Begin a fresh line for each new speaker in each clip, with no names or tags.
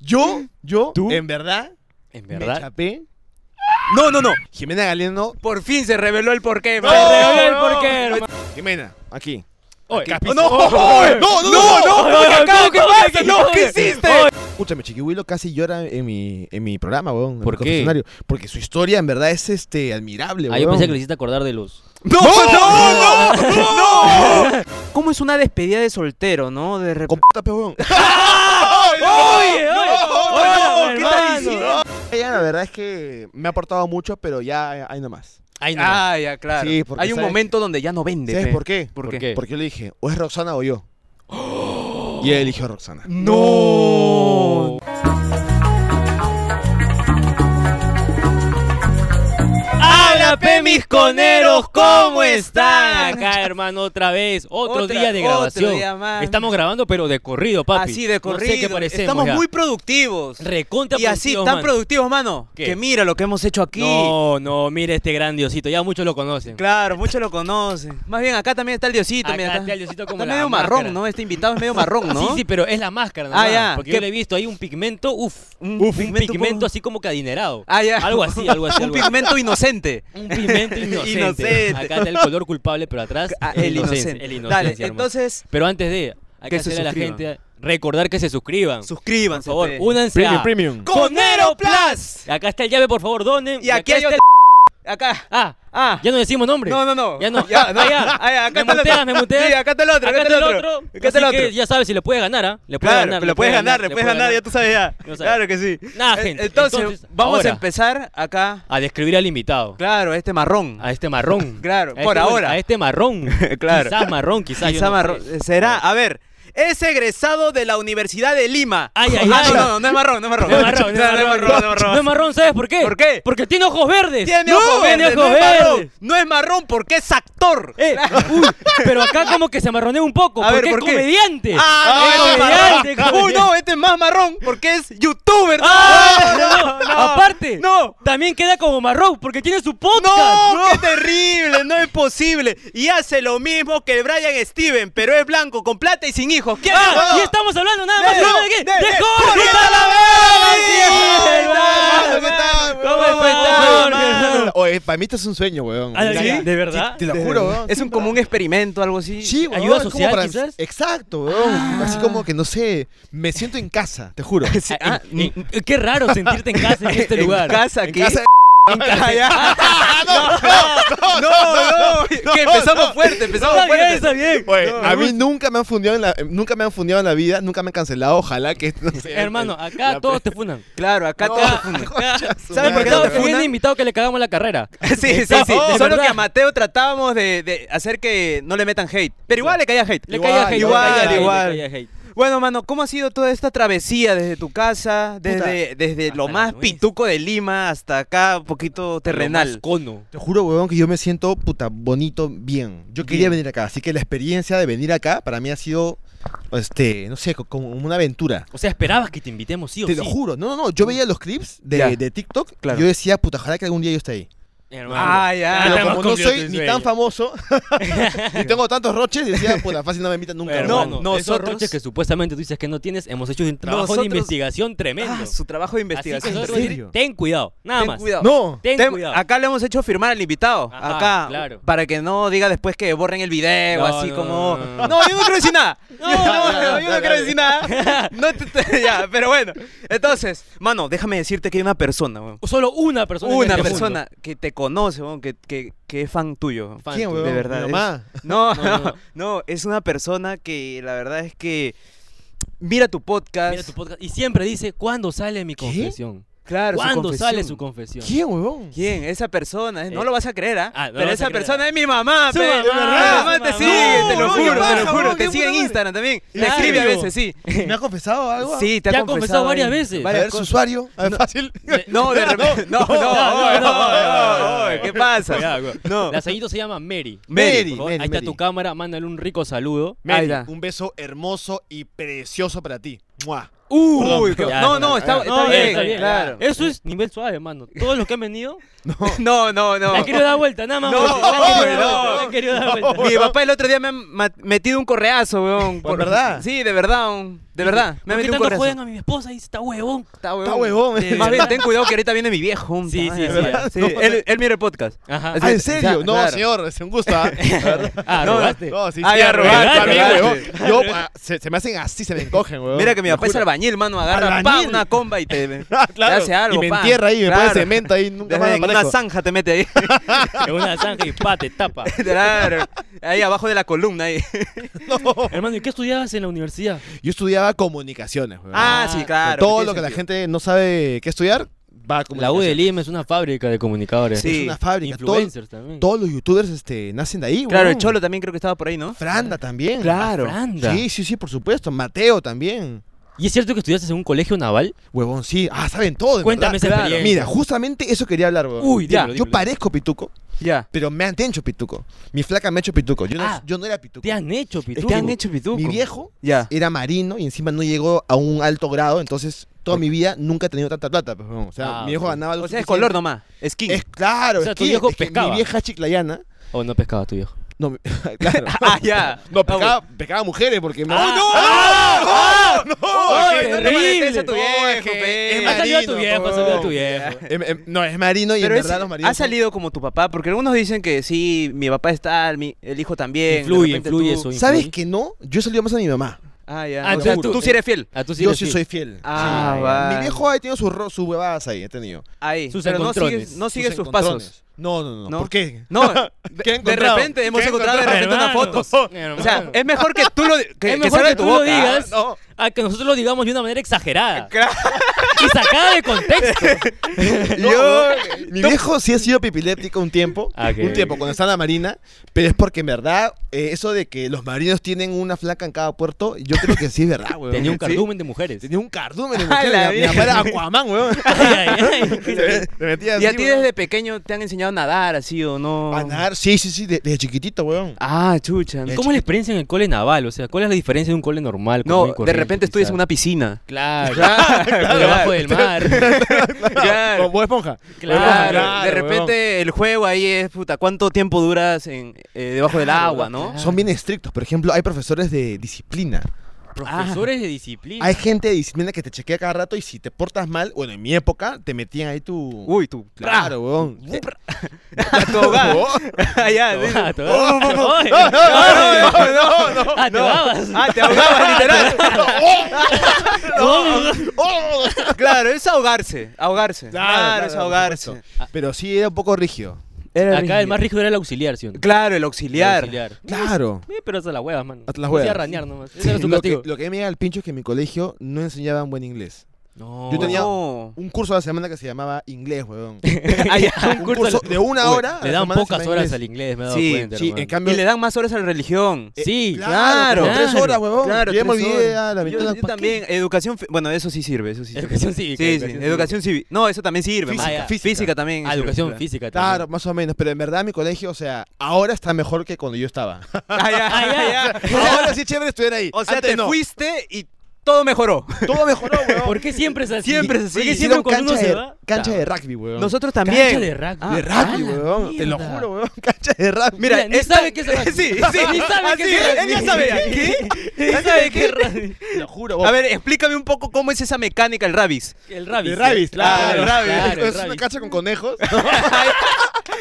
Yo, yo,
¿Tú?
en verdad,
En
me
verdad.
chapé. No, no, no. Jimena Galindo.
Por fin se reveló el porqué, man.
No,
Se reveló el
no.
porqué, hermano.
Jimena, aquí.
Oye,
aquí.
Capiz-
no,
oye,
oye, no, no, no, no,
oye,
¿qué
oye,
¿qué
oye,
pasa?
oye,
No, ¿qué
oye,
hiciste?
oye.
Escúchame, Chiquihuilo casi llora en mi, en mi programa, weón. en
¿Por
el
qué?
confesionario, Porque su historia en verdad es este admirable,
Ah, yo
weón.
pensé que le hiciste acordar de los.
¡No, no, no! ¡No! no.
¿Cómo es una despedida de soltero, no? De
Con
repente.
puta, pe, weón.
Oye, oye,
no,
oye,
¿qué estás
hermano.
diciendo? Ella la verdad es que me ha aportado mucho, pero ya hay nomás.
Ay, no.
Ah, ya, claro.
Sí, porque
Hay un
sabes-
momento donde ya no vende.
¿Sabes
pe.
por qué?
¿Por,
¿Por
qué?
qué?
Porque yo le dije, o es Roxana o yo. Y él eligió a Roxana.
No. ah,
¡Hala, pe, mis coneros! ¿Cómo están? Acá, hermano, otra vez. Otro
Otra-
día de
otro
grabación.
día más.
Estamos grabando, pero de corrido, papi.
Así de
No
corrido.
sé qué parecemos
Estamos
ya.
muy productivos.
Recontra
y así,
productivos,
tan
man.
productivos, mano.
¿Qué?
Que mira lo que hemos hecho aquí.
No, no, mira este gran diosito. Ya muchos lo conocen.
Claro, muchos lo conocen. Más bien, acá también está el Diosito.
Acá
mira,
está el Diosito como
está
la
medio
máscara.
marrón, ¿no? Este invitado es medio marrón, ¿no?
Ah, Sí, sí, pero es la máscara.
Ah,
nomás,
ya.
Porque
¿Qué?
yo le he visto ahí un pigmento, uff.
Un
Un
pigmento
pigmento,
un poco-
así como que adinerado.
Ah, ya.
Algo así, algo así.
Un
algo así.
pigmento inocente.
Un pigmento inocente.
Inocente.
Acá está el color culpable, pero atrás
Ah,
el,
el
inocente.
inocente.
El
Dale,
inocente, hermano.
entonces,
Pero antes de, hay que,
Que se
hacerle a la
suscriban.
gente recordar que se suscriban. por
suscríbanse.
favor,
pe.
únanse
Premium,
a
premium.
¡Conero Plus!
Acá está el llave, por favor, donen.
Y aquí
acá
hay
está
otro.
el...
Acá.
Ah,
Ah.
ya no decimos nombre.
No, no, no.
Ya no.
no.
Ah, ya.
Ah, ya, Acá
Me
está el
muteas,
otro.
me muteas.
Sí, acá está el otro.
Acá está el otro.
Acá está el
Así que
otro.
ya sabes, si le puedes ganar, ¿ah? Le puedes
Claro,
ganar.
pero le puedes ganar, le puedes ganar, ya tú sabes ya.
Ya sabes.
Claro que sí.
Nada,
Eh,
gente,
Entonces,
entonces,
vamos
ahora.
a empezar acá.
A describir al invitado.
Claro, este marrón.
A este marrón.
Claro,
A este-
por ahora.
A este marrón.
Claro.
Quizás marrón, quizás. yo
Quizá
no
marrón.
sé.
Será, a ver. Es egresado de la Universidad de Lima.
Ay, ay,
Ah,
ay.
No, no, no es marrón, no es marrón.
No es marrón, no es
No, no es
marrón.
marrón, no es marrón.
No es marrón, ¿sabes por qué?
¿Por qué?
Porque tiene ojos verdes.
Tiene
No,
ojos
tiene
verdes, no
ojos
es marrón.
verdes.
No es marrón porque es actor.
Eh, uy, pero acá como que se marronea un poco,
A ver,
porque
¿por
es
qué?
comediante.
Ah,
es
no, este es marrón.
comediante,
Uy,
comediante.
no, este es más marrón porque es youtuber.
Ah,
No,
no,
no,
Aparte,
No.
también queda como marrón porque tiene su podcast.
¡No! ¡Qué terrible! No es posible. Y hace lo mismo que Brian Steven, pero es blanco, con plata y sin hijos. ¿Quién es?
Ah,
No.
y estamos hablando nada más y
¡No!
nada de qué.
¡De-
¡De
de-
Jorge
Jorge
Talavera!
Talavera!
hermano!
¿Cómo
¿Cómo
estás,
estás,
hermano?
hermano?
Oye, para mí esto es un sueño, weón.
Ah,
Mira,
¿sí?
ya.
¿De verdad?
Te lo juro, weón.
Es un, como un experimento, algo así.
Sí, weón,
ayuda
es como
social,
para-
quizás.
Exacto, weón. Así como que no sé, me siento en casa, te juro.
Ah. Sí,
Ah,
ah,
eh, eh, qué raro sentirte en casa en este
en
lugar.
casa aquí.
casa de-
En casa. no, no, no, Que empezamos fuerte, empezamos
Está bien,
fuerte.
está bien.
Oye,
No,
a mí nunca me han fundido en la, nunca me han fundido en la vida, nunca me han cancelado, ojalá que no sé,
eh,
Hermano, acá
la-
todos te funan.
Claro, acá
No.
te vas a funar.
¿Sabes por qué
no
no
te
te funan? invitado que le cagamos la carrera.
Sí, sí, sí.
Está- oh, de
Solo
verdad.
que a Mateo tratábamos de, de hacer que no le metan hate. Pero igual le caía hate.
Le caía hate,
Igual,
le caía hate,
igual.
le caía hate.
Bueno, mano, ¿cómo ha sido toda esta travesía desde tu casa, desde, desde
Hasta
lo
la
más
nuez.
pituco de Lima hasta acá, un poquito
Lo más
terrenal?
Cono.
Te juro, weón, que yo me siento puta bonito, bien. Yo quería
Bien.
venir acá, así que la experiencia de venir acá para mí ha sido, este, no sé, co- como una aventura.
O sea, esperabas que te invitemos, sí o
Te
sí.
lo juro, no, no, no. Yo veía los clips
Ya.
de, de TikTok
Claro.
y yo decía, puta, ojalá que algún día yo esté ahí.
Hermano.
Ah,
Ah,
ya.
Pero
hemos
como no
cumplido
soy
tu
ni
sueño.
tan famoso, ni tengo tantos roches, decía, puta, fácil no me invitan nunca.
Pero,
No,
hermano, esos
nosotros-
roches que supuestamente tú dices que no tienes, hemos hecho un trabajo
Nosotros-
de investigación tremendo.
Ah, su trabajo de
Así que
investigación.
nosotros
¿En
decir,
serio?
ten cuidado, nada
Ten
más.
cuidado.
No.
Ten,
Tem-
cuidado.
acá le hemos hecho firmar al invitado.
Ajá,
acá.
claro.
Para que no diga después que borren el video,
No,
así
no,
como.
no, no,
No,
no.
yo no quiero decir nada. No, no, no, yo no quiero decir nada. No te- te- ya, pero bueno. Entonces, mano, déjame decirte que hay una persona, weón.
Solo una persona. en
Una
este
persona que te conoce, weón, que, que, que es fan tuyo. weón.
Fan
¿Quién,
tuyo.
weón?
de verdad,
Mi
es-
mamá.
No,
No,
no,
no.
no, es una persona que la verdad es que mira tu podcast.
Mira tu podcast. Y siempre dice, ¿cuándo sale mi confesión?
Claro, su
¿Cuándo
confesión.
sale su confesión?
¿Quién, huevón?
¿Quién? Esa persona, eh, no
Eh,
lo vas a creer, ¿ah?
ah, no lo
Pero
vas a
esa
creer.
persona es mi mamá,
Su
pe.
mamá,
Mi
su
mamá te
mamá.
sigue, te lo
No,
juro,
qué
te lo
paja,
juro.
huevón,
Te
qué
sigue en
puta madre.
Instagram también. Te
Claro.
escribe a veces, sí.
¿Me ha confesado algo?
Sí, te ha
Ya ha confesado varias
ahí.
veces.
A ver,
Varias
su
cosas.
usuario. A ver, fácil.
No, de repente. No, no,
no,
no,
no,
no, no,
no,
no, ¿Qué pasa?
Cuidado, cuidado.
No.
La seguidora se llama Mary.
Mary,
Por favor,
Mary,
ahí está
Mary.
tu cámara, mándale un rico saludo.
Ahí
Mary,
está.
un beso hermoso y precioso para ti. ¡Mua!
Uy, qué-
ya,
no,
no,
no, está,
no,
está
no, ya,
bien,
está bien,
claro.
Eso es nivel suave, mano. Todos los que han venido,
No, no, no.
le han querido dar vuelta, nada más.
No,
porque le han querido dar
no,
vuelta, le han querido dar vuelta.
Mi papá el otro día me ha ma- metido un correazo, weón.
¿Por verdad?
Sí, de verdad, un- de verdad. Me ha
¿Por qué
metido un
tanto
correazo.
juegan a mi esposa? Dice, está huevón.
Está huevón.
Está huevón. eh.
De
Más bien,
verdad.
ten cuidado que ahorita viene mi viejo. un-
Sí, sí,
Ay,
sí.
¿verdad?
No,
él, él mira el podcast.
Ajá.
Así-
Ah, ¿en serio?
Ya,
No,
claro.
señor, es un gusto. ¿ah? La verdad.
Ah,
No,
robaste.
No, sí,
Ah,
sí,
ya,
a
robaste,
mí,
robaste.
weón. Yo, pa- se, se me hacen así, se me encogen, weón.
Mira que mi
Te
papá es
juro.
albañil, mano. Agarra
Oh, Albañil.
pa, una comba y te,
Ah,
te hace algo.
y me
pa.
entierra ahí, me
Claro.
pone cemento ahí, nunca más
Desde en una
aparezco.
zanja te mete ahí.
En una zanja y pa, te tapa.
Claro. Ahí abajo de la columna ahí.
No.
Hermano, ¿y qué estudiabas en la universidad?
Yo estudiaba comunicaciones, weón.
Ah, sí, claro.
Todo
tiene
lo que la
sentido.
gente no sabe qué estudiar, va a
La U de
comunicaciones.
Lima es una fábrica de comunicadores.
Sí.
Es una fábrica. todo-
Influencers también.
todos los youtubers este, nacen de ahí,
Claro,
weón.
el Cholo también creo que estaba por ahí, ¿no?
Franda también.
Claro.
Franda.
Sí, sí, sí, por supuesto. Mateo también.
¿Y es cierto que estudiaste en un colegio naval?
Huevón, sí. Ah, saben todo. de
Cuéntame
verdad.
esa
Claro.
experiencia.
Mira, justamente eso quería hablar, huevón.
Uy,
Ya,
dímelo,
Yo
dímelo.
parezco pituco,
Ya.
pero me han hecho pituco. Mi flaca me ha hecho pituco. Yo no,
Ah.
yo no era pituco.
Te han hecho, Pitu.
Te han hecho pituco.
Mi viejo
Ya.
era marino y encima no llegó a un alto grado, entonces toda mi vida nunca he tenido tanta plata. pues, huevón. o sea,
Ah,
mi viejo
ok.
ganaba lo
O sea, es
suficiente.
color nomás. Skin.
Es claro,
O sea,
es
tu
que-
viejo
es que
pescaba.
mi vieja chiclayana.
¿O Oh, no pescaba tu viejo?
No, mi- claro.
Ah, ya.
No, pescaba, pescaba mujeres porque. me-
Ah.
¡No! ¡Ah! ¡No!
¡Ay,
es que-
no
terrible!
le molestes a tu
No,
viejo,
es que
pe.
es
Ha salido a tu
marino, pues.
viejo, ha
po.
salido a tu viejo.
Em, em, no, es marino y
Pero
en
es-
verdad los marinos.
ha salido como tu papá, porque algunos dicen que sí, mi papá es tal, mi, el hijo también. de
Influye,
repente
influye
tú-
eso.
son- ¿Sabes que no? Yo he salido más a mi mamá.
Ah, ya.
Ah,
o
tú-
sea,
tú-
tú, tú sí eres fiel.
A tú sí
Yo
eres
sí
fiel.
soy fiel.
Ah,
ya.
va.
eh. Mi viejo ha tenido sus ro- sus huevadas ahí, he tenido.
Ahí.
Sus
pero no
encontrones.
sigues, no sigues sus
encontrones.
pasos.
No, no, no,
¿No?
¿Por qué?
No,
¿Qué
de,
ha
de
encontrado?
repente hemos
¿Qué ha
encontrado de repente unas
Hermanos,
fotos. O sea, es mejor que tú lo que,
Es
que
mejor
salga
que
de tu
tú lo
boca.
digas.
No.
a Ah, que nosotros lo digamos de una manera exagerada
Claro.
y sacada de contexto.
Yo, mi viejo sí ha sido pipiléptico un tiempo,
Ah, ok,
un tiempo
ok.
cuando está en la marina, pero es porque en verdad eh, eso de que los marinos tienen una flaca en cada puerto, yo creo que sí es verdad, weón.
Tenía un
Sí.
cardumen de mujeres.
Tenía un cardumen de
Ah, la
mujer, mi- mi
mierda.
papá era Aquaman, weón.
Ay, ay, ay.
Te metía
¿Y a
así,
ti
weón.
desde pequeño te han enseñado a nadar así o no?
A nadar, sí, sí, sí, de- desde chiquitito, weón.
Ah, chucha.
¿Cómo es la experiencia en el cole naval? O sea, ¿cuál es la diferencia de un cole normal? común y
No, de
corriente,
repente estudias
quizás?
en una piscina.
Claro,
Claro,
debajo del mar.
Claro.
Como Bob Esponja.
Claro,
de repente el juego ahí es, puta, ¿cuánto tiempo duras en, eh, debajo del agua, no?
weón. Son bien estrictos, por ejemplo, hay profesores de disciplina.
Profesores de disciplina.
Hay gente de disciplina que te chequea cada rato y si te portas mal, bueno, en mi época te metían ahí tu...
Uy, tú.
claro, weón.
A tu hogar. Ah, ya, sí.
Ah, te
Oh, oh,
ahogabas.
oh,
Ay.
no, no, no, no, no, no.
Ah, te ahogabas.
Ah, te ahogabas, literal.
Oh.
Claro, es ahogarse. Ahogarse. Claro, es ahogarse.
Pero sí era un poco rígido.
Acá el más rígido era el auxiliar, ¿sí o no?
Claro, el auxiliar.
Claro.
Eh, pero hasta las huevas, mano.
Hasta las
Hacía
huevas.
ranear nomás. Ese era su
Lo que,
castigo.
lo que me llega al pincho es que en mi colegio no enseñaban buen inglés.
No.
Yo tenía-
No.
Un curso a la semana que se llamaba inglés, weón.
Ah, ya,
Un curso de una
Uy,
hora. a
Le
la
dan
semana se
pocas
llama
horas
inglés.
al inglés, me he dado
Sí,
cuenta.
Sí, en
hermano.
cambio.
Y le dan más horas a la religión.
eh,
Sí,
claro. como
claro.
Tres horas, weón.
Claro,
Yo ya me
tres
olvidé
horas.
a la
Yo,
ventana.
yo también, educación, fi- bueno, eso sí sirve, eso sí sirve.
Educación cívica.
Sí, sí, educación cívica. No, eso también sirve.
Física,
man.
física.
también.
Ah,
sirve,
educación
claro.
física también.
Claro, más o menos. Pero en verdad mi colegio, o sea, ahora está mejor que cuando yo estaba.
Ah, ya,
Ah, ya.
ya.
ahora sí es chévere estuviera ahí.
O sea,
Antes
te
no.
fuiste y todo mejoró.
Todo mejoró, weón.
¿Por qué siempre es así?
Siempre es así.
¿Por qué
Porque
siempre
hicieron
cuando uno
cancha,
se
de,
va?
cancha
Claro.
de rugby, weón.
Nosotros también.
Cancha de rugby.
de
Ah,
rugby, weón. Te lo juro, weón. Cancha de rugby.
Mira,
Mira, ni
esta-
sabe qué es rugby.
Sí, sí.
Ni sabe
Ah,
qué
sí,
es
él- Él ya
rugby.
sabe. ya. ¿Qué?
¿Ya sabe qué es rugby?
Te lo juro,
A ver, explícame un poco cómo es esa mecánica el rabis.
El rabis.
de rabis, claro, de rabis.
claro, el
es una
rabis.
cancha con conejos.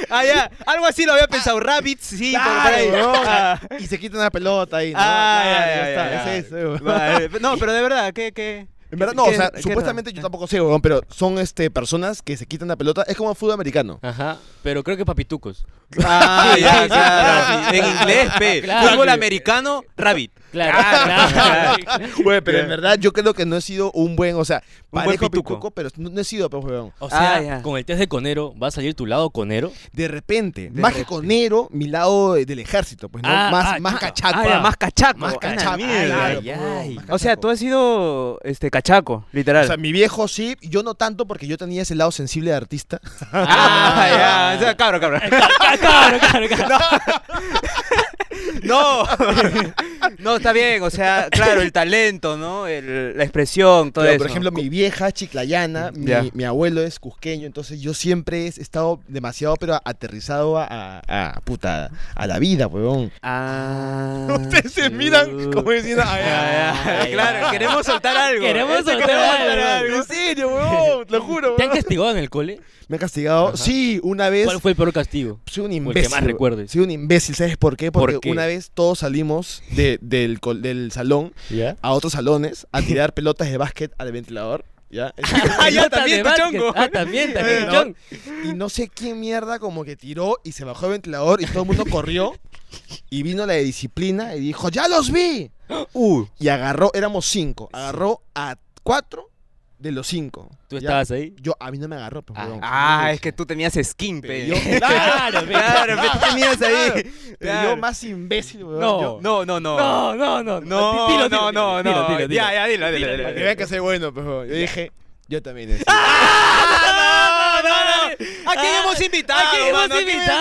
Ah, ya. Algo así lo había pensado. Rabbits, sí, por- por ahí.
Claro, weón.
Ah.
y se quitan la pelota ahí. ¿no?
Ah,
Claro,
ya, ya,
está,
ya.
es eso, weón.
Vale, No, pero de verdad, ¿qué? qué?
En verdad, no,
¿Qué-
o sea,
qué es
supuestamente yo tampoco sé, weón, pero son este, personas que se quitan la pelota. Es como el fútbol americano.
Ajá, pero creo que papitucos.
Ah,
Sí,
ya,
sí,
claro.
sí,
En
sí.
inglés, pe.
Claro.
Fútbol americano, rabbit.
Claro,
Ah,
claro.
Güey, pero en verdad yo creo que no he sido un buen, o sea,
buen
parejo
pituco.
pituco, pero no, no he sido, pues, weón.
O
Ah,
sea,
ya.
con el test de conero, ¿va a salir tu lado conero?
De repente, más que conero, mi lado eh, del ejército, pues, ¿no?
Ah,
más
ah,
más
ah,
cachaco.
Ah, ya, más cachaco.
Más
ah, la
cachaco.
mierda.
Claro,
Ay,
pues,
ay.
weón, más
O sea,
cachaco.
tú has sido este cachaco, literal.
O sea, mi viejo sí, yo no tanto porque yo tenía ese lado sensible de artista.
ah, ya. O sea, cabro, cabro.
Ah, Claro, claro, claro.
No. no, está bien, o sea, claro, el talento, ¿no? El- la expresión, todo
Pero,
eso.
por ejemplo, mi vieja es chiclayana, mi,
Ya.
mi abuelo es cusqueño, entonces yo siempre he estado demasiado, pero aterrizado a, a- a, puta, a la vida, huevón.
Ah.
Ustedes se miran como diciendo, "Ay,
Ah,
ay, ay".
claro, queremos soltar algo.
Queremos
Eso
soltar algo.
En serio, huevón, te lo juro.
¿Te han
huevón.
castigado en el cole?
Me ha castigado. Sí, una vez.
¿Cuál fue el peor castigo?
Soy un
O el
imbécil.
que más recuerdes.
Soy un imbécil, ¿sabes por qué?
¿Por
Porque
qué?
una vez todos salimos de- del, col- del salón
¿Ya?
a otros salones a tirar pelotas de básquet al ventilador. ¿ya?
Ah, ya, también, Pachongo. Eh,
Ah, también, también,
¿no?
chongo.
Y no sé quién mierda como que tiró y se bajó el ventilador y todo el mundo corrió. Y vino la de disciplina y dijo, ¡ya los vi!
Uh,
Y agarró, éramos cinco, agarró a cuatro de los cinco.
¿Tú
¿ya?
estabas ahí?
Yo, a mí no me agarró, pues,
Ah,
huevón.
ah, es que tú tenías skin, pe.
Yo-
Claro,
Claro, pe, tú tenías ahí.
Pero
Claro.
yo más imbécil, weón.
No.
Yo,
No, no, no.
No, no, no.
No,
Tiro, tiro,
no, no,
tiro,
no.
tiro, tiro, tiro.
Ya, ya, dilo, dilo, dilo.
para que vean que soy bueno, pues, huevón. Yo dije, yo también. he sido".
¡Ah, no, no, no! Aquí
Ah,
hemos invitado,
aquí hemos
mano,
invitado,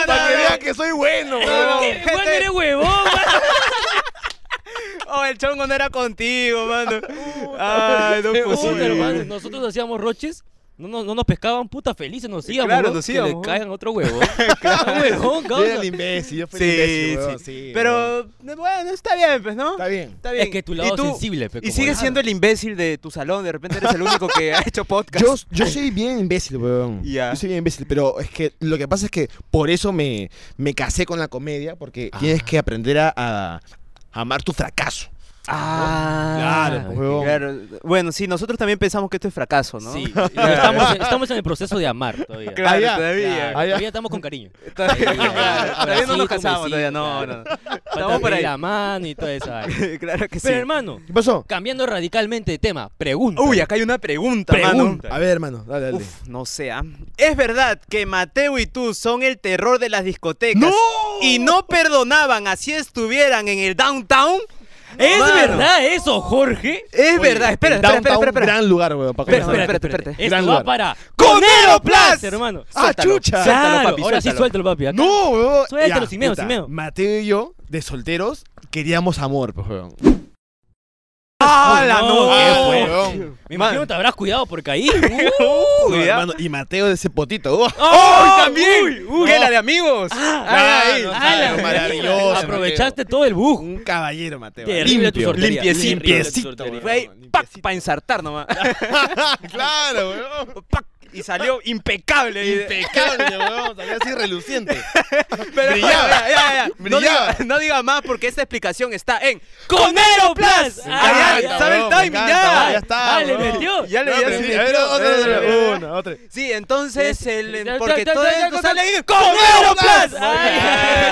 no,
Para
no,
que
no.
vean que soy bueno,
No,
weón.
no.
¿Qué? Juan,
eh.
eres huevón, man.
Oh, el chongo no era contigo, mano. Ay, no es
Puta,
Puta, hermano,
posible.
nosotros hacíamos roches, no, nos- no nos pescaban, puta, felices nos íbamos.
claro,
¿no?
nos
Que
íbamos.
le caigan otro huevón. Ah, huevón,
Yo era el
causa.
imbécil, yo fui el
Sí,
imbécil, weón.
sí.
sí, weón.
Pero, bueno, está bien, pues, ¿no?
Está bien.
Está bien.
Es que tu
¿Y
lado
tú?
sensible, pe,
Y
como
sigues
nada.
siendo el imbécil de tu salón, de repente eres el único que ha hecho podcast.
Yo, yo soy bien imbécil, weón.
Ya.
Yo soy bien imbécil, pero es que lo que pasa es que por eso me, me casé con la comedia, porque tienes que aprender a, a amar tu fracaso.
Ah,
Claro, pues, huevón.
claro. Bueno, sí, nosotros también pensamos que esto es fracaso, ¿no?
Sí, pero estamos, estamos en el proceso de amar todavía.
Claro,
Ah, ya.
todavía.
Claro,
Ah, ya.
todavía estamos con cariño.
Todavía,
Ahí,
claro.
ahí,
Todavía no nos
abracito,
casamos, todavía
besito,
no,
claro.
no. Estamos por ahí.
la mano y todo eso.
Claro que sí.
Pero hermano,
¿Qué pasó?
cambiando radicalmente de tema, pregunta.
Uy, acá hay una pregunta,
Pregunta.
A ver, hermano, dale, dale.
Uf, no sea. ¿Es verdad que Mateo y tú son el terror de las discotecas? Y no perdonaban así estuvieran en el downtown.
¿Es
Mano,
verdad eso, Jorge?
Es verdad, espera, espera, espera,
Downtown,
espera, espera.
gran lugar, weón, para
Espera,
comenzar.
espérate, espérate.
espérate, espérate.
Esto
Gran
va
lugar.
para
¡Conero Plus!
hermano.
¡Ah,
Suéltalo,
chucha!
suéltalo,
Claro,
papi,
ahora sí
suéltalo.
suelta el papi. acá.
No, weón.
Suéltalo,
Ya,
sin miedo,
puta,
sin miedo.
Mateo y yo, de solteros, queríamos amor, pues, weón.
¡Hala,
No,
no!
qué
no,
fuerte.
weón.
Me imagino
Man.
te habrás cuidado porque ahí.
Uh,
No,
cuidado.
hermano, y Mateo de ese potito. ¡oh!
¡Oh, también! ¿Qué, la de amigos?
Ah,
ahí.
no,
¡Ah, la
Claro,
mierda!
maravilloso,
Aprovechaste todo el bug.
Un caballero, Mateo.
Terrible tu sortería.
Limpiecito.
Terrible tu
Limpiecito,
sortería.
weón.
Fue ahí, pac, para ensartar nomás.
claro, weón.
Pac, y salió impecable.
Impecable, weón. Salía así reluciente.
Pero,
Brillaba.
ya, ya, ya. No,
Brillaba.
diga, no diga más porque esta explicación está en
¡Conero Plus!
Me
Ah,
encanta,
ya, sabe el
weón, me
timing,
encanta,
ya.
weón, Ya está.
Ah, le
weón.
metió.
Ya le
No,
ya
pero
se
sí,
metió.
a ver, otra,
Eh,
otra,
eh, eh.
Una, otra.
Sí, entonces
Ya,
el
ya,
porque
ya,
todo
ya, ya,
esto
ya,
sale
ya.
con Europlas.
Plus. Ay,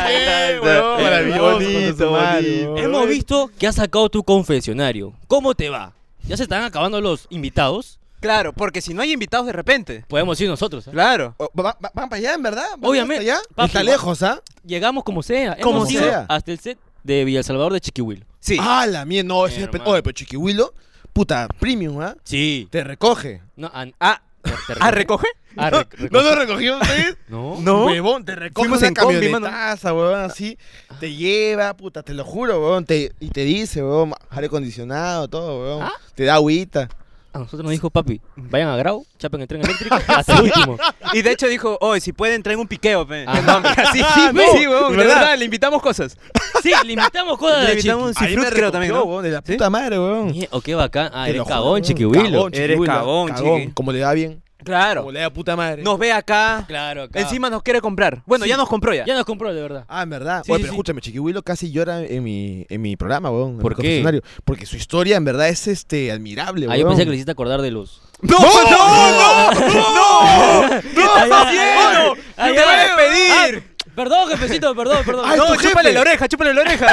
ay, ay, weón, maravilloso, con su madre, weón.
Hemos visto que has sacado tu confesionario. ¿Cómo te va? Ya se están acabando los invitados.
Claro, porque si no hay invitados de repente.
Podemos ir nosotros. ¿ah?
Claro.
Oh, va- va- ¿Van para allá, en verdad? ¿Van
Obviamente,
para allá?
papi,
Está
va-
lejos, ¿ah?
Llegamos como sea.
Como
Hemos ido
sea.
hasta el set de Villa El Salvador de Chiquihuil.
Sí.
Ah, la mía, no. ese es pe-
Hermano.
Oye, pero Chiquihuilo, puta, premium, ¿ah?
Sí.
Te recoge.
No, an-
Ah,
te
¿ah,
recoge.
recoge?
Ah, rec- recoge.
lo recogió usted?
No.
No.
Huevón, te recoge
Fuimos
una
en combi,
camionetaza, huevón, así. Te lleva, puta, te lo juro, huevón. Te, y te dice, huevón, aire acondicionado, todo, huevón.
¿Ah?
Te da agüita.
A nosotros nos dijo, papi, vayan a Grau, chapen el tren eléctrico hasta el último.
Y de hecho dijo, "Hoy si pueden traen un piqueo, pe."
Ajá.
Sí, sí, pe.
Ah, No,
sí, weón, de
¿verdad?
verdad, le invitamos cosas.
Sí, limitamos cosas de
Le
Ah, Chiqui.
invitamos un cifrut, creo también, ¿no?
huevón, de la
¿Sí?
puta madre, huevón.
Mie- O qué bacán. Ah,
Te
eres
lo juro,
cagón,
huevón.
Chiquihuilo.
Cagón,
Eres
Chiquihuilo.
cagón, chiqui.
Como le da bien.
Claro.
Como le da puta madre.
Nos ve acá.
Claro, acá.
Encima nos quiere comprar. Bueno,
Sí.
ya nos compró ya.
Ya nos compró, de verdad.
Ah, en verdad.
Sí,
Oye, pero
sí, sí.
escúchame, Chiquihuilo casi llora en mi, en mi programa, huevón. en
¿Por
el
qué?
confesionario, Porque su historia, en verdad, es este admirable,
Ah,
huevón.
yo pensé que le hiciste acordar de los.
¡No, no, no! ¡No! ¡No
Ay,
estás
ay,
viendo!
ay,
¡Te
ay,
voy a
ay. Ah,
pedir!
Perdón, jefecito, perdón, perdón.
Ay,
No,
tu jefe.
chúpale la oreja, chúpale la oreja.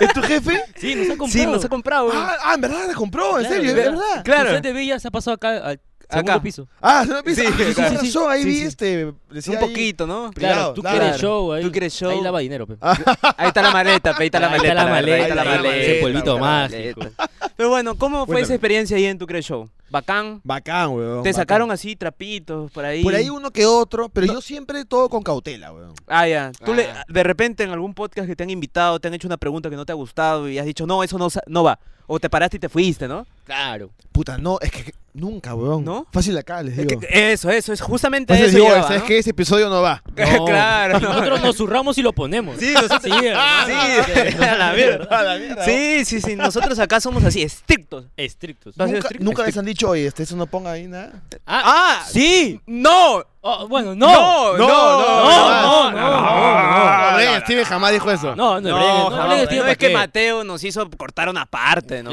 ¿Es tu jefe?
Sí, nos ha comprado.
Sí, nos ha comprado.
Ah, ah, en verdad, la compró, en
Claro,
serio, en
de verdad.
verdad.
Tu
Claro.
set de Villa se ha pasado acá al segundo
Acá.
piso.
Ah, se lo piensa.
Sí,
Ah,
sí,
tienes
sí, sí.
razón, ahí
Sí,
vi
sí.
este. decía
Un
ahí-
poquito, ¿no?
Privado,
Claro, tú
claro.
quieres show ahí.
Tú quieres show.
Ahí lava dinero, pe.
Ahí está la maleta, pe, ahí está la
Ahí
maleta.
está la
verdad,
maleta,
ahí está la
ahí está
maleta.
ese
polvito
ahí está la
mágico.
maleta. Pero bueno, ¿cómo fue
Cuéntame.
esa experiencia ahí en tu Cre Show? ¿Bacán?
Bacán, weón.
¿Te
bacán.
sacaron así trapitos por ahí?
Por ahí uno que otro, pero yo siempre todo con cautela, weón.
Ah, ya. Tú le-
Ah.
de repente en algún podcast que te han invitado, te han hecho una pregunta que no te ha gustado y has dicho, no, eso no, sa- no va. O te paraste y te fuiste, ¿no?
Claro.
Puta, no, es que nunca, weón.
¿No?
Fácil acá, les
Es
digo.
que- eso, eso, es
eh,
justamente
Pues
Fácil,
eso.
digo,
llevaba,
¿sabes
¿no?
qué? Ese episodio no va.
No.
claro. ¿no?
Nosotros nos zurramos y lo ponemos.
Sí, nosotros-
Sí, hermano.
Sí, a la mierda.
A la mierda.
Sí, sí, sí. Nosotros acá somos así, estrictos.
Estrictos.
No.
Nunca,
Estricto,
nunca les
estricto.
han dicho, oye, este, eso no ponga ahí nada.
¡Ah!
Sí.
¡No!
Oh, bueno,
¡No!
no.
¡No!
no, no,
Ah,
no,
Brian Steven jamás dijo eso.
No, no,
No,
no,
jamás,
no,
no, es que Mateo nos hizo cortar una parte, ¿no?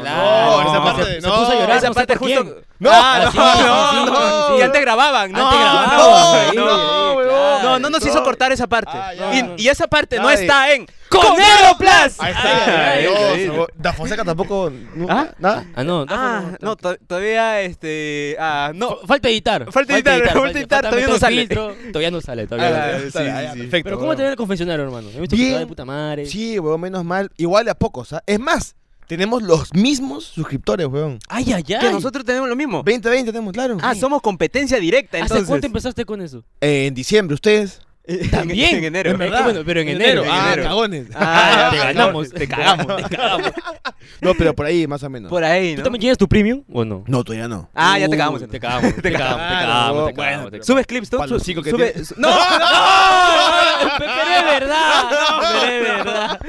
No,
Claro.
esa parte
se,
de-
se
no.
puso a llorar.
Esa
no sé
parte
por
justo.
quién.
No,
Ah,
sí,
no,
sí,
no,
sí.
Y antes grababan, no,
Antes grababan,
no,
sí,
no,
sí,
weón.
claro.
no, no nos hizo cortar esa parte.
Ah, ya.
y, y esa parte no
Ay.
está en Conero Plus.
Ahí
Ah,
está. Ay, Dios,
increíble.
weón. Da Fonseca tampoco. nu-
¿Ah?
¿Nada?
Ah, no. no,
Ah,
no.
no, to- todavía este, ah, no.
F- Falta editar.
Falta editar, falta editar, todavía no
meter
sale.
filtro, Todavía no sale, todavía no
Ah,
sale.
sí,
está
sí,
bien,
sí.
perfecto,
Pero ¿cómo te
weón.
ven el confesionario, hermano? He visto que
Bien.
estaba de puta madre.
Sí, weón, menos mal. Igual a pocos, ¿ah? Es más, tenemos los mismos suscriptores, weón.
Ay, ay, ay.
Que nosotros tenemos lo mismo.
20, 20 tenemos, claro.
Ah, somos competencia directa,
¿Hace
entonces.
cuánto empezaste con eso?
Eh, en diciembre, ustedes.
También.
En, en enero.
En verdad. Bueno, pero en enero.
En
Ah,
enero.
cagones.
Ah,
te
ya,
ganamos,
no,
te cagamos, te cagamos.
No, pero por ahí más o menos.
Por ahí,
¿Tú
¿no?
también tienes tu premium o no?
No, todavía no.
Ah, ya te cagamos.
Uy, Te
entonces.
cagamos, te cagamos, te
cagaron, weón.
cagamos, te cagamos.
Bueno,
te
pero-
cagamos.
¿Subes clips tú?
Pa'l
Su-
hocico que
sube-
tiene.
su- ¡No! ¡No!
Pe- Pero es verdad, no, pero es verdad.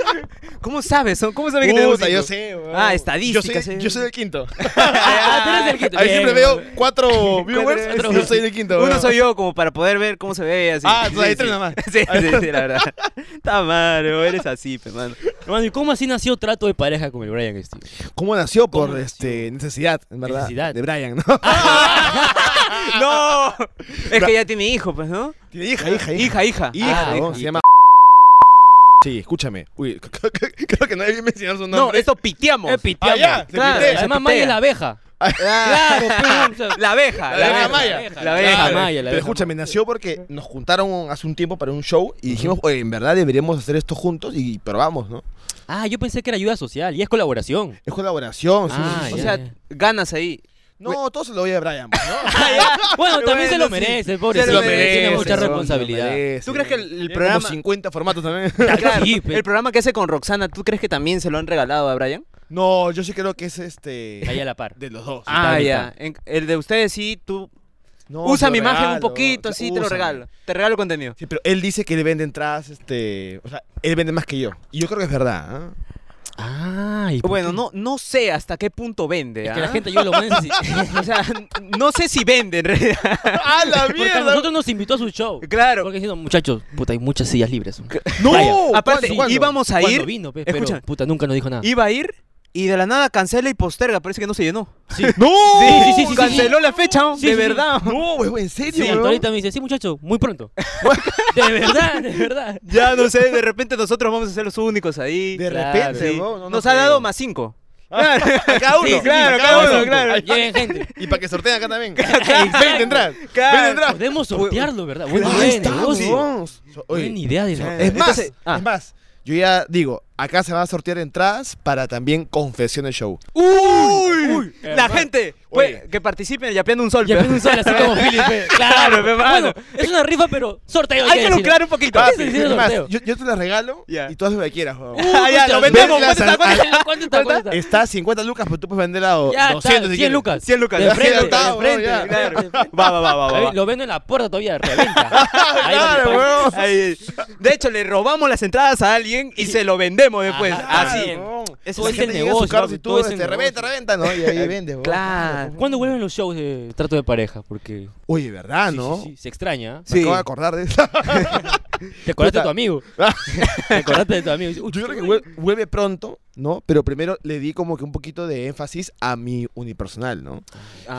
¿Cómo sabes? son- ¿Cómo sabes que tenemos
Puta, yo
hijos?
sé, weón.
Ah, estadísticas,
Yo soy,
eh.
yo soy el quinto.
Ah, tú eres el quinto.
Ahí
Bien,
siempre
weón.
veo cuatro viewers.
Cuatro
yo soy el quinto.
Uno
weón.
soy yo, como para poder ver cómo se ve así.
Ah, tú ahí
sí.
tres nomás.
Sí, sí, sí, la verdad. Está madre, weón, eres así, pe, mano.
Hermano, ¿y cómo así nació trato de pareja con el Brian Steele?
Eh,
¿Cómo nació? Por
¿Cómo
este necesidad, Ah, en verdad.
Necesidad.
De Brian, ¿no?
¡No! Es que ya tiene hijo, pues, ¿no?
Tiene hija, hija, hija.
Hija, hija.
Hija,
Ah,
weón, se llama. Sí, escúchame. Uy, creo que no debí mencionar su
No,
nombre.
esto piteamos.
Eh, piteamos.
Ah, ya, se
claro,
pitea, se
además
pitea.
Maya es la abeja.
Ah,
Claro, pum, o sea,
La abeja.
La abeja Maya.
abeja. La abeja
claro.
Maya,
Maya, la
Pero
abeja
escúchame, nació porque nos juntaron hace un tiempo para un show y dijimos, oye, en verdad deberíamos hacer esto juntos y probamos, ¿no?
Maya. Ah, yo pensé que era ayuda social y es colaboración.
Es colaboración. sí,
Ah,
sí, sí.
O
ya.
sea, ganas ahí.
No, todo se lo voy a Brian, pues, ¿no?
Bueno, también se
Bueno,
lo
sí.
merece,
Ah, Se
pobre.
lo merece,
Tiene mucha
se lo
responsabilidad.
¿Tú crees que el, el
el programa...
programa...
50 formatos también.
Claro,
Sí, pe.
el programa que hace con Roxana, ¿tú crees que también se lo han regalado a Brian?
no, yo sí creo que es este...
Ahí a la par.
De los dos.
Ah,
está,
ya.
ya.
En- el de ustedes sí, tú.
No,
usa
se lo
mi imagen un
regalo,
poquito, así te lo
úsame.
regalo. Te regalo contenido.
Sí, pero él dice que él vende entradas, este... O sea, él vende más que yo. Y yo creo que es verdad, ¿ah?
Ah, y
Bueno, no, no sé hasta qué punto vende.
Es que
¿ah?
la gente yo lo voy a necesitar.
O sea, no sé si vende en realidad.
¡Ah, la
Porque a nosotros nos invitó a su show.
Claro.
Porque diciendo, muchachos, puta, hay muchas sillas libres.
¡No!
Vaya.
Aparte,
¿Cuándo, cuándo?
íbamos a
Cuando
ir.
vino, pe,
Escucha.
pero puta, nunca nos dijo nada.
Iba a ir y de la nada cancela y posterga. Parece que no se llenó.
¡No!
Sí, sí, sí, sí, sí.
Canceló la fecha, ¿no?
Sí, sí,
de
sí.
verdad.
No, weón, en serio,
Sí,
weón?
ahorita me dice, sí, muchacho, muy pronto. de verdad, de verdad.
Ya no sé, de repente nosotros vamos a ser los únicos ahí.
De
Claro,
repente,
Sí.
weón, no, no
Nos ha
creo.
dado más cinco.
A cada uno.
Sí, sí,
claro,
a
cada uno,
sí.
claro.
Lleguen gente.
Y para que sorteen acá también. 20 entradas. 20
Claro.
entradas.
Podemos sortearlo, ¿verdad? Bueno,
Ahí
buen
está,
negocio.
weón. So- oye,
Buena idea de negocio.
Es más,
Entonces, ah.
es más. Yo ya digo, acá se van a sortear entradas para también Confesiones Show.
¡Uy! La
Hermano.
gente
Oye.
pues, que participe en Yapeando un Sol. pues.
Ya
pe.
pienso un sol, así como Felipe. Claro, bueno,
hermano.
es una rifa, pero sorteo.
Hay que
decirlo.
lucrar un poquito.
Papi.
Sí, sí, sí.
Sí,
Es más,
sorteo.
yo, yo te las regalo
Ya.
y tú haz lo que quieras. weón.
Uh,
Ah, ya, lo
muchas-
vendemos. ¿Cuánto
Verlas
está? ¿Cuánto
¿Cuánto está? ¿Cuánto está? ¿Cuánto está?
Está a 50 lucas, pero tú puedes venderla a
Ya,
200
está,
si
100
quieres.
lucas.
100 lucas.
De
Ya,
frente,
100
de
octavo,
frente.
ya.
Claro.
Va, va, va, va, va.
Ahí Lo vendo en la puerta todavía, reventa. Ahí va mi
Claro,
pan.
weón.
Ahí. De hecho, le robamos las entradas a alguien y se lo vendemos después.
Ajá.
Así.
Bien.
weón.
Eso
La
Ah, es
gente
el
llega a su
negocio,
carro y
papi,
tú,
todo es el
este,
negocio.
reventa, reventa, ¿no? Y ahí vendes, weón.
Claro.
¿Cuándo vuelven los shows de trato de pareja? Porque
Oye, ¿verdad, Ah,
sí,
no?
sí, sí, se extraña.
Me
¿eh?
acabo
Sí.
de acordar de eso.
Te acordaste de tu
Puta.
amigo. Te acordaste de tu amigo. Dice, "Uy,
Yo creo que vuel- vuelve pronto, ¿no? Pero primero le di como que un poquito de énfasis a mi unipersonal, ¿no?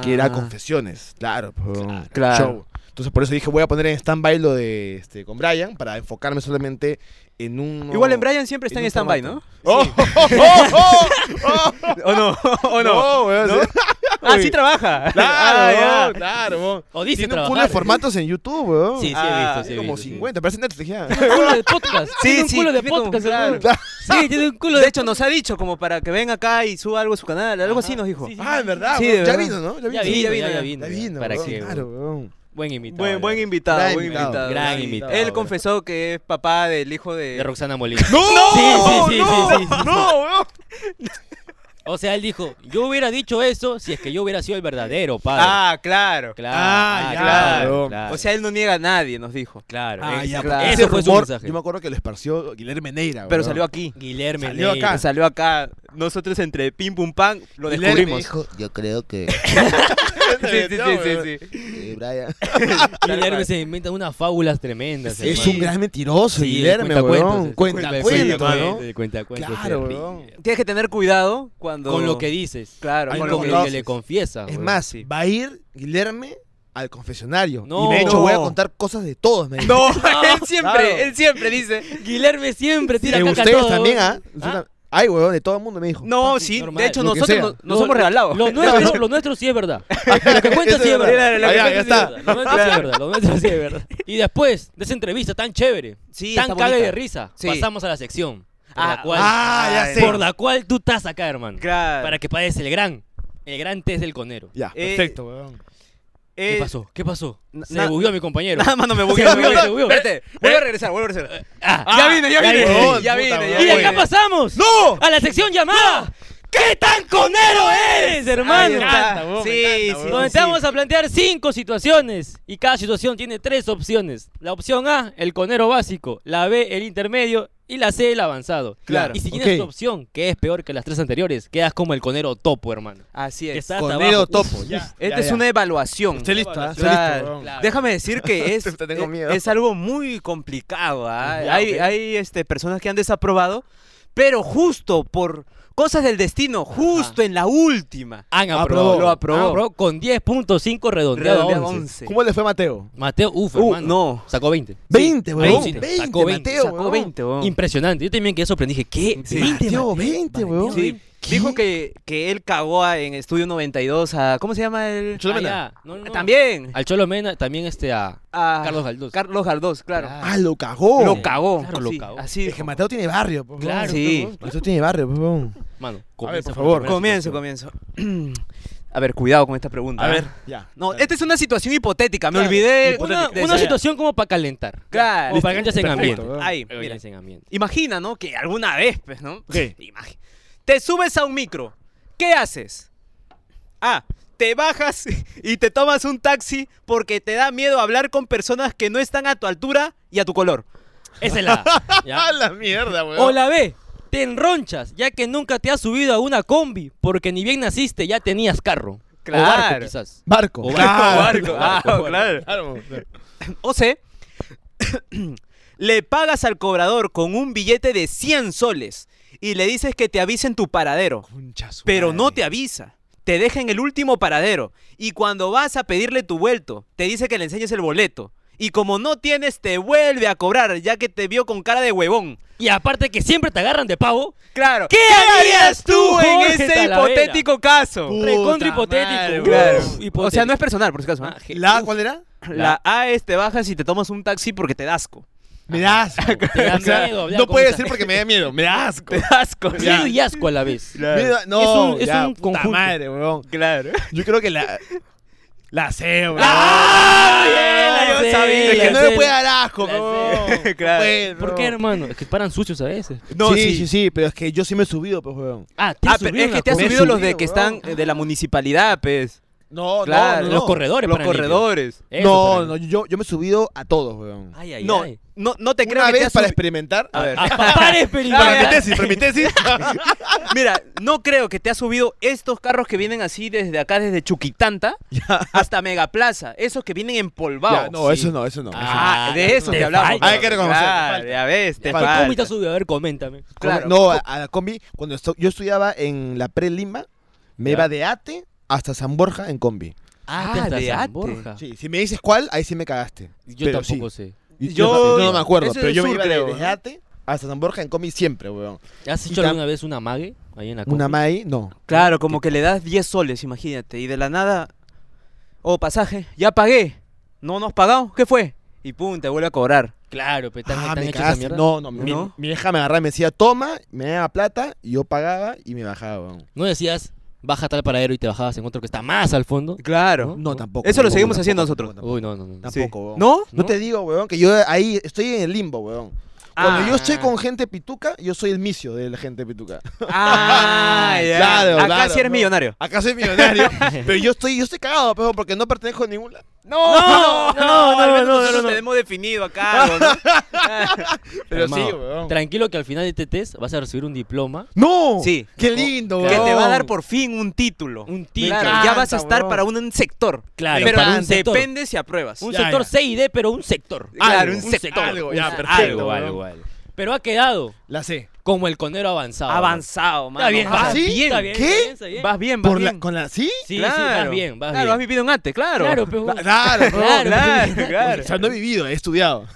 Que era
Ah.
confesiones, claro. pues,
Claro.
Show. Entonces por eso dije, voy a poner en stand-by lo de este, con Brian para enfocarme solamente en un.
Igual en Brian siempre está
en
en
un
stand-by, ¿no?
formato. ¡Oh! oh, oh, oh, oh!
¿O no? ¿O no?
No, weón, sí.
Ah, sí trabaja. Ah,
Claro,
ya. Oh,
weón, claro. weón.
O dice
Tiene un culo de
trabajar.
formatos en YouTube, weón.
Sí, sí, he
Ah,
visto. Sí,
Tiene
he
como
visto, sí.
50, parece Netflix ya.
Tiene un culo de podcast.
Sí,
tiene un
sí,
culo de
tiene como-
podcast. el
claro.
huevón. Sí, tiene un culo de
De hecho, nos ha dicho como para que venga acá y suba algo a su canal. Algo así nos dijo.
Sí, sí.
Ah, en verdad.
Sí, de
weón. Ya
verdad.
vino, ¿no? Ya
Ya
vino.
vino,
vino,
ya,
ya.
ya vino.
Ya vino,
Para
weón,
que
claro, weón.
buen invitado.
Buen, buen
de
Gran
verdad.
invitado, buen
invitado.
invitado.
Gran
Él
invitado.
Él confesó que es papá del hijo de...
de Roxana Molina.
¡No!
Sí, sí, sí,
¡No!
sí, sí, sí.
¡No, weón!
O sea, él dijo, yo hubiera dicho eso si es que yo hubiera sido el verdadero padre.
Ah, claro.
claro.
ah, ya,
claro,
weón.
claro.
O sea, él no niega a nadie, nos dijo.
claro.
Ah,
Es-
ya,
claro.
porque
Ese
ese
fue su
rumor,
mensaje.
Yo me aguardo que lo esparció Guillermo Neira.
Pero
weón.
salió aquí.
Guillermo
Salió
Neira.
acá.
Salió acá. Nosotros entre pim pum pam lo
Guilherme
descubrimos.
dijo, yo creo que.
Sí, sí, sí, sí, sí.
Eh, Brian.
Guillermo se inventa unas fábulas tremendas.
Es
hermano.
un gran mentiroso,
Sí,
Guillermo,
cuenta
weón.
cuentos,
Cuenta
cuenta
cuentos, ¿no?
Cuenta cuentos.
Claro,
terrible.
weón.
Tienes que tener cuidado cuando...
Con lo que dices.
Claro,
Hay
Con
con
un
lo
lo
que
que
contado-
le- le
dices.
confiesas.
Es
weón.
más,
sí.
va a ir Guillermo al confesionario.
No.
y de hecho voy a
No.
contar cosas de todos. Me dice.
No, él siempre,
Claro.
él siempre dice...
Guillermo siempre tira
de
caca
Eh,
a
ustedes
todo,
también,
weón.
¿ah? Ay, weón, de todo el mundo me dijo.
No,
Papi,
sí,
normal.
de hecho
Lo que
nosotros
sea.
no- nos
Lo-
hemos regalado.
Lo nuestro, lo nuestro sí es verdad. Lo que cuenta
Eso
sí es
es
verdad.
verdad. Ah, ya, ya
Lo que cuenta sí es
está.
verdad. Lo nuestro sí es verdad. Lo nuestro sí es verdad. Y después de esa entrevista tan chévere,
Sí,
tan
está
caga
bonita.
de risa,
Sí.
pasamos a la sección. Por,
Ah,
la cual,
ah, ya
Ay,
sé.
por la cual tú estás acá, hermano.
Este Claro.
Para que pagues el gran, el gran test del conero.
Ya,
Eh,
perfecto, weón.
¿Qué
Eh,
pasó? ¿Qué pasó?
na-
Se
na-
bugueó mi compañero.
Nada más no me bugué.
Se bugueó, se bugueó.
Espérate, vuelvo a regresar, vuelvo a regresar.
Ah,
ya vine, ya vine.
vine.
Ya
Puta,
vine, ya
weón.
Y
vine.
acá pasamos
¡No!
a la sección llamada ¿Qué tan conero eres,
Ahí
hermano?
está.
encanta, weón, me
Sí,
encanta,
sí,
Donde
sí.
te vamos a plantear cinco situaciones y cada situación tiene tres opciones. La opción A, el conero básico, la B, el intermedio y la C, el avanzado.
Claro.
Y si tienes
Ok.
tu opción, que es peor que las tres anteriores, quedas como el conero topo, hermano.
Así
Que
es.
está hasta
Conero
abajo.
topo.
Uf,
Ya, ya,
Esta es
ya.
una evaluación.
Estoy listo, ¿ah? Estoy
Claro.
listo, weón.
Claro.
Déjame decir que es,
Te tengo
eh,
miedo.
es algo muy complicado. ¿ah?
Ya,
hay
ok.
hay este, personas que han desaprobado, pero justo por cosas del destino, justo en la última.
Han aprobado.
Aprobó.
Lo aprobó.
Han aprobado con 10.5 redondeado,
Redondeado
a 11.
11.
¿Cómo le fue a Mateo?
Mateo, uff,
Uh,
hermano.
no.
Sacó 20.
20,
ahí
weón.
sí,
20,
sacó 20,
Mateo,
Sacó
weón.
20, weón.
Impresionante. Yo también quedé sorprendido. Dije, ¿qué?
Sí.
20,
Mateo,
Mateo.
20, weón.
Sí, Dijo que, que él cagó a- en Estudio 92 a... ¿Cómo se llama el...?
Cholo
Ah,
Mena.
ya. No, no, no.
También.
Al Cholo Mena, también este a
a-
Carlos Galdós.
Carlos Galdós, claro.
Ah, lo cagó.
Lo cagó.
Claro, lo
sí,
cagó.
Así
Es
dijo.
que Mateo tiene barrio, pues, weón.
Claro,
Sí.
pues,
Mateo tiene barrio, pues, weón.
Mano,
por
con la
favor.
primera
Comienzo,
situación.
comienzo. A ver, cuidado con esta pregunta. ¿eh?
Ya.
No, esta es una situación hipotética. Me
Claro,
olvidé.
Una,
de
una
esa-
situación como para calentar.
Claro.
Como para que entres en
Perfecto,
ambiente.
weón.
Ay,
Pero
mira.
ya es en ambiente.
Imagina, ¿no? Que alguna vez, pues, ¿no?
¿Qué?
Imagi- Te subes a un micro. ¿Qué haces? A. Te bajas y te tomas un taxi porque te da miedo hablar con personas que no están a tu altura y a tu color.
Esa es la A. ¿ya?
A la mierda, weón.
O la B. Te enronchas, ya que nunca te has subido a una combi, porque ni bien naciste ya tenías carro. O barco,
Claro.
quizás.
Barco.
Oh.
O
barco. Ah, claro. O C. le pagas al cobrador con un billete de 100 soles y le dices que te avisen tu paradero. pero no te avisa. Te deja en el último paradero. Y cuando vas a pedirle tu vuelto, te dice que le enseñes el boleto. Y como no tienes, te vuelve a cobrar, ya que te vio con cara de huevón.
Y aparte que siempre te agarran de pavo.
Claro.
¿Qué harías tú,
en
Jorge
ese
Talavera?
hipotético caso?
Puta
Recontra hipotético.
madre,
Uf,
Claro.
hipotético.
O sea, no es personal, por si acaso. ¿eh?
Ah, je-
¿La cuál era?
La A es te bajas y te tomas un taxi porque te da asco.
Me da asco.
Te da
O sea,
miedo hablar
no
con
puede
esa
ser porque me da miedo. Me da asco.
Te da asco.
Miedo y asco a la vez.
Me da- no,
Es un- es
ya,
un
puta
conjunto.
madre, weón.
Claro.
Yo creo que la. La sé, weón.
¡Ah!
bien, yo
sé,
sabía.
Es que
ya
no
sé.
le puede dar asco,
La sé.
weón.
Claro.
¿Por qué, hermano? Es que paran sucios a veces.
No,
No,
sí,
sí.
sí, sí, pero es que yo sí me he subido, pues, weón.
Ah, te
Ah,
has
pero
subido
es que
una
te has
combi.
Me he
subido los de
subido,
que
bro.
están eh, de la municipalidad, pues.
No,
Claro,
no, no.
Los corredores.
Los
paran limpios.
corredores.
Eso
No,
paran
no,
limpios.
yo, yo me he subido a todos, weón.
Ay, ay,
No,
ay.
no, no te creo
Una
que te
vez
has
para
subi-
experimentar.
A ver.
Ah, pa- para
Para mi
experimentar.
tesis, para mi tesis.
Mira, no creo que te ha subido estos carros que vienen así desde acá, desde Chuquitanta hasta Megaplaza. Esos que vienen empolvados.
Ya, no, eso no, eso no. eso no.
Ah, de eso
te
que hablamos.
falta.
Hay que reconocer,
Claro,
falta.
ya ves, te
¿A ¿Qué combi te
falta.
has subido? A ver, coméntame.
Claro.
No, a, a la combi, cuando estu- yo estudiaba en la pre-Lima, me
Ya.
iba de Ate hasta San Borja en combi.
Ate
Ah,
hasta
de
San
Ate.
Borja.
Sí, si me dices cuál, ahí sí me cagaste.
Yo
Pero
tampoco
sí.
sé.
Y-
Yo-
yo no, no me acuerdo,
ese
pero
es
yo me
sur,
iba de-
creo,
desde
¿no?
Ate hasta San Borja en comi siempre, weón.
¿Has
Y
hecho
tam-
alguna vez una mague ahí en la
Una
compu?
Mai, no.
Claro, como que le das 10 soles, imagínate. Y de la nada. Oh, pasaje, ya pagué. No nos pagado, ¿qué fue? Y pum, te vuelve a cobrar.
Claro, pero
Ah,
tan,
me
hecho esa
cagaste.
mierda.
No, no, mi,
¿No?
mi vieja me agarraba y me decía, toma, me daba plata, y yo pagaba y me bajaba, weón.
¿No decías, baja hasta el paradero y te bajabas en otro que está más al fondo?
Claro.
No, tampoco.
Eso lo
tampoco,
seguimos
tampoco,
haciendo
tampoco,
nosotros.
tampoco.
Uy, no, no, no.
Tampoco, weón.
¿No?
No te digo, weón, que yo ahí estoy en el limbo, weón. Cuando
Ah.
yo estoy con gente pituca, yo soy el misio de la gente pituca.
Ah, ya.
Claro,
Acá
claro,
sí eres
no.
millonario.
Acá soy millonario, pero yo estoy, yo estoy cagado, peón, porque no pertenezco a ningún lado.
No, no, no,
al
no,
menos
no,
nosotros
tenemos definido acá. algo, ¿no?
Pero sí,
Hermano,
weón.
Tranquilo que al final de este test vas a recibir un diploma.
¡No!
Sí.
¡Qué lindo,
que
weón!
te va a dar por fin un título.
Un título.
Claro,
encanta,
ya vas a estar
weón.
para un sector.
Claro,
pero
para un sector.
depende si apruebas.
Un
Ya,
sector
ya.
C y D, pero un sector.
Claro,
algo,
un
un
sector.
algo,
un
ya,
se-
perfecto,
algo.
weón.
Pero ha quedado
La sé.
como el conero avanzado.
Avanzado, mano.
Está bien,
¿Ah,
vas
vas
sí?
bien.
Está bien,
¿Qué?
está bien, está bien.
Vas bien, vas
Por
bien.
la, ¿Con la sí?
Sí, sí, vas bien, vas
claro, has
bien.
vivido un ate, claro.
Claro, pero...
La- Claro, weón.
Claro,
claro,
claro.
claro.
O sea, no he vivido, he estudiado.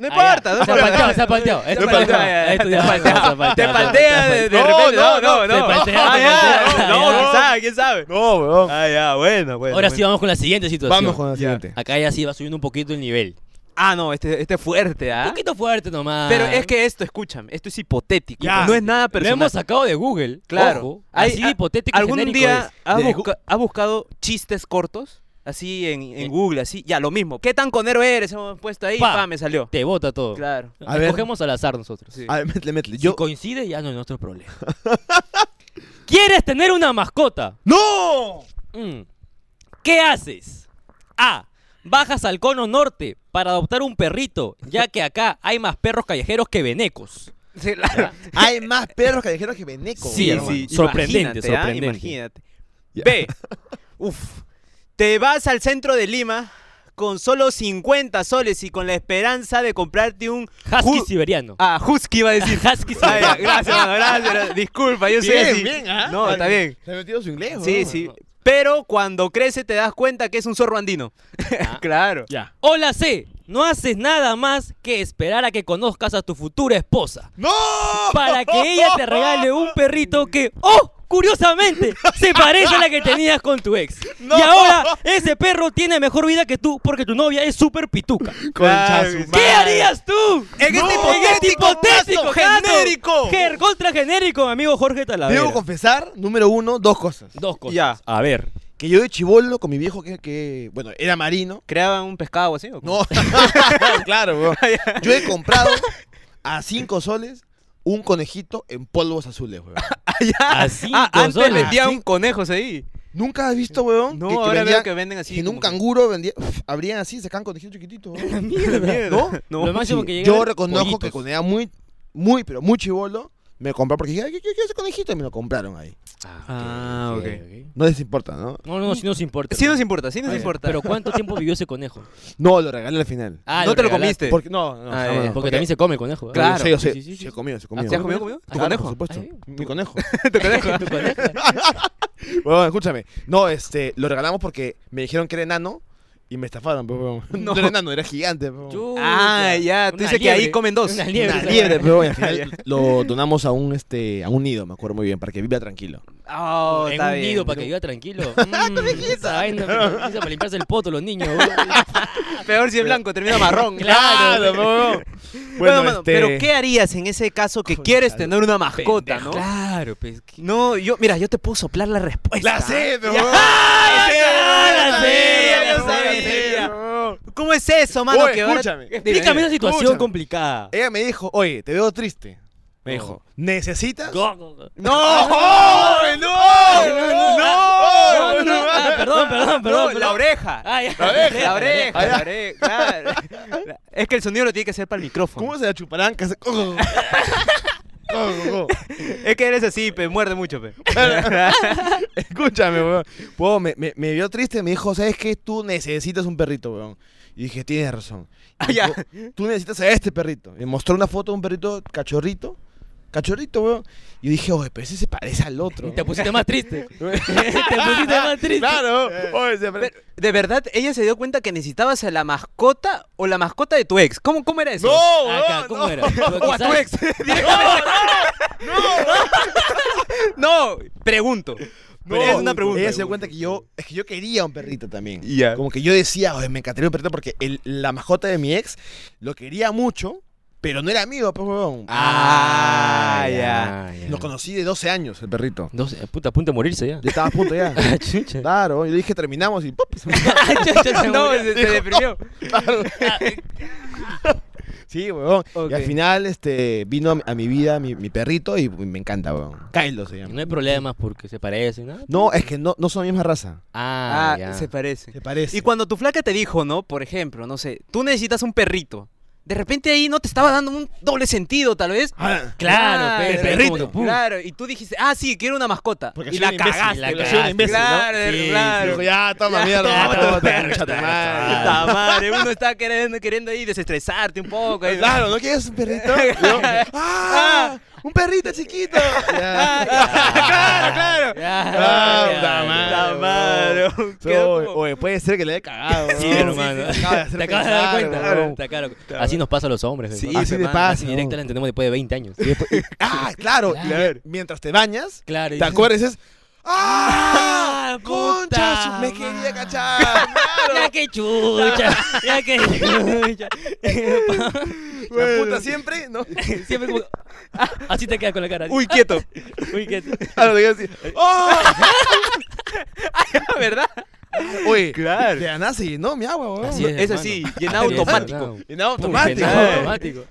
No importa, no
se ha palteado,
importa.
se ha palteado.
Se ha palteado, ya, ya.
Te paltea,
Te paltea de, de
No,
repente.
no,
No,
no,
no, no.
te paltea,
Ah,
te
ya,
paltea,
No,
ya.
quién sabe, quién sabe.
No, weón.
Ah, ya, bueno,
Ahora
bueno. bueno. este.
sí vamos con la siguiente situación.
Vamos con la
Ya.
siguiente.
Acá ya sí va subiendo un poquito el nivel.
Ah, no, este, este es fuerte, ¿ah?
Un poquito fuerte nomás.
Pero es que esto, escúchame, esto es hipotético.
Ya.
No es nada
Lo
personal.
hemos sacado de Google.
Claro.
Ojo,
Hay-
así
a-
de hipotético y
¿Algún
genérico
día
es.
has,
De
busca- has buscado chistes cortos? Así en, en
Eh.
Google, así. Ya, lo mismo. ¿Qué tan conero eres? Hemos puesto ahí.
Pa.
Pa, me salió.
Te bota todo.
Claro.
A ver.
Escogemos al azar nosotros.
Sí.
A ver, métele, métele.
Si
Yo...
coincide, ya no es nuestro problema. ¿Quieres tener una mascota?
¡No!
Mm. ¿Qué haces? A. Bajas al cono norte para adoptar un perrito, ya que acá hay más perros callejeros que venecos.
Sí, claro.
Hay más perros callejeros que venecos.
Sí,
hermano.
sí. Sorprendente,
Imagínate, ¿ah?
sorprendente.
Imagínate.
Ya.
B. Uf. Te vas al centro de Lima con solo 50 soles y con la esperanza de comprarte un.
Husky
Ju-
siberiano.
Ah, Husky iba a decir.
Husky
Ah,
siberiano.
ya, gracias, mano, gracias, gracias. Disculpa, yo soy
Bien,
así.
bien, ¿ah?
No, está bien.
Se ha metido su inglés,
Sí,
weón.
sí. Pero cuando crece te das cuenta que es un zorro andino.
Ah.
claro.
Ya.
O la C. No haces nada más que esperar a que conozcas a tu futura esposa.
¡No!
Para que ella te regale un perrito que, oh, curiosamente, se parece a la que tenías con tu ex.
No.
Y ahora ese perro tiene mejor vida que tú porque tu novia es súper pituca.
Concha
Claro,
su
sí.
madre.
¿Qué harías tú?
En
No, en
este hipotético,
este
hipotético,
caso,
caso.
genérico.
Ger contra genérico, mi amigo Jorge Talavera.
Debo confesar, número uno, dos cosas.
Dos cosas.
Ya.
A ver.
Que yo de chivolo con mi viejo que, que bueno, era marino.
¿Creaban un pescado así o cómo?
No, claro, weón. Yo he comprado a cinco soles un conejito en polvos azules, weón.
ya.
A cinco
Ah, antes
soles.
vendían
Sí.
conejos ahí.
¿Nunca has visto, weón?
No, ahora veo
vendían-
que venden así
En
como
un
que-
canguro vendían, uf, abrían así, sacaban conejitos chiquititos. weón.
¿No?
Lo máximo
Sí,
que llega
Yo
eran
reconozco
pollitos.
que cuando era muy, muy, pero muy chivolo, me compraron porque dije, "Ay, yo quiero ese conejito y me lo compraron ahí.
Ah, ok.
No les importa, ¿no?
No, no, sí nos importa.
Sí
¿no?
nos importa, sí nos
Oye,
importa.
Pero ¿cuánto tiempo vivió ese conejo?
No, lo regalé al final.
Ah,
no te lo
regalaste. Eh,
comiste.
Porque, no, no,
Ah,
no,
ya,
no,
ya,
Porque también se come conejo. ¿eh?
Claro.
Yo sé, yo sé.
Sí, sí, sí,
Se
sí.
comió, se
¿Ah,
comió.
¿Se has comido conmigo? ¿Tu
Claro,
conejo?
Por supuesto.
Ah,
Mi conejo.
¿Tu conejo?
Tu conejo.
Bueno, escúchame. No, este, lo regalamos porque me dijeron que era enano y me estafaron, pero no.
No.
era enano, era gigante. pero-
Ah,
Chuta.
ya, tú
Una
dices que ahí
liebre.
comen dos.
Una liebre.
Una
esa
liebre,
vaina.
pero bueno, al final lo donamos a un este a un nido, me acuerdo muy bien, para que viva tranquilo.
Oh,
en
está
un
bien.
nido para que viva tranquilo. Mm, esa vaina pero utiliza para limpiarse el poto los niños. güey.
Peor si es blanco, termina marrón.
Claro.
Claro,
Bueno,
Bueno,
mano,
este-
pero ¿qué harías en ese caso que
Concha
quieres
de-
tener una mascota,
Pendejo.
no?
Claro, pues. que-
No, yo, mira, yo te puedo soplar la respuesta.
La sé, pero
ya
¡Ay, la
sabía,
sé,
ya
yo
sabía.
sabía! ¿Cómo es eso, mano?
Oye,
que ahora-
escúchame.
Explícame esa situación
Escúchame.
complicada.
Ella me dijo, oye, te veo triste. Me
No.
dijo, ¿necesitas?
Go- go- go.
¡No!
¡No! ¡No!
No, no, no. Ah, Perdón, perdón,
No,
perdón.
la
perdón.
oreja.
Ah, ya.
La oreja,
La oreja, la
Ah,
oreja, claro. La- Es que el sonido lo tiene que hacer para el micrófono.
¿Cómo se la chuparán? Que hace-
Es que eres así, pe, muerde mucho, pe.
Escúchame, weón. Puedo, me, me, me vio triste, me dijo, ¿sabes qué? Tú necesitas un perrito, weón. Y dije, tienes razón.
Ah, ya.
Tú necesitas a este perrito. Me mostró una foto de un perrito cachorrito cachorrito, weón. Yo dije, oye, pero ese se parece al otro.
Te pusiste más triste. te pusiste más triste.
Claro, oye, se pare-
Pero, ¿De verdad ella se dio cuenta que necesitabas a la mascota o la mascota de tu ex? ¿Cómo, cómo era eso?
Acá, ¿cómo era?
O a tu ex. no, pregunto. Pero es una pregunta.
Ella se dio cuenta que yo, es que yo quería un perrito también.
Ya.
Como que yo decía, oye, me encantaría un perrito porque el- la mascota de mi ex lo quería mucho, pero no era amigo, pues, weón.
Ah, ya.
Lo conocí de 12 años, el perrito.
No sé, puta, a punto de morirse ya.
Yo estaba a punto ya.
Ah, chucha.
Claro, yo dije terminamos y ¡pop! se murió.
Ah, chucha, se
No,
murió.
se, se deprimió.
Sí, weón.
Ok.
Y al final este, vino a mi, a mi vida mi, mi perrito y me encanta, weón. Kylo se
No
llama.
hay problemas porque se parecen, ¿no?
No, es que no, no son la misma raza.
Ah,
Ah,
ya.
se parece.
Se parece.
Y cuando tu flaca te dijo, ¿no? Por ejemplo, no sé, tú necesitas un perrito. De repente ahí no te estaba dando un doble sentido, tal vez.
Ah,
Claro,
el
pe- pe- como que, pum.
Claro, y tú dijiste, ah, sí, quiero una mascota.
Porque
y
soy
la
un imbécil,
cagaste.
la
weón.
cagaste,
imbécil, ¿no?
claro,
Sí,
claro.
dijo, ya, toma
Ya,
mierda,
toma,
toma,
perro,
perro, chata
chata
madre.
madre.
Puta madre, uno está queriendo, queriendo ahí desestresarte un poco. ahí.
Claro, ¿no quieres un perrito? Yo, ¡Ah! ¡Un perrito chiquito!
Ah, ya. claro, claro.
Ya,
Ah,
ya,
puta
ya.
madre.
Puta madre, weón.
So,
Quedó
oye,
como-
oye, puede ser que le haya cagado.
Sí,
¿no?
hermano.
Te acabas de hacer
Te acabas de dar
pensar,
cuenta,
weón.
weón. Te acabas- Así nos pasa a los hombres.
Sí,
weón.
Así te
hermano,
pasa.
Así directa la
weón.
entendemos después de 20 años.
Y después- ¡Ah, claro! y
Claro.
mientras te bañas,
Claro. y
¿te
dices,
acuerdas? Y dices, ¡Ah!
Ah,
¡Concha!
puta
su- ¡Me quería
madre.
cachar!
"Ah, Ya
¡Claro!
que chucha, ya que chucha.
La puta siempre, ¿no?
Siempre como... Ah, así te quedas con la cara.
Uy, quieto.
Uy, qué...
Claro, te quedas así. ¡Oh!
¿Verdad?
Oye,
Claro.
de la nada se llenó mi agua, weón.
Así es.
Es
hermano.
así, llenado
Así es,
automático.
hermano.
Llenado
Pum,
automático.
llenado automático.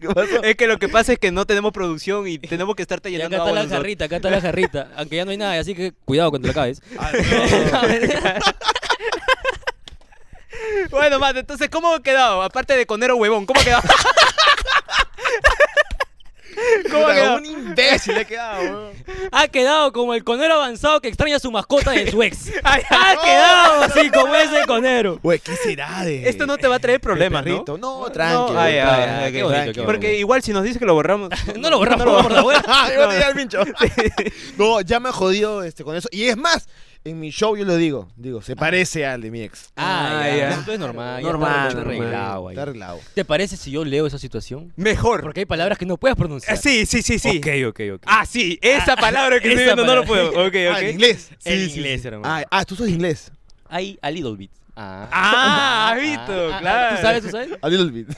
¿Qué pasó?
Es que lo que pasa es que no tenemos producción y tenemos que estarte
Y
llenando
acá está
agua
la
nosotros.
jarrita, acá está la jarrita. Aunque ya no hay nada, así que cuidado cuando la acabes.
Ah, no.
Bueno, más, entonces, ¿cómo ha quedado? Aparte de conero huevón, ¿cómo ha quedado? ¿Cómo ha
Puta,
quedado?
Un imbécil ha quedado, weón.
Ha quedado como el conero avanzado que extraña a su mascota de su ex.
Ay,
Ha quedado así como ese conero.
Güey, ¿qué será de...?
Esto no te va a traer problemas, ¿no?
perrito? No, ah, tranqui.
ay,
güey,
ay,
tranqui,
ay, qué
bonito,
tranqui.
qué bonito.
Porque igual si nos dice que lo borramos.
No lo borramos, no lo borramos.
Ah, iba a tirar el pincho. No, ya me ha jodido este, con eso. Y es más, en mi show yo lo digo. Digo, se parece al de mi ex.
Ah,
Ah,
ya.
ya.
Entonces normal, ya
Normal,
está
normal.
arreglado ahí.
Está arreglado.
¿Te parece si yo leo esa situación?
Mejor.
Porque hay palabras que no puedes pronunciar.
Eh, Sí, sí, sí, sí.
Ah, Ok, ok, ok.
Ah, sí, esa palabra que estoy
esa
viendo no lo puedo.
palabra.
Ok,
Ah, en
ok.
inglés.
En
Sí, sí,
inglés,
sí.
hermano.
Ah, ah, tú sos inglés.
Hay a little bit. Ah,
Ah, has visto, claro.
¿Tú sabes, tú sabes?
A little bit.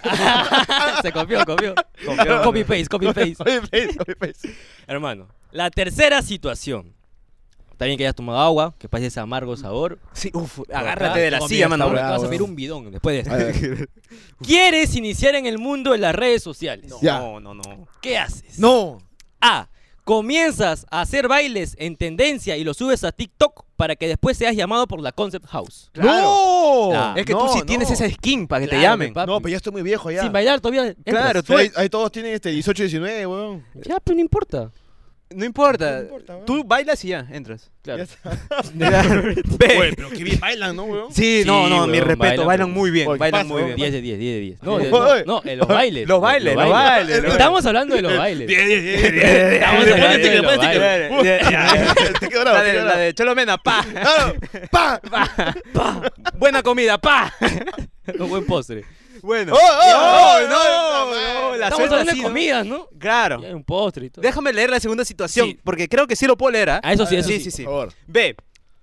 Se copió, copió.
Copió.
Copy paste, copy paste.
Oye, face, oye, face.
Hermano, la tercera situación. Está bien que hayas tomado agua, que pase ese amargo sabor.
Sí, uf,
Acá
agárrate de la
tengo
silla,
miedo,
mano.
Ah,
ahora te vas a
bueno.
pedir un bidón después de
A
esto.
ver.
¿Quieres iniciar en el mundo de las redes sociales?
Ya.
No, no, no.
¿Qué haces?
No.
A. Comienzas a hacer bailes en tendencia y los subes a TikTok para que después seas llamado por la Concept House.
Claro.
No.
Claro.
Es que tú
No,
sí
no.
tienes esa skin para que te
Claro,
llamen. pues
mi papi.
No, pero ya estoy muy viejo ya.
Sin bailar todavía. entras.
Claro, tú eh.
Ahí, ahí todos tienen este 18, 19, weón.
Ya, pero no importa.
No importa.
No importa, weón.
Tú bailas y ya, entras.
Ya
Claro.
está.
Ve.
Oye, pero qué bien bailan, ¿no, weón?
Sí,
Sí,
no, no,
weón,
mi respeto,
bailan,
bailan, muy bien,
Oye, ¿qué
bailan
pasa,
muy
weón?
bien.
10 de 10, 10 de 10. No,
Oye,
de- no,
oye.
no, eh, los bailes.
Los bailes, los bailes, los
Estamos hablando de los bailes. Estamos
Ponle
hablando de
tigre,
los
ponle tigre.
bailes.
Uy, ya, ya, ya, Te quedó bravo,
La
te
de,
quedó
la
bravo.
de Cholomena, pa.
Claro, pa.
Buena comida, pa.
Un buen postre.
Bueno.
Oh, oh,
Ay,
oh,
no,
no,
no,
no,
la
Estamos
suelta
hablando
sí,
de
¿no?
comidas, ¿no?
Claro.
Ya hay un postre y todo.
Déjame leer la segunda situación,
Sí.
porque creo que sí lo puedo leer, ¿ah?
Ah, eso sí, eso
sí,
sí.
sí, sí.
Por favor.
B.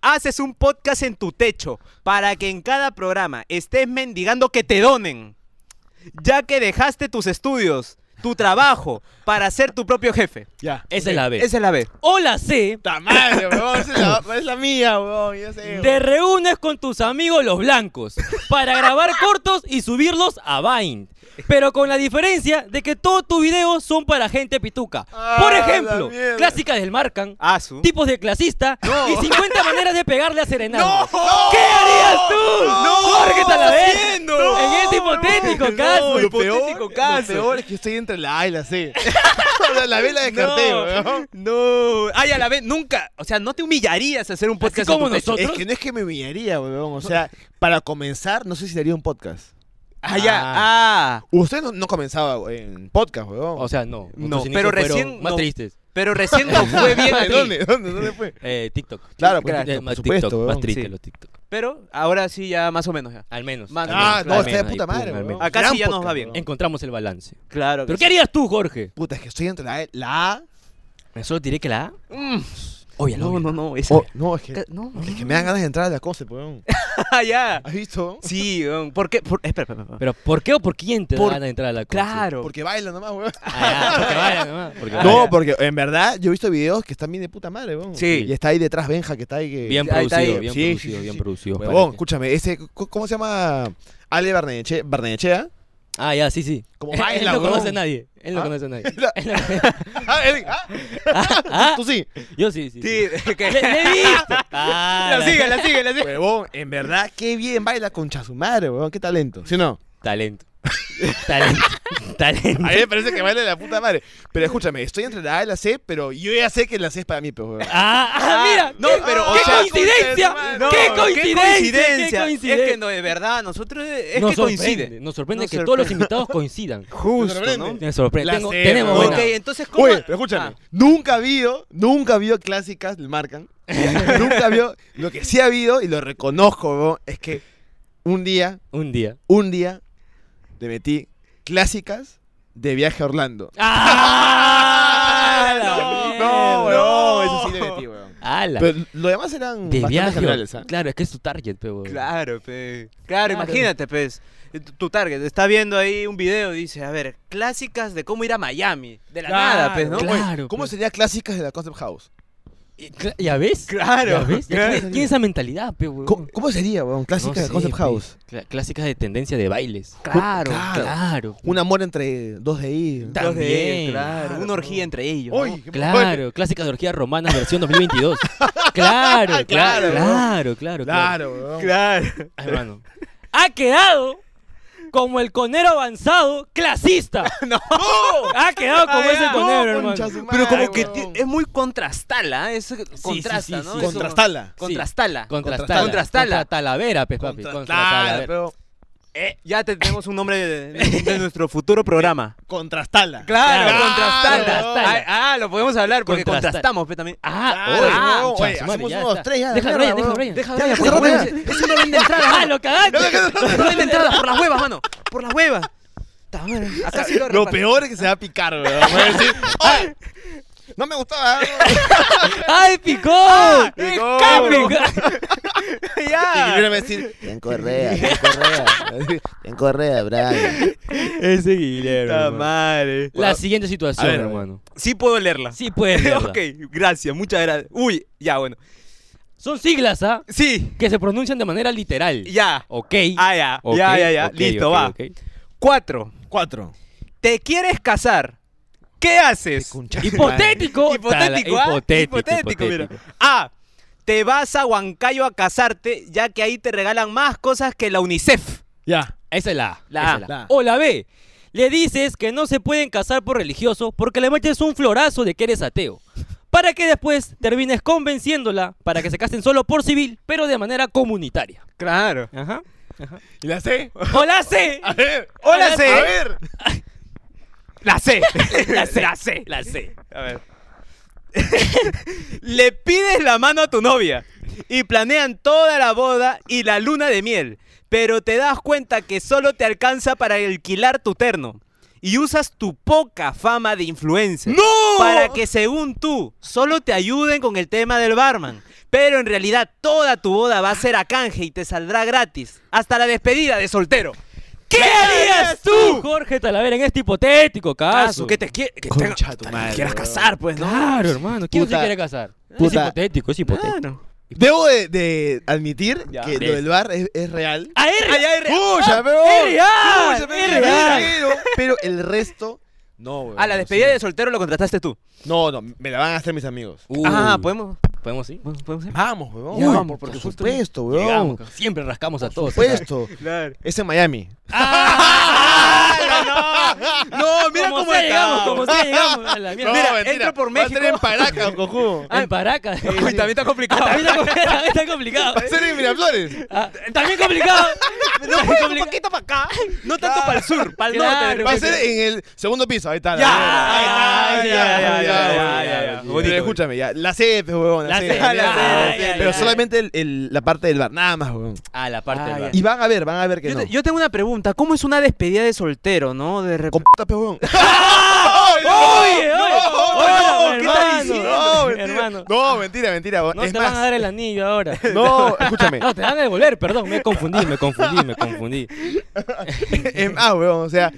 Haces un podcast en tu techo para que en cada programa estés mendigando que te donen, ya que dejaste tus estudios, tu trabajo, para ser tu propio jefe.
Ya.
Esa es la B.
Esa es la B.
O la C.
Puta madre, weón. Esa es la, es la mía, weón. Ya sé. weón.
Te reúnes con tus amigos los blancos para grabar cortos y subirlos a Vine. Pero con la diferencia de que todos tus videos son para gente pituca.
Ah,
Por
la
ejemplo,
mierda.
clásicas del Marcan,
Asu.
tipos de clasista y 50 maneras de pegarle a Serenando.
¡No!
¿Qué harías tú?
¡No!
Jorge Talavera.
haciendo?
En este hipotético caso.
No, lo peor,
hipotético
lo
caso.
peor es que estoy entre la A y la C. O sea, la B la descarté, weón.
No. Ay, a la B, nunca. O sea, no te humillarías hacer un podcast en
como
tu techo.
nosotros.
Es que no es que me humillaría, weón. O sea, para comenzar, no sé si daría un podcast.
Ah, ya. Ah.
Usted no, no comenzaba en podcast, weón.
O sea, no.
No,
Nuestros
pero
inicios fueron
recién
Más
no-
tristes.
Pero recién no fue bien.
¿De
tri.
dónde? ¿Dónde? ¿Dónde fue?
Eh, TikTok.
Claro, pues,
Eh,
por
más
supuesto,
TikTok, más
weón.
triste
Sí.
los TikTok.
Pero ahora sí ya más o menos ya.
Al menos.
Más-
al menos,
Ah,
al
no,
menos,
está de
ahí,
puta
pum,
madre,
al
weón.
menos.
Acá
Gran
sí ya nos
podcast,
va bien.
weón.
Encontramos el balance.
Claro.
¿Pero qué harías tú, Jorge?
Puta, es que estoy entre la E- la A.
Solo diré que la A.
Mm.
Oye, la
No,
odio.
no, no. Esa.
Oh, no, es que,
Ca- No.
es que me dan ganas de entrar a la cosa, weón.
Ah, ya.
¿Has visto?
Sí, weón. ¿Por qué? Por- Espera, espera, espera.
Pero ¿por qué o por quién te
Por-
dan a entrar a la cosa?
Claro.
Porque baila nomás, weón.
Ah, ya, porque vaya nomás, porque
Ah,
No,
vaya.
porque en verdad yo he visto videos que están bien de puta madre, weón.
Sí.
Y está ahí detrás Benja que está ahí que.
Bien
Ahí está, ahí.
producido, bien
Sí, sí,
producido,
sí,
bien
sí.
producido.
Huevón,
parece.
escúchame, ese, co- ¿cómo se llama? Ale Barneche, Barnechea.
Ah, ya, sí, sí.
Como
Él
baila,
no
huevón.
conoce a nadie. Él no
¿Ah?
conoce a nadie.
Ah,
Él no-
él- ah,
Ah,
Tú sí.
Yo sí, sí. sí.
Sí, que-
Le, le he visto. Ah,
La
la-
sigue, la sigue, la sigue.
Huevón, en verdad, qué bien baila concha su madre, huevón, qué talento. ¿Sí o no?
Talento. Talento. Talento.
A mí me parece que baila de la puta madre. Pero escúchame, estoy entre la A y la C, pero yo ya sé que la C es para mí, pues, huevón.
Ah, ah, mira.
no,
qué-
pero, o
qué
sea,
coincidencia.
concha de su
No,
madre.
qué coincidencia.
coincidencia.
Qué coincidencia.
Es que no, de verdad, nosotros es
nos
que coincide.
sorprende, nos sorprende
Nos
que todos los
sorprende.
invitados coincidan.
Justo,
¿no?
Me sorprende.
La
Tengo-
sé,
tenemos
huevón.
buena.
Ok, entonces ¿cómo?
Oye, pero escúchame,
Ah,
nunca vio, nunca vio clásicas, le marcan. nunca vio. Lo que sí ha habido, y lo reconozco, huevón, es que un día
Un día.
un día le metí clásicas de viaje a Orlando.
¡Ah! la
No,
mierda!
no.
eso sí le metí, weón.
¡Hala!
Pero lo demás eran
de
Mm, bastante
viaje.
generales, ¿ah?
Claro, es que es tu target, pero.
Claro, pe. Claro, imagínate, pues. Tu- Tu target está viendo ahí un video y dice, a ver, clásicas de cómo ir a Miami. De la nada, pues, ¿no?
claro.
Oye, ¿Cómo
pues. eh,
sería clásicas de la Concept House?
Cla- ¿Ya ves?
Claro,
¿Ya ves? Ya
claro.
tiene- Tiene esa mentalidad, pero.
¿Cómo, cómo sería, weón? Clásicas de la Concept House.
Clásicas de tendencia de bailes.
Claro,
Claro.
Claro.
Un amor entre dos de ahí.
Ta-
Los de ellos,
también.
claro. Una orgía entre ellos. ¿no?
Uy, qué padre.
Claro, clásica de orgía romana versión 2022. claro,
Claro,
claro, claro,
¿no?
claro, claro.
Claro, weón.
Claro.
Ay, hermano. Ha quedado como el conero avanzado clasista. no. Ha quedado como
Ay,
ese
ya.
conero,
No,
hermano.
concha su
Pero como
madre,
que
weón.
ti- es muy contrastala, ¿eh? es contrasta,
sí, sí,
¿no?
sí.
Eso-
Contrastala.
Contrastala.
Contrastala.
Contrastala.
Contra Talavera, pues, papi. Contra Talavera.
pero-
Eh, ya te- tenemos un nombre de, de- de nuestro futuro programa.
Contrastala.
Claro,
Claro.
contrastala.
Contrastala.
Ay, Ah, lo podemos hablar porque
Contrastala.
contrastamos pe, también.
Ah,
Claro,
oye,
no,
concha
oye,
su madre,
hacemos
ya
unos
está.
tres ya,
Deja a
mierda,
Brian, deja a
weón.
Brian.
Deja
Ya,
de
deja
por
de
huevas.
joder.
Es una vende entrada.
¡Ah, lo cagaste!
No vende entrada por las huevas, mano. Por las huevas. Ta madre, Acá sí lo
Lo
reparto.
peor es que se va a picar, weón. Va a decir, "Ay, No me gustaba.
¡Ay, picó!
Ah,
picó.
¡Escape!
Y
Ya.
viene a decir, ten correa, ten correa. Así, ten correa, Brian.
Ese Guillermo.
Ta
hermano.
madre.
La siguiente situación,
A ver,
hermano.
Sí puedo leerla.
Sí pues, puedes leerla.
ok, gracias, muchas gracias. Uy, ya bueno.
Son siglas, ¿ah?
Sí,
Que se pronuncian de manera literal.
ya.
Ok.
Ah, ya.
ok,
ya, ya, ya.
ok,
Listo,
ok,
va.
ok.
Cuatro.
Cuatro.
¿Te quieres casar? ¿Qué haces?
Hipotético.
Hipotético,
Tala-
¿ah?
hipotético,
Hipotético, mira.
hipotético.
A. Te vas a Huancayo a casarte, ya que ahí te regalan más cosas que la UNICEF.
Ya.
Esa es la A.
La
esa
A.
es
La A.
O la B. Le dices que no se pueden casar por religioso porque le metes un florazo de que eres ateo. Para que después termines convenciéndola para que se casen solo por civil, pero de manera comunitaria.
Claro.
Ajá.
¿Y la C?
O la C.
A ver.
O la
A
C.
ver.
La C.
La C. La C. La C.
A ver. Le pides la mano a tu novia y planean toda la boda y la luna de miel, pero te das cuenta que solo te alcanza para alquilar tu terno y usas tu poca fama de influencer para que según tú solo te ayuden con el tema del barman, pero en realidad toda tu boda va a ser a canje y te saldrá gratis hasta la despedida de soltero.
¿Qué harías tú, Jorge Talavera, en este hipotético caso?
que Ah, te quie- que te-
Concha tu
te
madre,
quieras
weón.
casar, pues, ¿no?
Claro, hermano. ¿Quién
Puta.
se quiere casar?
Puta.
Es hipotético, es hipotético.
Claro.
Debo de, de admitir
Ya.
que lo del bar es, es real.
¡A R! Ah,
Ay, ay, re-
¡Pucha,
¡Es real! ¡Es real!
Pero, pero el resto, no, weón.
A Ah, la despedida de soltero lo contrataste tú.
No, no, me la van a hacer mis amigos.
Uy.
Ah, podemos.
¿Podemos ir?
¿Podemos ir?
Vamos, weón.
Ya,
Uy,
vamos,
por
por
supuesto, weón.
Llegamos, ca- siempre rascamos a
Por
todos. ¿eh?
supuesto.
Claro.
Es en Miami.
¡Ah, no! No, mira
como
cómo
sea
está.
llegamos, como sea llegamos. a la mierda.
No,
Mira,
mentira,
entra por
va a ser
México.
en Paracas, cojudo.
en Paracas.
ah, Eh,
Ah,
Uy, también está complicado.
También está complicado. También está complicado.
Va a ser en Miraflores.
Ah, también complicado.
No, un poquito para acá.
No tanto para el sur, para el norte. de
Claro,
Va a
repente.
ser en el segundo piso. Ahí está. la
Ya,
verga.
ya,
Ahí está,
ya, ya,
ahí
ya,
está,
ya, ya.
Pero
Bonito,
escúchame, ya. La sed, pues, huevón.
La
La
sed,
sed.
ya,
la sed.
ya, ya,
Pero
ya.
solamente el- el- la parte del bar. Nada más, huevón.
Ah, la parte
Ah,
del
ya.
bar.
Y van a ver, van a ver que
Yo,
no.
te- yo tengo una pregunta. ¿Cómo es una despedida de soltero, no?
Con
De repente.
puta, pues, huevón. ¡Ay, no!
Oye, oye,
no,
oye,
¿qué
hermano,
estás diciendo? No, mentira.
hermano.
No, mentira, mentira. huevón.
No
es
te
más,
van a dar el anillo ahora.
no, escúchame.
No, te van a devolver, perdón, me confundí, me confundí, me confundí.
es más, huevón. O sea,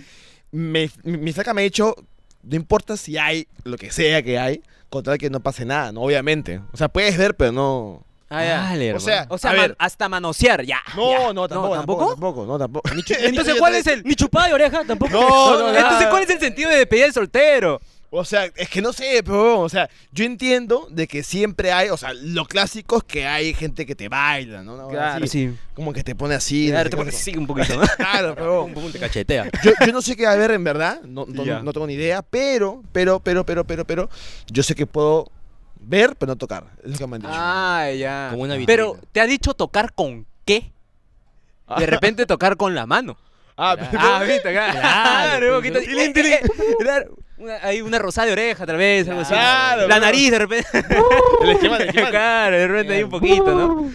me, mi, mi flaca me ha dicho, no importa si hay lo que sea que hay, con tal que no pase nada, ¿no? Obviamente. O sea, puedes ver, pero no.
Ah, ya.
Dale,
O sea,
O sea,
a
man-
ver.
hasta manosear, ya. ya.
No, no, tampoco,
¿tampoco?
tampoco, tampoco, no, tampoco.
Entonces, ¿cuál es el...?
ni chupada de oreja tampoco.
No, no, no.
Entonces, ¿cuál es el sentido de despedida de soltero?
O sea, es que no sé, pero, o sea, yo entiendo de que siempre hay, o sea, lo clásico es que hay gente que te baila, ¿no? Una hora así,
sí.
Como que te pone así. no sé
Claro, te
qué
pones
cosa.
así un poquito, ¿no?
Claro, pero
Un te cachetea.
yo, yo no sé qué va a haber en verdad, no, no-
Ya.
no tengo ni idea, pero, pero, pero, pero, pero, pero, yo sé que puedo ver, pero no tocar, es lo que me han dicho.
Ah, ya.
Como una
Pero,
vitrina.
¿te ha dicho tocar con qué? De repente tocar con la mano.
Ah,
Ah, viste, claro.
Claro,
un poquito-
pues,
eh, eh, eh, dar una- Hay una rosada de oreja, tal vez, algo así.
Claro,
La
bro.
nariz, de repente.
El esquema, el esquema.
Claro, de repente hay un poquito, ¿no?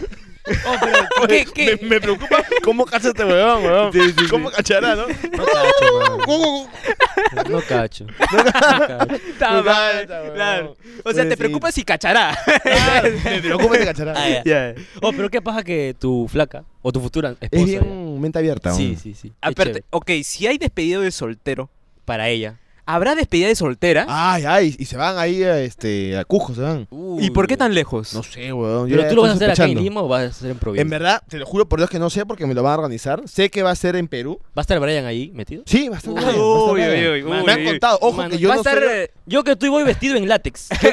Oh, pero, ¿qué, qué?
Me, me preocupa cómo cacha este huevón, huevón. ¿Cómo cachará, no?
No cacho, mano. No cacho. No cacho.
Está mal,
Puta, weón.
claro. O sea, te
Pobrecito.
preocupa si cachará.
Claro, me preocupa si cachará.
Ah, ya.
Ya.
Oh, pero qué paja que tu flaca o tu futura esposa.
Es
ya.
bien Ah, mente abierta,
Sí,
huevón.
sí, sí. Qué
Aparte,
chévere.
ok, si hay despedido de soltero,
Para ella.
¿habrá despedida de soltera?
Ay, ay, y se van ahí a, este, a Cujo, se van.
¿Y por qué tan lejos?
No sé, weón. yo
¿Pero
ya
tú lo vas a
estoy
hacer acá en
sospechando.
Lima o vas a hacer en provincia?
En verdad, te lo juro por Dios que no sé porque me lo van a organizar. Sé que va a ser en Perú.
¿Va a estar Brian ahí metido?
Sí, va a estar
Uy,
bien, va a estar
uy,
bien.
uy, uy,
Me han
uy.
contado, ojo,
Mano,
que yo
Va a
no,
estar,
soy,
eh,
Yo que tú voy vestido en látex.
yo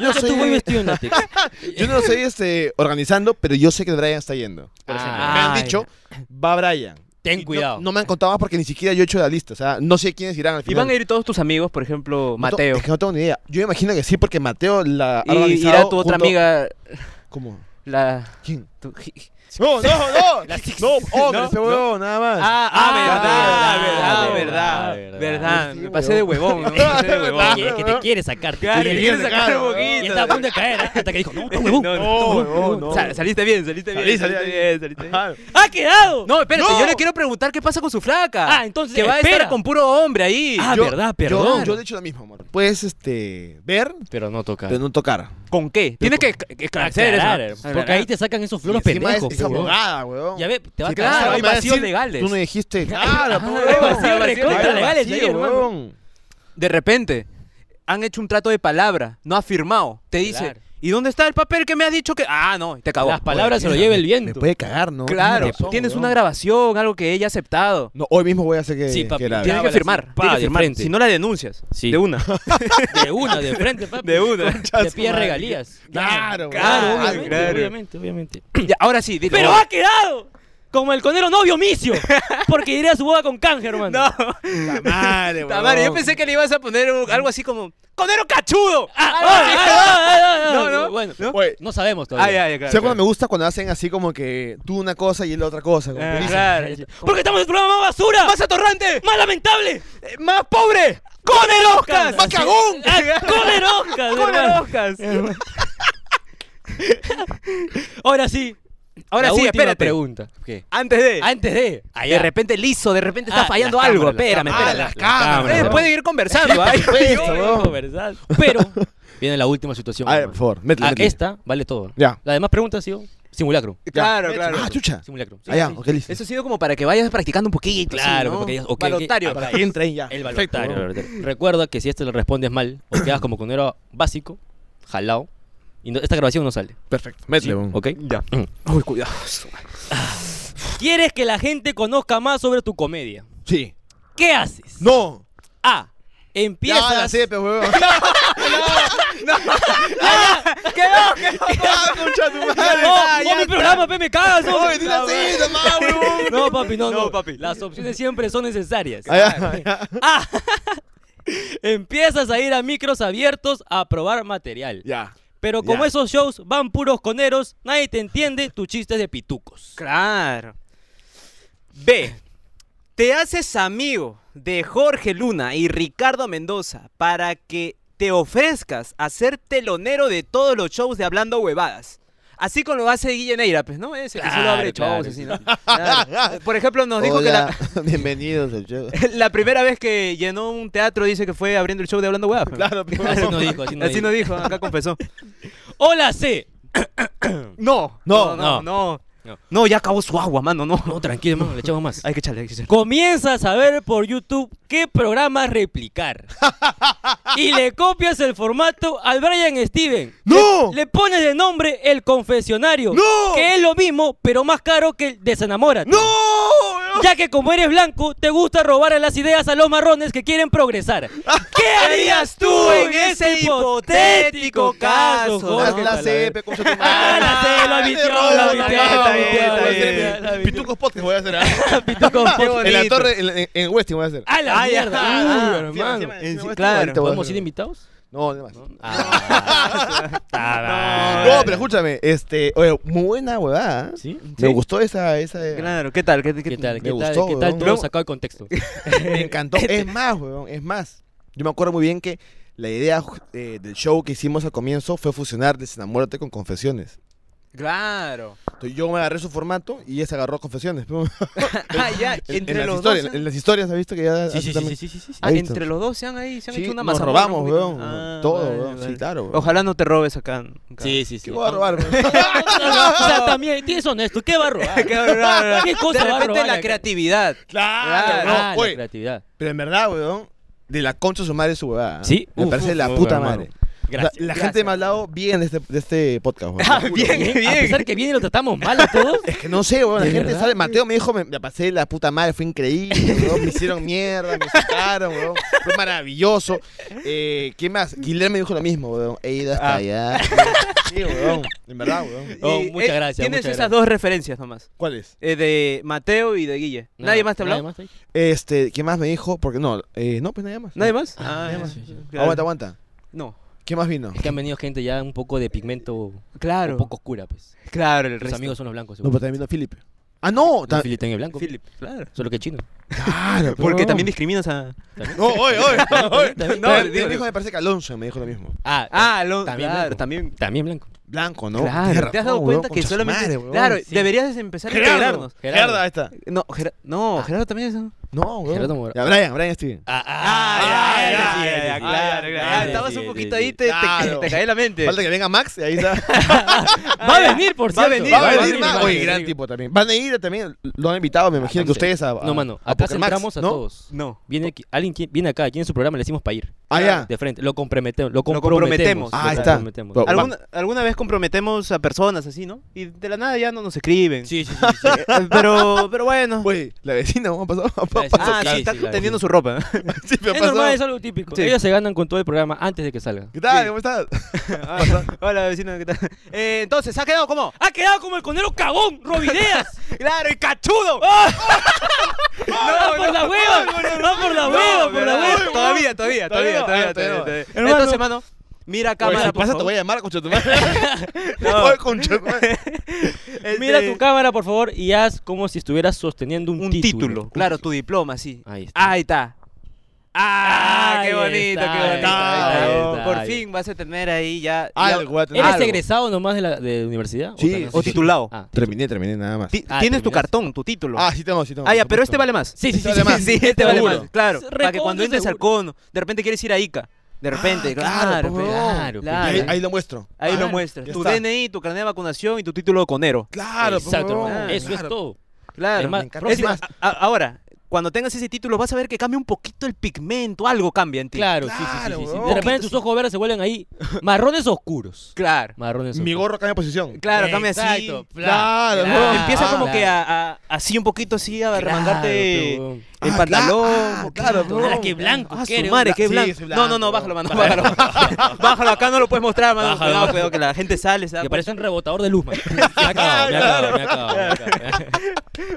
no
Yo que tú voy
soy,
vestido en látex.
yo no soy este, organizando, pero yo sé que Brian está yendo. Por
Ah,
ejemplo. me han
ya.
dicho, va Brian. Y
Ten
no-
cuidado.
No, me han contado más porque ni siquiera yo he hecho la lista. O sea, no sé quiénes irán al
¿Y
final.
van a ir todos tus amigos, por ejemplo,
No to-
Mateo?
Es que no tengo ni idea. Yo me imagino que sí porque Mateo la ha
Y
organizado
irá tu otra
junto-
amiga,
¿Cómo?
la...
¿Quién?
tu- ji-
No, no, no.
La six-
no, hombre,
No,
ese huevón, nada más. ah,
Ah, ah, verdad,
verdad,
verdad,
verdad,
verdad,
verdad.
verdad. Me pasé de huevón, ¿no? Me pasé de huevón.
Claro,
Y es que te
¿no?
quiere sacar. te
Claro,
quiere-
le quieres sacar
claro,
un
Y
poquito.
estaba a punto de caer ¿eh? hasta que dijo, no, no, huevón.
Oh, No,
No, no, no.
Sal- saliste bien, saliste bien,
Salí, salí,
saliste
salí.
bien, saliste bien.
Ajá.
¡Ha quedado!
No, espérate,
No.
yo le quiero preguntar qué pasa con su flaca.
Ah, entonces,
Que va a
espera.
estar con puro hombre ahí.
Ah,
Yo-
verdad,
Yo-
perdón.
Yo, de hecho lo mismo, amor. Puedes este ver,
Pero no toca.
pero no tocar.
¿Con qué? Tienes que esca- esclarecer eso.
Aclarar, porque ahí te sacan esos flores
Y encima
pendejos.
Es,
pe,
es
huevón.
abogada, weón.
Ya ve, te va a
Si
claro,
pasa,
cagar.
hay
me va a
vacíos
decir,
legales.
Tú no dijiste. Claro,
Ajá,
pues,
hay
huevón.
vacíos
Hay
recontra
vacíos
legales ahí, hermano.
huevón.
De repente, han hecho un trato de palabra, no ha firmado. Te dice,
Claro.
¿y dónde está el papel que me has dicho que.? Ah, no, te cagó.
Las palabras se lo
mierda,
lleva el
Me
viento.
puede cagar, ¿no?
Claro,
Tienes razón,
tienes
huevón.
una grabación, algo que ella ha aceptado.
No, hoy mismo voy a hacer que.
Sí, papi,
que la-
Grábala
Tienes que
así,
firmar.
pa,
tienes que
de
firmar.
frente.
Si no la denuncias.
Sí.
De una.
De una, de frente, papi.
De una.
Te pide regalías.
Claro,
claro,
obviamente,
claro.
obviamente, obviamente.
Ya, ahora sí, dile.
Pero ha quedado como el conero novio micio. Porque iré a su boda con canje, hermano.
No,
Madre,
puta madre, yo
huevón.
pensé que le ibas a poner un- algo así como. ¡Conero cachudo!
Ah,
Algo así.
ah, ah, ah, ah,
No, no,
Bueno,
no.
Oye,
no sabemos
Ah,
todavía.
ya, ya, claro,
¿Sabes cuando
claro.
me gusta cuando hacen así como que tú una cosa y él otra cosa? como que
Ah,
dice,
claro.
Porque estamos en el programa más basura,
¡Más atorrante!
más lamentable.
eh, ¡Más pobre! ¡Con el Oscar!
¡Más
cagón!
Ah, Con el Oscar,
¡Con el
hermano.
Oscar!
Ahora sí.
Ahora
la
sí,
última
espérate.
pregunta. ¿Qué?
Antes de.
Antes de. Allá.
De repente liso, de repente está
Ah,
fallando
las
algo.
cámaras, las
espérame,
cámaras.
espérame.
Ah, las cámaras,
Ustedes
¿no?
pueden ir conversando. ¿ah?
Esto,
Yo
huevón.
digo, ¿verdad? Pero viene la última situación.
A ver,
hermano.
por favor, métele,
Ah,
métele.
Esta vale todo.
Ya.
La demás pregunta ha sido simulacro.
Ya.
Claro, claro.
Ah, chucha.
Simulacro. Sí,
Ah, ya,
sí,
ok, listo.
Eso ha sido como para que vayas practicando un poquito.
Claro,
así, ¿no?
para que digas, ok, ok,
Balotario. pues.
acá.
Para que entren ya.
El
Perfecto,
balotario.
huevón.
balotario. Recuerda que si este le respondes mal o quedas como conero básico, jalao, y no- esta grabación no sale.
Perfecto. Métele, huevón.
¿Ok?
Ya.
Mm.
Uy, cuidado.
¿Quieres que la gente conozca más sobre tu comedia?
Sí.
¿Qué haces?
No.
A. Empiezas.
Ya, la cepe, huevón.
¡Quedó!
¡Ah, concha tu madre!
No,
ya,
no,
ya
mi
está.
programa, pe, me cagas. no.
¡Oye, dile así, nomás, huevón!
No, papi, no, no,
No, papi.
Las opciones siempre son necesarias.
Ah, ya, ya.
Ah, Empiezas a ir a micros abiertos a probar material.
Ya.
Pero como
Ya.
esos shows van puros coneros, nadie te entiende tus chistes de pitucos.
Claro. B. Te haces amigo de Jorge Luna y Ricardo Mendoza para que te ofrezcas a ser telonero de todos los shows de Hablando Huevadas. Así como lo hace Guille Neira, pues, ¿no? Ese que solo
Claro,
abre
claro.
shows, así, ¿no? Claro. Por ejemplo, nos dijo que la,
Hola, bienvenidos al show.
la primera vez que llenó un teatro dice que fue abriendo el show de Hablando Huevadas. pues.
Claro, pero-
Así no dijo, así no
Así
dijo.
nos dijo, acá confesó.
Hola C.
No,
No,
no,
no.
no. No,
No.
ya acabó su agua, mano, no.
No, tranquilo, hermano, le echamos más.
Hay que echarle, hay que echarle.
Comienza a saber por YouTube qué programa replicar. Y le copias el formato al Brian Steven.
¡No!
Le pones de nombre el confesionario.
¡No!
Que es lo mismo, pero más caro que el desenamórate.
¡No! weón!
Ya que como eres blanco, te gusta robar las ideas a los marrones que quieren progresar. ¿Qué harías tú en ese hipotético caso,
Haz
Jorge?
la CP, concha tu madre.
Ah, la CP, lo admitió,
Te robo,
lo
no,
admitió,
no, no,
lo admitió,
no,
lo
no,
admitió,
no,
lo admitió.
Pitucos podcast voy a hacer. ah.
Pito con
Qué
pote.
En la
bonito.
torre, en- en- en Westing voy a hacer.
A la
Ah, ya.
mierda. Uy,
Ah, sí,
hermano.
encima, encima,
En-
encima,
Claro,
encima.
¿podemos ir invitados?
No, nada más. No,
Ah,
pero escúchame, este, oye, muy buena huevada. ¿eh?
¿Sí?
Me
Sí.
gustó esa, esa.
Claro, ¿qué tal? ¿Qué, qué-
¿Qué tal? ¿Qué
Me
tal?
gustó,
¿Qué
weón.
tal? Todo
Luego-
sacado de contexto.
Me encantó. Es más, weón, es más. Yo me acuerdo muy bien que la idea eh, del show que hicimos al comienzo fue fusionar Desenamórate con Confesiones.
Claro.
Entonces yo me agarré su formato y ella se agarró Confesiones. pero-
Ah, ya,
En,
entre
en las
los
historias,
dos. ¿eh? se-
en las historias, ¿has visto que ya
Sí,
hace
sí, sí,
también?
sí, sí, sí, sí.
Ah,
Ahí está.
entre los dos se han ahí, se han
Sí,
hecho una
nos
masa.
robamos, weón. todo, weón. Sí, claro, weón.
Ojalá no te robes acá.
Sí, sí, sí.
¿Qué voy a robar? weón?
O sea, también, tienes honesto, ¿qué barro? Ah, ¿Qué cosa
de
va a
repente
robar
la
acá?
creatividad.
Claro, no,
Ah, la
oye,
creatividad.
Pero en verdad, weón, de la concha de su madre es su huevada. ¿eh?
Sí,
Me
uf,
parece
uf,
la
uf,
puta
hermano.
madre. O sea,
Gracias.
la
gracias.
gente me ha hablado bien de este, de este podcast, weón.
Ah,
Te lo juro.
bien,
¿eh? A pesar
bien.
que bien lo tratamos mal a todos.
Es que no sé, weón. La
¿De
gente
verdad?
sabe. Mateo me dijo, me la pasé la puta madre, fue increíble, weón. Me hicieron mierda, me sacaron, weón. Fue maravilloso. Eh, ¿Qué más? Guillermo me dijo lo mismo, weón. He ido hasta
Ah.
allá. Sí, weón. En verdad, weón.
Oh,
Y,
muchas
eh,
gracias,
Tienes
muchas
esas
gracias.
dos referencias nomás.
¿Cuál es?
eh, de Mateo y de Guille. ¿Nadie más te habló?
Nada más ahí.
Este, ¿qué más me dijo? Porque no, eh, no, pues nadie más.
¿Nadie más?
Ah,
Ah,
nadie
ya.
más, sí, sí.
Claro.
Aguanta, aguanta.
No.
¿Qué más vino?
Es que han venido gente ya un poco de pigmento,
Claro.
un poco oscura, pues.
Claro, el
Los
resto.
amigos son los blancos,
No,
seguro.
pero también vino Philip. Ah, no. ta-
Philip también es blanco,
Philip, claro.
solo que chino.
Claro,
Porque
weón.
también discriminas a.
No, oye, oye, oye.
También-
No,
también-
me dijo, me parece que Alonso me dijo lo mismo.
Ah,
Ah, lo,
También
claro,
blanco.
también.
también blanco.
Blanco, ¿no?
Claro.
Tienes
¿Te has dado
razón,
cuenta
weón,
que
concha su
solamente.
madre, weón.
claro,
sí.
deberías empezar a
Gerardo.
integrarnos.
Gerardo. Ah.
Gerardo, ahí está.
No, Gera- no Gerardo también es. un-
No, weón.
Gerardo Morales.
Ya, Brian, Brian Steven.
Ah, ah,
ya, ya,
sí,
ya,
sí,
ya,
sí,
claro,
sí,
claro.
sí,
Ah, estabas
sí,
un
sí,
poquito
sí.
ahí, te, te-
Claro.
te caí la mente.
Falta que venga Max y ahí está.
Va a venir, por
Va a
cierto.
venir,
Va a
va a
venir
venir,
Max.
va a
Oye,
venir.
gran tipo también. Van a ir también. Lo han invitado, me imagino que ustedes a. a-
No, mano,
a
acá
Poker Max,
centramos a
¿no?
todos.
No.
Viene aquí- alguien que- viene acá, aquí en su programa le decimos para ir.
Ah, ya.
De frente, lo comprometemos. Lo comprometemos.
comprometemos.
Ah,
lo
ahí está.
comprometemos.
Pero-
¿Alguna, alguna vez comprometemos a personas así, ¿no? Y de la nada ya no nos escriben.
Sí, sí, sí. sí.
Eh, Pero, pero bueno.
Oye, la vecina, ¿cómo pasó?
La
pasó-
ah,
sí,
sí,
sí,
está
sí, la verdad.
tendiendo su ropa.
sí, me
Es
pasó.
normal, es algo típico.
Sí.
Ellos se ganan con todo el programa antes de que salga.
¿Qué tal?
Sí.
¿Cómo estás?
Ah, Hola, vecina, ¿qué tal? Eh, entonces, ¿ha quedado como? ¡ah,
Ha quedado como el conero cagón, Robideas.
¡Claro, y cachudo!
va Ah. por la hueva, va por la
No,
hueva, por la
¿verdad?
hueva.
Todavía, todavía, todavía,
no,
todavía,
ah, todavía
todavía,
no.
todavía.
Hermano.
Entonces, hermano, mira a cámara,
Oye, si
por
pasa, te
favor.
voy a llamar, concha tu madre. Oye, concha tu madre.
Este,
Mira tu cámara, por favor, y haz como si estuvieras sosteniendo un,
Un título, claro, tu diploma, sí.
Ahí está.
Ahí está. ¡Ah!
Ahí
¡Qué bonito,
está,
qué
ahí
bonito!
está,
ahí
ahí
está.
está,
Por
ahí
fin vas a tener ahí ya. ya-
Algo, voy a tener.
¿Eres
algo.
egresado nomás de la de universidad?
Sí,
también-
O titulado.
Ah, titu-
Terminé, terminé, nada más.
Ti-
Ah,
Tienes
terminaste.
tu cartón, tu título.
Ah, sí tengo, sí tengo.
Ah, ya,
por
pero
supuesto.
este vale más.
Sí, sí, sí,
Este
sí,
vale
sí,
Sí,
sí,
este vale
Seguro.
más. Claro.
Recontra
Para que cuando entres al
seguro.
cono, de repente quieres ir a Ica. De repente, Ah, claro.
claro,
pe,
huevón.
claro,
Y
Y
claro.
Ahí,
Ahí,
ahí lo muestro. Ah,
lo
claro,
muestras.
ya
Tu
está.
DNI, tu carnet de vacunación y tu título de conero.
Claro, pues,
Exacto,
huevón.
hermano. Eso
Claro.
es todo.
pues, Claro.
Es más,
me encanta.
Es-
próxima-
a- a- ahora, cuando tengas ese título, vas a ver que cambia un poquito el pigmento, algo cambia en ti.
Claro, sí, sí, sí,
Claro,
sí, sí.
huevón.
De repente tus ojos verdes se vuelven ahí marrones oscuros.
Claro.
Marrones oscuros.
Mi gorro cambia posición.
Claro, cambia así.
Exacto, pla-
Claro,
pla-
huevón.
Empieza
Ah,
como
pla-
que a, a- así un poquito así a
Claro,
remangarte
pero, huevón.
el
Ah,
pantalón.
claro,
un
claro,
poquito.
bro.
Ah, qué blanco
Ah,
que
su
eres,
madre,
bla-
qué
sí,
blanco.
soy
No, no, no,
blanco.
bájalo, mano, bájalo. bájalo, acá no lo puedes mostrar, mano.
Bájalo,
Cuidado,
bájalo.
cuidado, que la gente sale, se da
Que parece un rebotador de luz, man. Me ha acabado, me ha acabado, me ha acabado, me ha acabado.
cuenta.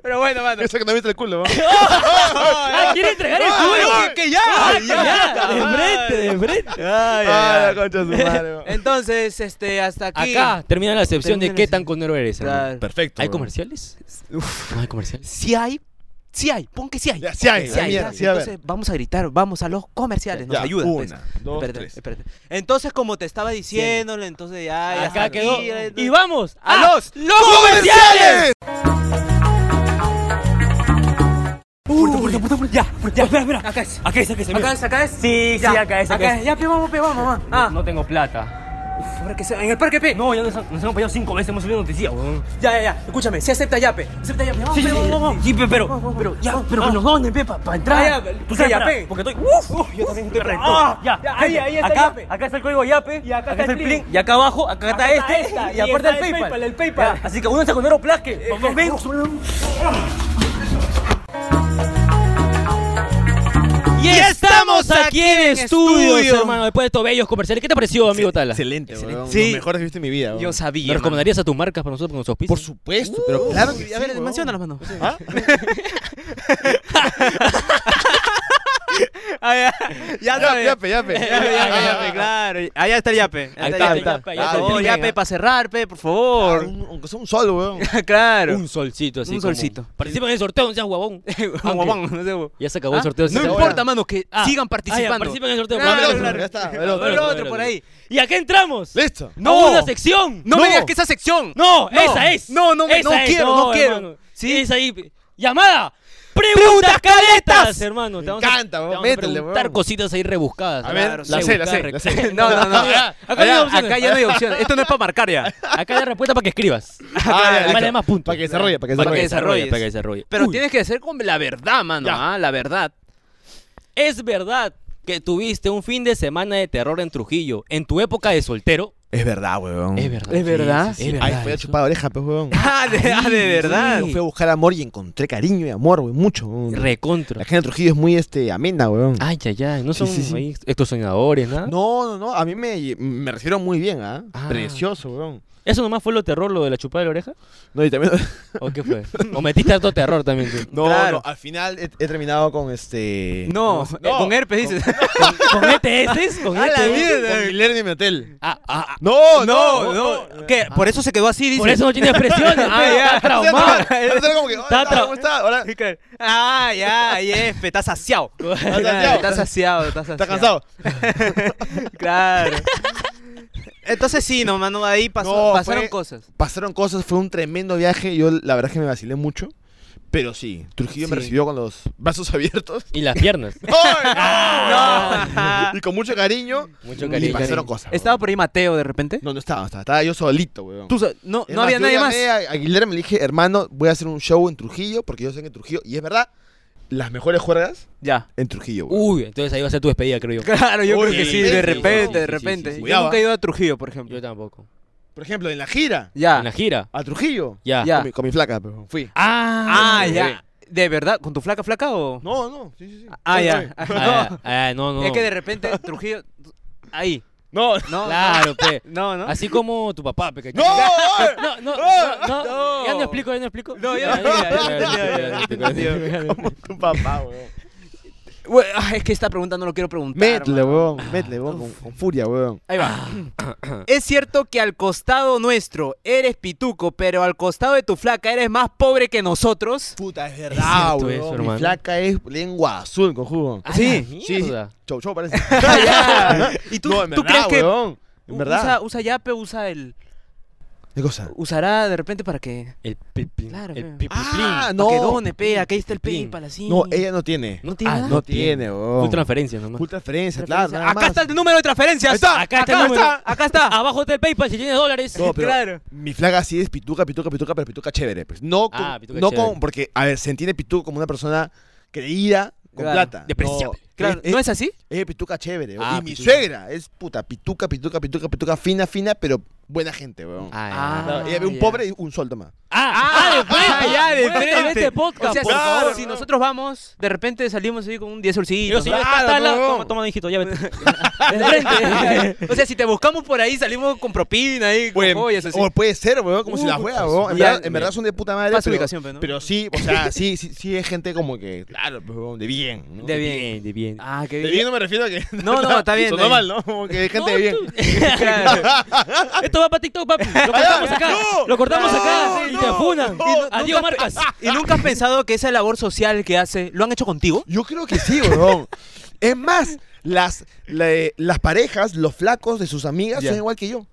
Pero bueno, mano.
Eso que no viste el culo, ¿no?
Ah, quiere entregar el
Ay,
culo.
ay,
que ya,
Ya, Ah, de frente, de frente.
Ay,
Ah,
ay,
la
ay.
concha de su madre. weón.
Entonces, este, hasta aquí.
Acá termina la sección de
Termina
qué
la
tan conero eres. hermano.
Claro.
Perfecto.
¿Hay
weón.
comerciales? No hay comerciales.
Si hay, Sí hay, pon que sí hay.
Ya, sí hay,
Sí
la
hay,
mierda,
ya.
sí, a ver.
Entonces vamos a gritar, vamos a los comerciales, nos
Ya,
ayudan. pues.
Una, dos,
Espérate,
tres.
espérate. Entonces, como te estaba diciéndole, entonces ya, ya
Acá
está
quedó.
aquí, eh, Ah, ya, entonces-
Y vamos
¡A los
los comerciales.
Puerta, puerta, puerta, puerta. Ya, ya, espera, espera. Acá es. Acá es, acá es.
¿Acá es? ¿Acá es?
Sí, sí, acá es, acá es.
Ya, pe, vamos, pe, vamos, mamá. Ah,
No tengo plata.
ahora que sea, en el parque,
Eh.
pe.
No, ya nos han, nos han fallado cinco veces, hemos subido noticias, weón.
Ya, ya, ya, escúchame, se acepta ya, pe. Acepta ya, pe.
Ah,
Vamos,
Sí, sí,
pe,
sí,
vamos, vamos.
sí, pe- pero,
Vamos, vamos.
pero, ya,
Vamos,
pero que nos
vamos.
donen, pe, para entrar.
Ah, ya,
Tú sabes,
ya,
para-
pe.
porque estoy...
Uf, yo también estoy rentado.
Ah, ya,
Ya,
gente,
ahí, ahí está
acá,
ya, pe.
acá está el código YAPE,
Y acá
acá
está
está
el
el
Plin.
PLIN, y acá abajo, acá,
Acá
está
está
este,
esta,
y,
y
aparte
está
el
el
PayPal.
PayPal, el PayPal.
Ya, Eh, así que únanse con Oro Plus, que nos ven.
Y estamos aquí en estudios,
estudio.
hermano, después de estos bellos comerciales. ¿Qué te pareció, amigo Tala?
Excelente, weón.
Sí.
Los mejores que he visto en mi vida. weón.
Yo
¿Nos
sabía. hermano.
recomendarías a tus marcas para nosotros con nuestros
Por
pisos?
supuesto, pero claro que sí,
A ver,
weón.
menciona mano.
¿Ah?
Ah, ya, ya,
Yape,
sabes.
yape, yape.
Yape, yape, yape, claro. Allá está el yape.
Ahí está, ahí está.
Por
Ahí está el
favor,
Plin,
yape
ahí.
para cerrar, pe, por
Ah,
favor.
un- Aunque sea un sol, weón.
Claro.
Un solcito así.
Un
como-
solcito.
Participa en el sorteo, no seas guabón.
Un guabón, no sé,
Ya se acabó el
¿Ah?
sorteo. se
No
acabó.
importa, mano, que
Ah,
sigan
Ah, ya,
participando.
participa en el sorteo.
Claro,
El otro,
claro.
Ya está, el
El
otro.
Bueno,
otro por
bueno.
ahí.
Y acá entramos.
Listo.
A
No.
una sección.
No,
No.
me digas que esa sección.
No,
No,
esa es.
no, no me-
Esa
no
es,
quiero, no quiero.
hermano.
Sí.
Es ahí. Llamada. Preguntas caletas, hermano.
Me
Te vamos
encanta,
a, te
weón,
vamos a
métele,
preguntar
weón.
cositas ahí rebuscadas.
A ver,
Claro,
la sé, la sé,
rebuscadas,
la sé.
No, no, no.
Acá no hay
Allá-
opciones.
acá ya no hay opción. Esto no es para marcar ya.
Acá hay respuesta para que escribas.
Ah, ya,
Vale
listo.
más puntos.
Para que desarrolle, para que
Para
desarrolle.
que desarrolles.
Para que desarrolle.
Pero
Uy,
tienes que ser con la verdad, mano.
Ya.
ah, La verdad.
¿Es verdad que tuviste un fin de semana de terror en Trujillo en tu época de soltero?
Es verdad, weón.
verdad.
¿Es verdad?
Es verdad.
Ay, fui a
eso.
chupar oreja, pues, weón.
Ah, de, ah, de verdad.
Fui a buscar amor y encontré cariño y amor, weón. Mucho, weón. La
Recontra.
gente de Trujillo es muy este, amena, weón.
Ay, ya, ya. No son
sí, sí.
ahí estos soñadores, nada.
No, no, no. A mí me, me refiero muy bien, ¿ah?
Ah.
Precioso, weón.
¿Eso nomás fue lo terror, lo de la chupada de la oreja?
No, y también.
¿O qué fue? ¿O metiste harto terror también tú?
No,
Claro.
no, al final he, he terminado con este. ¿cómo
No,
se-
eh, con herpes dices.
¿Con, con ETS? este, ¿Con
A la
ETS?
mierda.
Con Miller en mi hotel.
Ah, ah, ah.
No,
No, no. ¿Qué? Por eso se quedó así, dice.
Por eso no tiene expresiones.
Ah,
pe,
ya.
Está traumado.
Está como que, "Hola,
Está tra-
¿Cómo está? Ahora,
Ah, ya, ahí es, pe, estás saciado.
saciado.
Estás saciado, estás saciado.
¿estás cansado?
Claro. Entonces sí, no, mano, ahí pasó-
No,
pasaron
fue-
cosas.
Pasaron cosas, fue un tremendo viaje. Yo, la verdad, es que me vacilé mucho. Pero sí, Trujillo me
Sí.
recibió con los brazos abiertos.
Y las piernas.
¡Ay,
No.
no! y con mucho cariño.
Mucho
Y
cariño.
pasaron cosas.
¿Estaba
weón.
por ahí Mateo de repente?
No, no estaba, estaba, estaba yo solito, weón.
Tú sa- no,
Es
no había
yo
nadie más.
llamé A, a Guillermo y le dije, hermano, voy a hacer un show en Trujillo, porque yo sé que en Trujillo, y es verdad, las mejores juergas
Ya.
en Trujillo,
Uh.
weón.
Uy, entonces ahí va a ser tu despedida, creo yo.
Claro, yo
Uy,
creo que sí,
sí,
de
sí,
repente,
sí,
de
sí, sí,
repente.
sí.
Yo
Cuidado,
nunca he
ah.
ido a Trujillo, por ejemplo.
Yo tampoco.
Por ejemplo, en la gira,
En la
Ya.
gira.
a Trujillo,
Ya.
Ya.
Con, mi, con mi flaca, pero fui.
Ah,
Ah,
muy bien.
ya. ¿De verdad? ¿Con tu flaca flaca o?
No, no, sí, sí, sí.
Ah,
Fui,
ya.
fui.
Ah, ah, no, no.
Es que de repente Trujillo. Ahí.
No,
No.
Claro, pe.
No, no.
Así como tu papá, pe.
no, oye.
No, no, no, no,
No.
Ya no explico, ya no explico.
No, ya no, ya, ya, ya, ya, ya,
explico,
ya,
explico, explico.
tu papá, weón.
Güey, ah, es que esta pregunta no lo quiero preguntar.
Métele,
mano.
weón, métele, weón, con, con furia, weón.
Ahí va. es cierto que al costado nuestro eres pituco, pero al costado de tu flaca eres más pobre que nosotros.
Puta, es
verdad,
verdad,
weón. Mi
Ah, Mi flaca es lengua azul, con jugo.
Ah,
Sí,
la
sí.
mierda.
Chau, chau, parece.
¿Y tú,
No, en
tú
verdad,
crees que
weón. En
u-
verdad.
Usa, usa yape, usa el.
¿Qué cosa?
Usará de repente para que.
El pipín.
Claro,
el
pe.
pipín.
Ah,
para que
no.
done, pe, Aquí está el
Pin.
PayPal, así.
No, ella no tiene.
Ah, No tiene
eh, tiene
nada.
nada.
No tiene,
Full
weón.
transferencia nomás.
Full transferencia,
Referencia.
claro. nada
acá
más.
está el número de transferencias.
Ahí está.
Acá está el
acá
número.
está. Acá está.
Ah, Abajo está el PayPal si tienes dólares.
No, pero
Claro.
mi flaga sí es pituca, pituca, pituca, pero pituca chévere. Pues. No, con-
Ah, pituca
no
chévere.
con. Porque, a ver, se entiende pituca como una persona creída con
Claro,
plata.
despreciable.
No,
Claro,
es,
¿no
es-
es así?
es pituca chévere.
Ah,
y mi
pituca.
suegra es puta, pituca, pituca, pituca, pituca, fina, fina, pero buena gente, weón.
Ah,
Claro,
ah,
ella ve un
ya.
pobre y un sol toma.
ah, de frente.
ah, ya, de
Muéstrame
frente.
este podcast,
O sea,
por
si,
claro,
favor.
si
no.
nosotros vamos, de repente salimos así con un 10
Yo
solcitos.
si
¿no?
yo está
Claro,
tala,
huevón.
toma, toma, hijito, ya vete. De frente.
o sea, si te buscamos por ahí, salimos con propina ahí, con
Bueno,
joyas así.
o puede ser, weón, como si la juega, weón. En,
Uh, pues, ya,
verdad, en verdad son de puta madre.
Pasa
pero,
ubicación, pero, ¿no?
pero sí, o sea, sí, sí, sí es gente como que, claro, pues, weón, de bien. ¿no?
De bien.
Bien, de bien.
Ah, qué
De
bien.
bien no me refiero a que.
No, no, está bien,
Sonó
está
mal,
bien.
¿no? Como que de gente de bien.
Claro.
Esto va para TikTok, papi. Lo cortamos acá.
¡Ah! No, ¡Ah!
Lo cortamos acá
no,
y te
no. ¡Ah!
funan.
No,
Adiós, marcas.
Y nunca ¿Nunca has pensado que esa labor social que hace, lo han hecho contigo?
Yo creo que sí, weón. es más, las, la- las parejas, los flacos de sus amigas
Ya.
son igual que yo.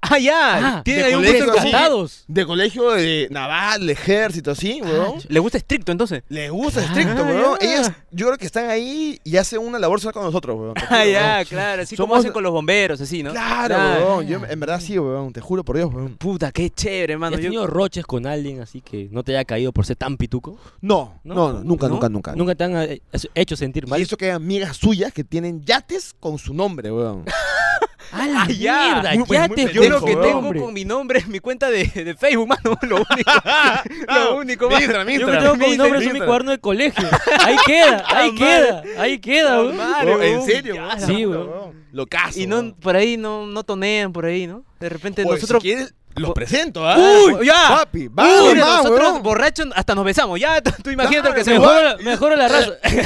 Ah, ya.
Ah,
Tienen
de
ahí un
colegio,
proyecto
sí.
común.
Encantados.
De colegio de naval, de ejército, así, weón.
¿Le gusta estricto entonces?
Les gusta estricto, weón. Ellas, yo creo que están ahí y hacen una labor social con nosotros, weón. Te juro,
Ah, ya,
weón.
claro. Así como
Somos-
hacen con los bomberos, así, ¿no?
Claro,
Ah,
weón. Yo, en verdad sí, weón. Te juro por Dios, weón.
Puta, qué chévere,
¿Has
mano. Yo-
tenido Este roches con alguien así que no te haya caído por ser tan pituco?
No,
No,
no, no, nunca,
¿no?
nunca, nunca.
¿Nunca te han eh, hecho sentir mal?
Y eso que hay amigas suyas que tienen yates con su nombre, weón.
¡A la
Ah, ya.
Muy-
mierda! ¡Ya
muy
te
pendejo,
Yo lo
Pendejo,
que
¿no?
tengo
hombre.
con mi nombre es mi cuenta de, de Facebook, mano. Lo único.
Ah,
lo único, mano.
Mientras,
Yo
mientras.
me tengo con mi nombre en mi
Mientras.
cuaderno de colegio. Ahí queda, ahí
Puta
queda, ahí queda,
Puta
weón.
madre.
Weón,
weón.
en serio,
Ya,
weón.
la Sí,
puta,
weón.
Lo caso.
Y no, por ahí no, no tonean, por ahí, ¿no? De repente
nosotros.
nosotros.
Pues, Si quieres, los
po-
presento, ¿ah?
¡Uy! ¡Ya!
Papi, va,
Uy,
va,
nosotros
weón.
borrachos hasta nos besamos. Ya, tú, tú imagínate lo que se
Mejor, mejor a la raza.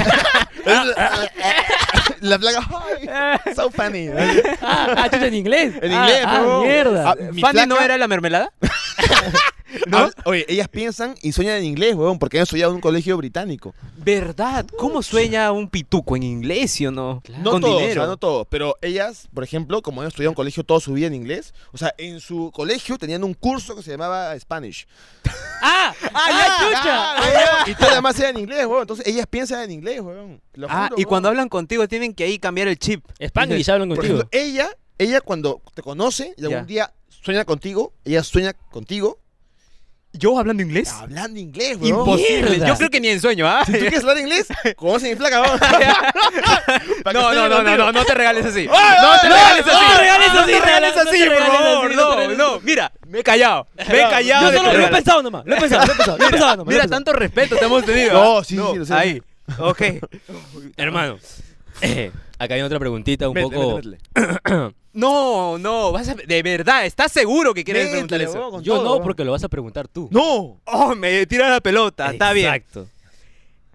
La plaga. ¡Ay! So funny. En
Ah, ah, chucha, en inglés.
inglés,
ah, ah,
weón.
mierda.
Ah, mi
¿Fanny
flaca-
no era la mermelada?
Ah, Oye, ellas piensan y sueñan en inglés, weón, porque han estudiado en un colegio británico.
Ah. ¿Verdad? ¿Cómo sueña un pituco en inglés, sí o no?
No
Con
todos,
dinero.
o sea, no todos, pero ellas, por ejemplo, como han estudiado en colegio toda su vida en inglés, o sea, en su colegio tenían un curso que se llamaba Spanish.
¡Ah! ¡Ah, ya, chucha!
Ah, y todo lo demás era en inglés, weón. Entonces ellas piensan en inglés, weón. Lo
Ah,
juro,
y
weón.
cuando hablan contigo tienen que ahí cambiar el chip.
Spanglish hablan
Por
contigo.
ejemplo, ella, ella cuando te conoce y algún
Ya.
día sueña contigo, ella sueña contigo
¿Yo hablando inglés?
hablando inglés, weón.
Imposible.
Mierda.
Yo creo que ni en sueño, ¿ah?
Si tú quieres hablar inglés, conoce mi flaca, weón. Pa' que
No, no,
sueñe
no, no,
contigo.
no, no te regales así.
¡Ay,
No
ay,
te
no,
regales
no,
así.
no,
no te
No te regales
regales
así,
así,
por
no te regales
favor.
así, no te
No,
regales
no. Mira, me he callado. Me he callado.
Yo
de
solo
que
lo he
regales.
pensado nomás, lo he pensado, lo he pensado, lo he pensado nomás.
Mira, tanto respeto te hemos tenido.
No,
¿ah?
sí, sí, sí, lo sé,
Ahí. Ok.
Hermano, eh, acá hay otra preguntita un
Métele,
poco...
métele.
No, no, vas a... De verdad, ¿estás seguro que quieres
Métele,
preguntar
huevón,
eso?
con
Yo
todo,
no,
huevón.
porque lo vas a preguntar tú.
¡No!
Oh, me tira la pelota, está bien.
Exacto.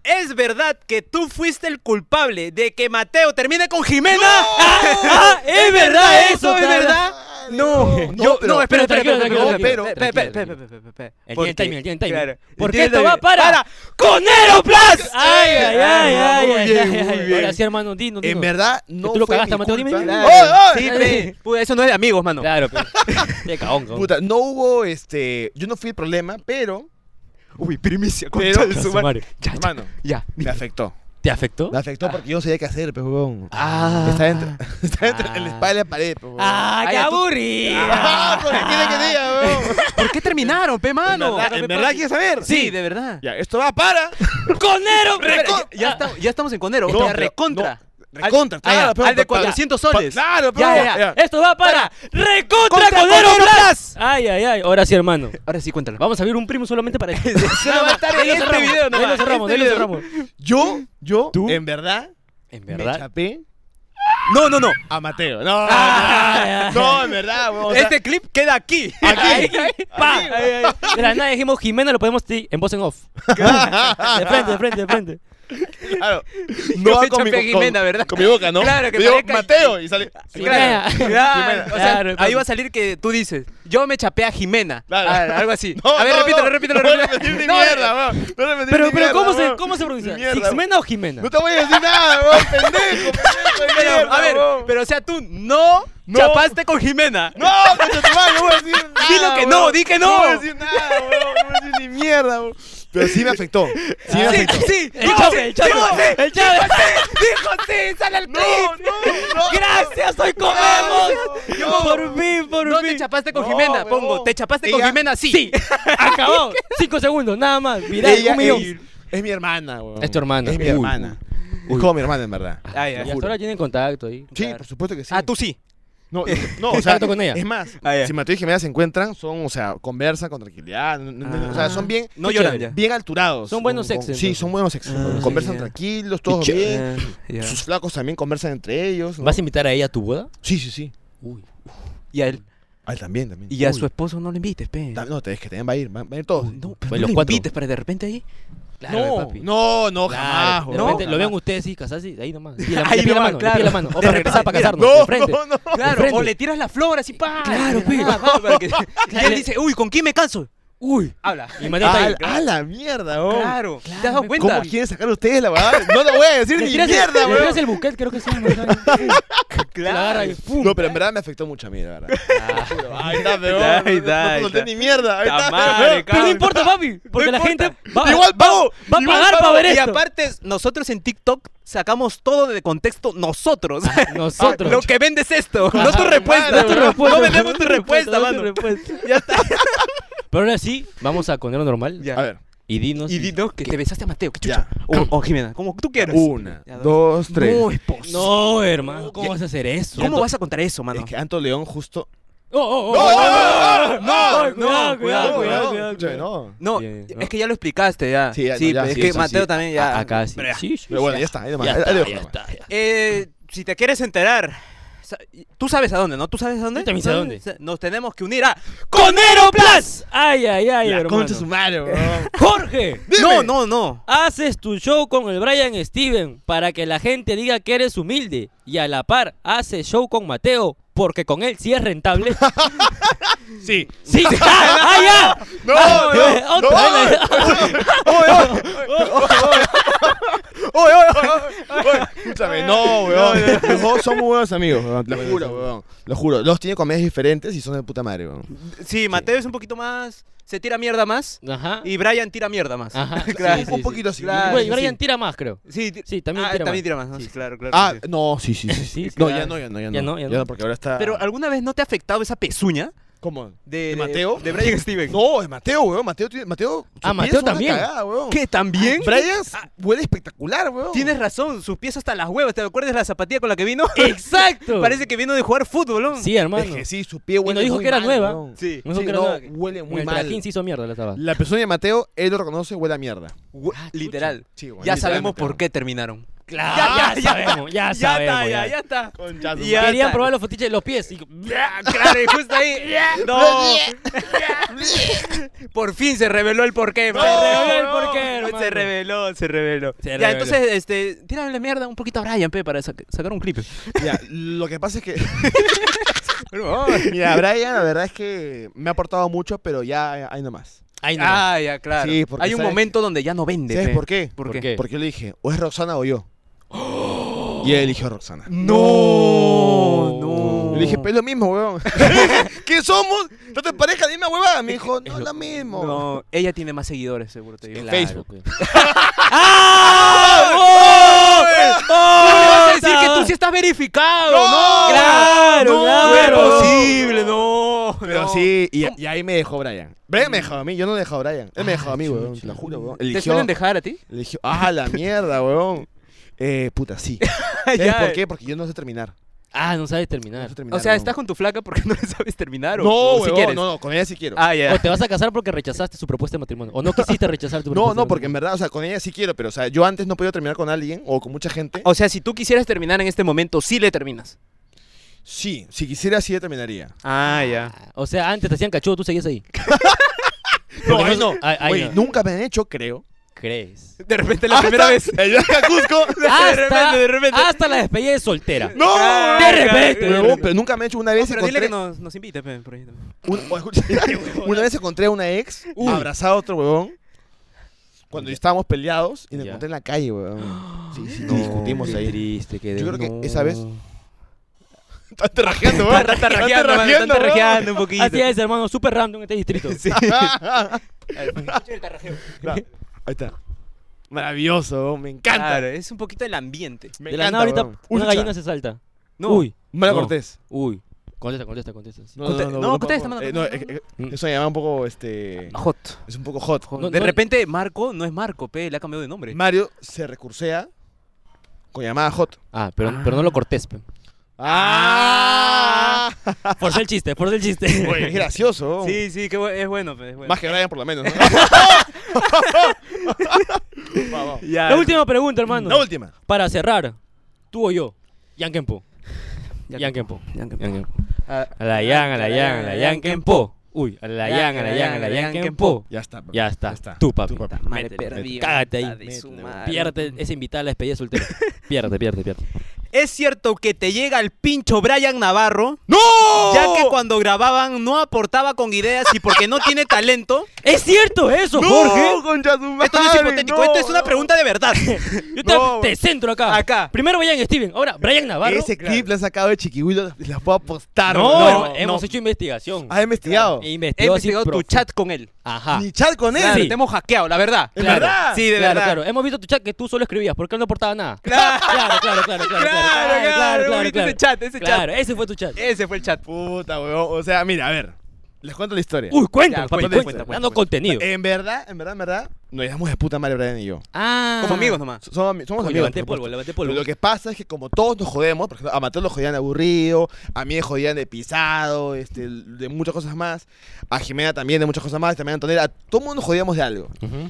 ¿Es verdad que tú fuiste el culpable de que Mateo termine con Jimena?
¡Ah! ¡Es verdad eso!
¿Es verdad? No, yo,
pero-
no, espera, espera,
pero tranquilo,
espera, espera,
tranquilo,
espera, espera,
tranquilo,
espera, espera, espera,
El
porque-
tiene timing, el tiene timing.
claro,
Porque
tiene
esto
timing.
va para-
con Aeroplast.
Ay, ay, ay,
Ah,
ay, ay,
bien,
ay,
muy
ay.
bien.
Ahora sí, hermano, dinos,
En
dinos.
verdad, no
tú lo
fue
cagaste,
mi
Mateo, dime,
culpa.
dime.
¡Ay, ay!
Sí, pe. Puta, eso no es de amigos, mano.
Claro, pero... Qué cagón, cagón.
Puta, no hubo este. Yo no fui el problema, pero.
Uy, primicia,
Pero-
concha de su madre.
Sumario.
Ya, ya,
Hermano,
ya.
me afectó.
¿Te afectó?
Me afectó porque yo no sabía qué hacer, pues, weón.
Ah.
Está entre, está entre la espalda y la pared, pues, huevón.
¡Ah,
Ay,
qué
ya tú- Ah.
aburrida!
porque tiene que diga, weón.
¿Por qué terminaron, pe, mano?
¿En verdad quieres saber?
Sí, de verdad.
Ya, esto va para.
¡Conero!
Espera, ya-
Ah.
Ya estamos- ya estamos en Conero.
No,
o sea,
pero-
recontra.
Recontra,
Ah, ya,
claro,
al de
pa- pa-
400
pa-
soles.
Claro, pues, pero.
Ya, ya, ya.
Esto va para recontra
Contra
Conero
Conero
Blas. Ay, ay, ay. Ahora sí, hermano.
Ahora sí, cuéntalo.
Vamos a abrir un primo solamente para eso.
Solo va a estar en este video
no
nomás,
lo cerramos,
este
ahí lo
video.
cerramos.
Yo, yo,
¿Tú?
en verdad,
En
me
verdad.
chapé
No, no, no.
a Mateo. No,
Ah,
no, en verdad, weón. o sea,
Este clip queda aquí.
Aquí.
¡Pa! Ay, ay. De la nada dijimos Jimena, lo podemos ti- en voz en off. De frente, de frente, de frente.
Claro.
Yo
va
me chapé a Jimena, ¿verdad?
Con mi boca, ¿no?
Claro, que
Le digo,
parezca-
Mateo, y sale.
Jimena.
Claro, claro.
Jimena.
O sea,
Claro,
ahí
claro.
va a salir que tú dices, yo me chapé a Jimena.
Claro.
Ah, algo así.
No,
a ver,
no,
repítelo,
no,
repítelo,
No, eh,
repítelo.
repetir ni
No,
mierda, weón. No repetir
Pero,
ni
pero ¿cómo
mierda,
se,
weón.
cómo se pronuncia?
Ni mierda,
¿Jimena o Jimena?
No te voy a decir nada, weón, pendejo, pendejo. de
pero,
mierda,
a ver,
weón.
pero o sea, tú no,
No.
chapaste con Jimena.
No, coño, tu madre, no voy a decir nada.
Dilo que no,
weón.
di que no.
No voy a decir nada, weón. No voy a decir ni mierda, weón. Pero sí me afectó. Sí me
Sí,
afectó.
sí,
El
dijo
chave,
sí,
el chave,
dijo sí,
el chave.
dijo sí, sale al
No,
clip.
no, no.
Gracias, hoy comemos. Por fin, por
No
fin.
te chapaste con
No,
Jimena, pongo.
huevón.
¿Te chapaste con
Ella-
Jimena? Sí. Sí.
Acabó. Cinco segundos, nada más. Viral,
Ella
un millón.
es, es mi hermana, weón.
Es tu hermana.
Es mi
Uy,
hermana. Es como mi hermana, en verdad.
Ay, ay.
Y hasta ahora tienen contacto ahí.
Sí,
Claro.
por supuesto que sí.
Ah, tú sí.
No, no, no, o sea,
Contacto con ella.
es más,
Ah, ya.
si Mateo y Jimena se encuentran, son, o sea, conversan con tranquilidad, n- n- n- o sea, son bien,
No
Qué
lloran
chévere.
ya.
bien alturados.
Son buenos
Con- con-
exes,
Sí,
entonces.
son buenos exes.
Ah,
conversan
sí, ya.
tranquilos, todos
Che-
bien.
Ah, Ya.
Sus flacos también conversan entre ellos. ¿no?
¿Vas a invitar a ella a tu boda?
Sí, sí, sí.
Uy.
Y a él.
A él también, también.
Y a
Uy,
su esposo no lo invites, pe.
ta- No, te- es que también va a ir, va va a ir todos.
No, pero
Pues
no
los
lo
cuatro.
invites para de repente ahí.
Claro,
no,
papi.
no, no,
Claro,
jamás.
de
weón.
repente
No,
lo vean
jamás.
ustedes sí, casarse, ahí nomás. Y la,
Ahí
le pide la mano, le
nomás,
pide
claro.
la mano. O
De
para
repente,
regresar, para
mira,
casarnos, de frente.
No, no, no.
Claro,
frente.
o le tiras la flor así, pa.
Claro,
de la
pe.
nada, pa, para que- Y él dice, uy, ¿con quién me canso?
Uy.
Habla.
Y
A,
Maneta ahí.
la- a la mierda, weón.
Claro. ¿Te has dado cuenta?
¿Cómo quieren sacar ustedes la verdad? No lo voy a decir
Le
ni
tiras el-
mierda,
le tiras
weón.
el buquet, creo que sí. Claro. La agarra y pum.
No, pero en verdad me afectó mucho a mí, la verdad. Te juro. Ahí está, weón.
Ahí
No-
está,
No
ahí
te solté
está.
ni mierda. Ahí
Ta
está,
madre,
weón.
Pero
cabrón.
no importa, papi. Porque
No
la
importa.
gente va,
Igual pago.
va a pagar para ver
y
esto.
aparte, nosotros en TikTok sacamos todo de contexto nosotros.
Nosotros.
ah, Lo que vende es esto, no tu respuesta.
No tu respuesta,
No vendemos tu respuesta,
no tu
mano.
respuesta.
Ya está.
Pero ahora sí, vamos a ponerlo normal.
Ya.
A ver.
Y dinos.
Y dinos que te besaste a Mateo, que
Ya.
chucha. O, o Jimena, como tú quieras.
Una,
Ya,
dos, tres.
No, es pos-
No, hermano, ¿cómo
Ya.
vas a hacer eso?
¿Cómo vas a contar eso, mano?
Es que Anto León justo.
Oh, oh, oh.
¡No!
no, no, no,
Cuidado,
no,
cuidado,
no, no,
Che,
no.
no.
No,
Bien,
es que ya lo explicaste ya.
Sí, ya, no, ya,
pero es
sí,
que
eso
Mateo
sí.
también ya.
A- Ah, acá sí. Sí, sí,
Pero bueno, ya está. Ahí nomás,
Ya
ahí- ahí
está,
dejo
ya
nomás.
está, ya.
Eh, si te quieres enterar, sa- tú sabes a dónde, ¿no? ¿Tú sabes a dónde?
Yo también sé a dónde.
Sa- Nos tenemos que unir Ah, a
¡Conero Plus! Ay, ay, ay,
La
hermano.
concha de su madre, weón.
Jorge,
No, no, no.
haces tu show con el Brian Steven para que la gente diga que eres humilde y a la par haces show con Mateo porque con él sí es rentable. sí. Sí. ¡Ah, ah, ya!
No,
Ah,
no,
eh, otra vez la-
Oye, oye, oye, oye. Escúchame, no, weón. Los dos somos buenos amigos, weón. Te Lo juro, weón. Lo juro. Los tiene comedias diferentes y son de puta madre, weón.
Sí, Mateo es un poquito más. Se tira mierda más.
Ajá.
Y Brian tira mierda más.
Ajá.
Claro.
Sí, sí,
Un
sí.
poquito así.
Claro.
Güey, Brian
sí.
tira más, creo.
Sí, ti-
Sí, también
ah,
tira más.
también tira más. ¿no? Sí,
Sí.
claro, claro.
Ah,
que sí.
no, sí, sí, sí.
Sí,
sí.
sí,
No,
claro.
ya no, ya no, ya no.
Ya no, ya no.
porque ahora está.
Pero ¿alguna vez no te ha afectado esa pezuña
¿Cómo?
de,
¿De Mateo?
De Brian Steven.
No, es Mateo, weón. Mateo tiene. Mateo. sus
Ah,
pies
Mateo
son una
también. Ah.
Cagada, weón.
¿Qué también? Ah,
Brian huele espectacular, weón.
Tienes razón, sus pies hasta las huevas. ¿Te acuerdas de la zapatilla con la que vino?
Exacto.
Parece que vino de jugar fútbol, ¿no?
Sí, hermano.
Es que sí, Ah, su pie huele.
nos dijo
muy
que era
mal,
nueva.
weón.
Sí.
No sé
Sí,
qué era
no,
nada.
huele muy
el
mal.
trajín se hizo mierda la estaba.
La persona de Mateo, él lo reconoce, huele a mierda.
Hue-
Ah, chucha.
Literal.
Sí, bueno,
ya sabemos
literalmente,
por
bueno.
qué terminaron.
Ya, ya Ah, sabemos, ya sabemos.
está, ya,
ya.
ya está.
Concha su
Ya
Querían
está.
probar los fetiches de los pies. y-
Ya, Claro, y justo ahí. No. Por fin se reveló el porqué. man.
Se reveló el porqué,
Se
hermano.
reveló, se reveló.
Se
ya,
reveló.
entonces, este, tírale la mierda un poquito a Brian, pe, para sac- sacar un clip.
Ya, lo que pasa es que.
Por favor.
Mira, Brian, la verdad es que me ha aportado mucho, pero ya hay nomás.
Ay, no.
Ah, ya, claro.
Sí, porque
Hay un
sabes-
momento donde ya no vende.
¿Sabes
pe.
por qué?
¿Por,
¿Por
qué?
qué?
Porque yo le dije, o es Roxana o yo. Y él eligió a Roxana.
No, no.
Yo Le dije, pero es lo mismo, weón. ¿Qué somos? ¿No te pareja? Dime, huevada. Me dijo, no es lo mismo.
No, ella tiene más seguidores, seguro te digo.
En
Claro,
Facebook.
pues.
¡No vas
¡Ah!
a decir que tú sí estás verificado!
¡No!
¡No!
Claro,
¡No!
claro.
¡No es posible! ¡No!
Pero
no. Mm.
sí, y, y ahí me dejó Brian. Brian me dejó a mí, yo no le dejé a Brian. Él me dejó a mí, weón. Te lo juro, weón.
Ah, ¿Te
Eligió,
suelen dejar a ti?
eligió. Ah, la mierda, weón. Eh, puta, sí. ¿Sabes
Ya.
¿eh?
eh.
por qué? Porque yo no sé terminar.
Ah, no sabes
No
terminar.
sé terminar,
O sea,
weón.
estás con tu flaca porque no le sabes terminar o,
No,
o si
weón,
quieres.
no, no, con ella sí quiero.
Ah, ya.
O te vas a casar porque rechazaste su propuesta de matrimonio. O no quisiste rechazar tu
No,
propuesta.
no, porque en verdad, o sea, con ella sí quiero, pero o sea, yo antes no podía terminar con alguien o con mucha gente.
Ah, O sea, si tú quisieras terminar en este momento, sí le terminas.
Sí, si quisiera sí terminaría.
Ah, ya.
O sea, antes te hacían cachudo, tú seguías ahí.
No,
Porque
ahí no.
no- ahí- ahí
Oye,
no.
nunca me han hecho, creo.
¿Crees?
De repente
Ah,
la primera vez. Ah,
El viaje a Cusco.
Hasta,
repente, de repente.
hasta la despedida de soltera.
No,
Claro,
weón.
de repente,
Huevón,
de repente.
pero nunca me han hecho una vez
Ah, pero dile
encontré
que nos, nos invite pe, por ahí también.
un- o escucha, una vez encontré a una ex abrazada a otro huevón cuando estábamos peleados y me
Ya.
encontré en la calle, huevón. Sí, sí, discutimos ahí.
triste que
Yo creo que esa vez Estás terrajeando,
Está
huevón.
está tarrajeando, mano,
Están
está
terrajeando,
tarrajeando un poquito.
Así es, hermano, súper random este distrito.
huevón.
el tarrajeo.
Ahí está. Maravilloso, huevón, me encanta.
Claro, es un poquito el ambiente.
Me
de la
encanta,
nada ahorita
huevón.
una
Ucha,
gallina se salta.
No.
Uy,
Mala
No.
Cortés.
uy. Contesta, contesta, contesta. sí.
Conte- no, contesta,
puedo-
mano,
eh, no,
contesta,
eh, eh,
mano.
eso me llama un poco, este...
Hot.
Es un poco hot.
No,
de
no-
repente, Marco no es Marco, pe, le ha cambiado de nombre.
Mario se recursea con llamada hot.
Ah, pero, pero no lo cortés. pe.
¡Ah!
Forza el chiste, forza el chiste.
Es gracioso.
sí, sí, que bu- es bueno, pe, es bueno.
Más que Brian, por lo menos. ¿no? Va, va.
Ya.
La última pregunta, hermano.
La última.
Para cerrar, tú o yo, Yan Kenpo. Yan Kenpo.
Yan Kenpo.
Yan Kenpo.
Ah,
A la Yan, a la Yan, a la Yan Kenpo. Uy, a la Yan, a la Yan, a la Yan Kenpo.
Ya está. papi.
Ya está, tú, papi.
madre
Métele,
perdida.
Cágate ahí.
de su
Métele,
madre.
Pierde esa invitada a la despedida soltera. Pierde, pierde, pierde.
¿Es cierto que te llega el pincho Brian Navarro?
¡No!
Ya que cuando grababan no aportaba con ideas y porque no tiene talento.
¿Es cierto eso,
¡No,
Jorge?
concha su madre,
Esto no es hipotético,
no,
esto es una
no.
pregunta de verdad.
Yo te,
No.
te centro acá.
Acá.
Primero Brian Steven, ahora Brian Navarro.
Ese clip le han sacado de Chiquihuilo, la puedo apostar.
no,
no.
hemos hecho investigación.
¿Has investigado?
He
He
investigado, así
investigado tu
profundo.
chat con él.
Ajá.
Ni chat con él.
Claro,
Sí.
te hemos hackeado, la verdad.
¿En
Claro.
verdad?
Sí, de
claro,
verdad.
claro. Hemos visto tu chat que tú solo escribías porque él no aportaba nada. Claro, claro, claro, claro, claro.
Claro, claro, bonito ese chat, ese chat.
Claro, ese fue tu chat.
Ese fue el chat.
Puta, weón. O sea, mira, a ver. Les cuento la historia.
Uy, cuenta,
Ya,
papi,
cuenta,
cuenta,
cuenta, cuenta,
dando
cuenta.
contenido.
En verdad, en verdad, en verdad, nos llevamos de puta madre Brian y yo.
ah.
Como amigos nomás.
So- Somos, ami- somos
Uy,
amigos.
levanté
por
polvo,
supuesto.
levanté
Pero
polvo.
Lo que pasa es que como todos nos jodemos, por ejemplo, a Mateo lo jodían de aburrido, a mí me jodían de pisado, este, de muchas cosas más, a Jimena también de muchas cosas más, también a Antonella, a todo mundo nos jodíamos de algo.
Ujú.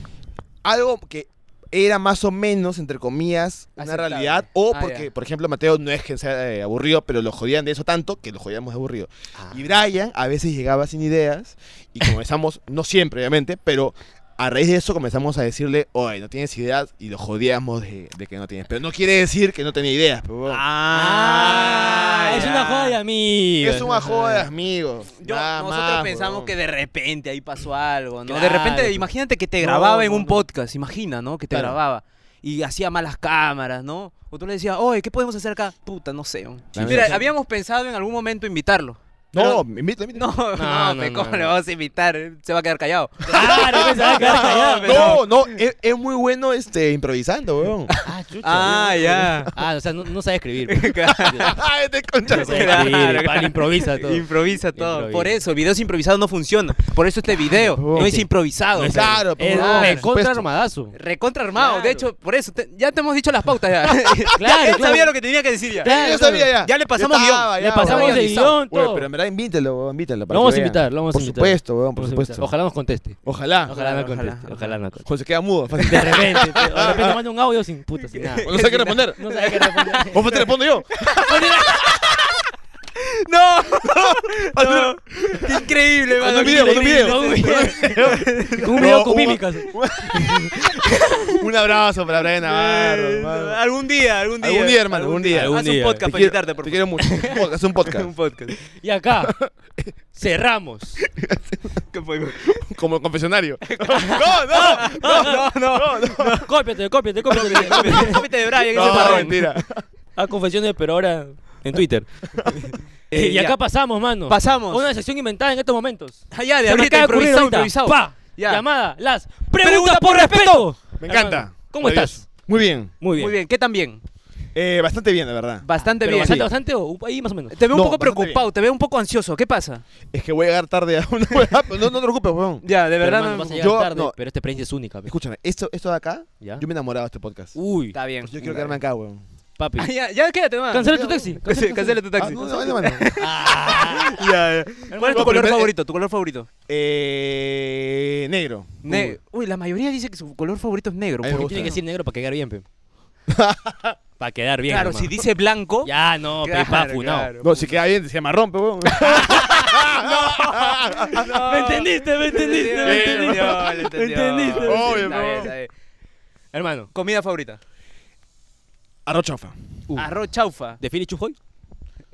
Algo que era más o menos, entre comillas, una
Aceptable.
realidad, o
Ah,
porque,
ya.
por ejemplo, Mateo no es que sea eh, aburrido, pero lo jodían de eso tanto que lo jodíamos de aburrido.
Ah.
Y Brian a veces llegaba sin ideas y comenzamos, no siempre obviamente, pero a raíz de eso comenzamos a decirle, oye, no tienes ideas y lo jodíamos de, de que no tienes. Pero no quiere decir que no tenía ideas. Pero, bueno,
Ah, es una joda de amigos.
es una joda de amigos.
Yo-
nada
nosotros
más,
pensamos
huevón.
que de repente ahí pasó algo, ¿no? De
Claro.
repente, imagínate que te
No,
grababa en
no,
un
no.
podcast, imagina, ¿no? Que te
Claro.
grababa y hacía malas cámaras, ¿no? O tú le decías, oye, ¿qué podemos hacer acá? Puta, no sé. ¿no?
También.
Mira, habíamos pensado en algún momento invitarlo.
No, me invita, me invita.
No, no,
no,
pe,
no,
¿cómo
no.
le vamos a invitar? eh, Se va a quedar callado.
Claro, pues, se va a quedar
No,
callado.
no, es, es muy bueno este improvisando, weón.
Ah, chucha.
Ah, ya.
Ah, o sea, no, no sabe escribir. pues.
Ay, de Este concha.
No sabe escribir, pal, improvisa todo.
Improvisa todo.
Improvisa.
Por eso, videos improvisados no funciona. Por eso este video no es
sí.
improvisado.
No es- Claro,
es
por
me
supuesto.
contra armadazo.
Recontra armado. De
Claro.
hecho, por eso, te- ya te hemos dicho las pautas ya.
Claro,
Él sabía
claro.
lo que tenía que decir ya.
Yo sabía ya.
Ya le pasamos
Yo estaba,
guión.
ya,
Le pasamos
weón.
el guión,
Güey,
todo.
pero en verdad invítelo, weón, invítelo. para
Lo vamos a
que vean.
invitar, lo vamos a
Por
invitar.
supuesto, weón, por
Vamos a
supuesto.
invitar. Ojalá nos conteste.
Ojalá.
Ojalá nos
Ojalá,
conteste. Ojalá nos conteste.
José queda mudo. fácil.
De repente, te- de repente manda un audio sin puta, sin nada.
No sé qué responder.
No sabe qué responder.
¿Cómo te respondo yo?
¡No! ¡Qué increíble,
Con
mano!
un video, con un video.
No, güey. Con un
No,
video con
un-
mímicas.
Un abrazo para Brian Navarro.
Eh,
hermano.
Algún día, algún día.
Algún día, hermano, algún día.
Haz
Algún
un
día.
Te
podcast para
quiero-
invitarte, por
Te quiero mucho. Un podcast, un
favor. Un
podcast.
podcast.
Y acá cerramos.
¿Qué fue?
Como el confesionario. No, no.
No, no, no.
Cópiate, cópiate, cópiate.
Cómete de Brian, ese
No,
parrón.
mentira.
A confesiones, pero ahora en Twitter.
Eh,
y
ya.
acá pasamos, mano.
Pasamos.
A Una sección inventada en estos momentos.
Ah, ya, de
Se nos
ahorita,
acaba de ocurrir
improvisado,
ahorita.
improvisado.
Pa,
Ya.
Llamada, las preguntas por respeto.
Me encanta.
¿Cómo estás?
Muy bien.
Muy bien.
Muy bien, ¿qué tan bien?
Eh, bastante bien, la verdad.
Bastante
Pero
bien.
bastante, bastante, o ahí más o menos.
Te veo un
No,
poco
bastante
preocupado, te veo un poco ansioso. ¿Qué pasa?
Es que voy a llegar tarde a una hueá, pero No, no te preocupes, weón.
Ya, de
Pero,
verdad
hermano,
no.
vas a llegar
yo-
tarde,
no.
pero esta experiencia es única. pe.
Escúchame, esto, esto de acá,
¿Ya? Uh,
yo me he enamorado de este podcast.
Uy,
Está bien.
Yo quiero quedarme acá, weón.
papi.
Ah, ya, ya quédate nomás.
eh. Cancela tu taxi.
Cancela, cancela tu
Ah,
taxi.
no, no, no, no.
Ah, Ya, ya. ¿Cuál es tu
No,
color
primero-
favorito? ¿Tu color favorito?
Eh, negro.
Ne- Uy, la mayoría dice que su color favorito es negro.
Ay,
porque-
me gusta.
Tiene que decir negro para quedar bien, pe. para quedar bien.
claro,
nomás.
si dice blanco.
Ya, no, pe, pa,
Claro,
funao.
claro.
No, si queda bien, se llama rompe, weón.
¿Me entendiste? ¿Me entendiste?
Entendido,
¿Me entendiste?
entendido, lo entendió.
Entendiste, lo
Obvio,
Está
no.
bien, está bien.
Hermano,
Comida favorita.
Arrochofa.
Uh.
Arroz chaufa.
¿de Philly Chujoy?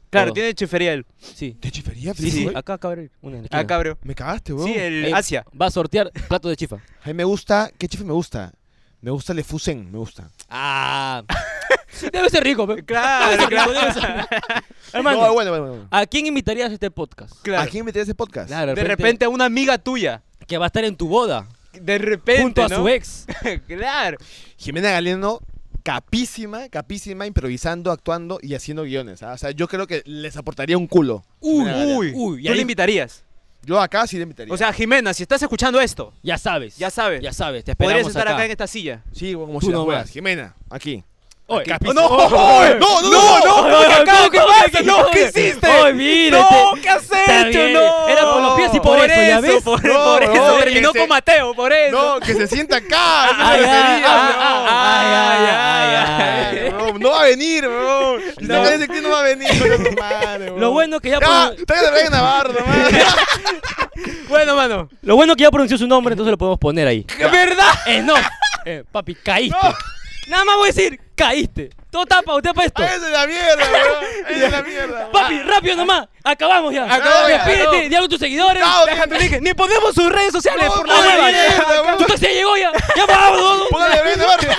Claro,
Todo.
tiene chufería él.
Sí.
¿Te chifería,
Sí, sí,
Felipe?
acá acaba de abrir una en la esquina.
Ah, cabrón.
Me cagaste, weón.
Sí, el
Ahí
Asia.
Va a sortear plato de chifa.
A mí me gusta, ¿qué chifa me gusta? Me gusta el Fusen, me gusta.
Ah. Debe ser rico, pe.
Claro, claro.
No,
Hermano,
bueno, bueno, bueno.
¿a quién invitarías a este podcast?
¿A
claro.
quién meterías ese podcast?
Claro,
De repente a una amiga tuya.
Que va a estar en tu boda.
De repente.
junto a
¿no?
su ex.
claro.
Jimena Galeno, capísima, capísima, improvisando, actuando y haciendo guiones. ¿ah? O sea, yo creo que les aportaría un culo.
Uy,
Jimena Galeno.
uy, uy. y
¿Tú
ahí-
le invitarías?
Yo acá sí le invitaría.
O sea, Jimena, si estás escuchando esto,
Ya sabes.
Ya sabes.
Ya sabes. Te esperamos
podrías estar acá. en esta silla.
sí, weón, como
tú
si las
nomás.
juegas. Jimena, aquí.
Oye,
Capísima.
no,
¡Oye! no, no, no, no,
¡Oh, no, no, no,
¿qué
no,
pasa?
no,
No, ¿qué
no,
hiciste?
no, mira,
no,
este-
¿qué has
está
hecho?
bien.
No.
Era por los pies y por eso, ¿ya ves?
Por,
No,
por eso,
no,
terminó
este-
que se-
con Mateo, por eso.
No, que se sienta acá. eso
Ay,
me
ay,
refería,
ay,
weón.
ay, ay, ay, ay.
Ay, weón, no va a venir, weón. Si
No.
no. ese clip no va a venir, weón, madre, weón.
Lo bueno que ya
¡Ah!
produ-
¡Tráigale a Brian Navarro, madre!
Bueno, mano.
Lo bueno que ya pronunció su nombre, entonces lo podemos poner ahí.
¿Verdad?
Eh, no. Eh, papi, caíste. Nada más voy a decir, caíste. Todo tapa, usted para esto.
¡Esa es la mierda, bro! ¡Esa es la mierda!
Papi, rápido nomás. Acabamos ya.
Acabamos ya,
Despídete,
no.
di algo a tus seguidores.
Chao,
Deja tu
gente.
link. Ni ponemos sus redes sociales por la
Póngale
hueva.
Brenda, bro.
Tu taxi ya llegó ya. Ya vamos.
Póngale Brenda, bro.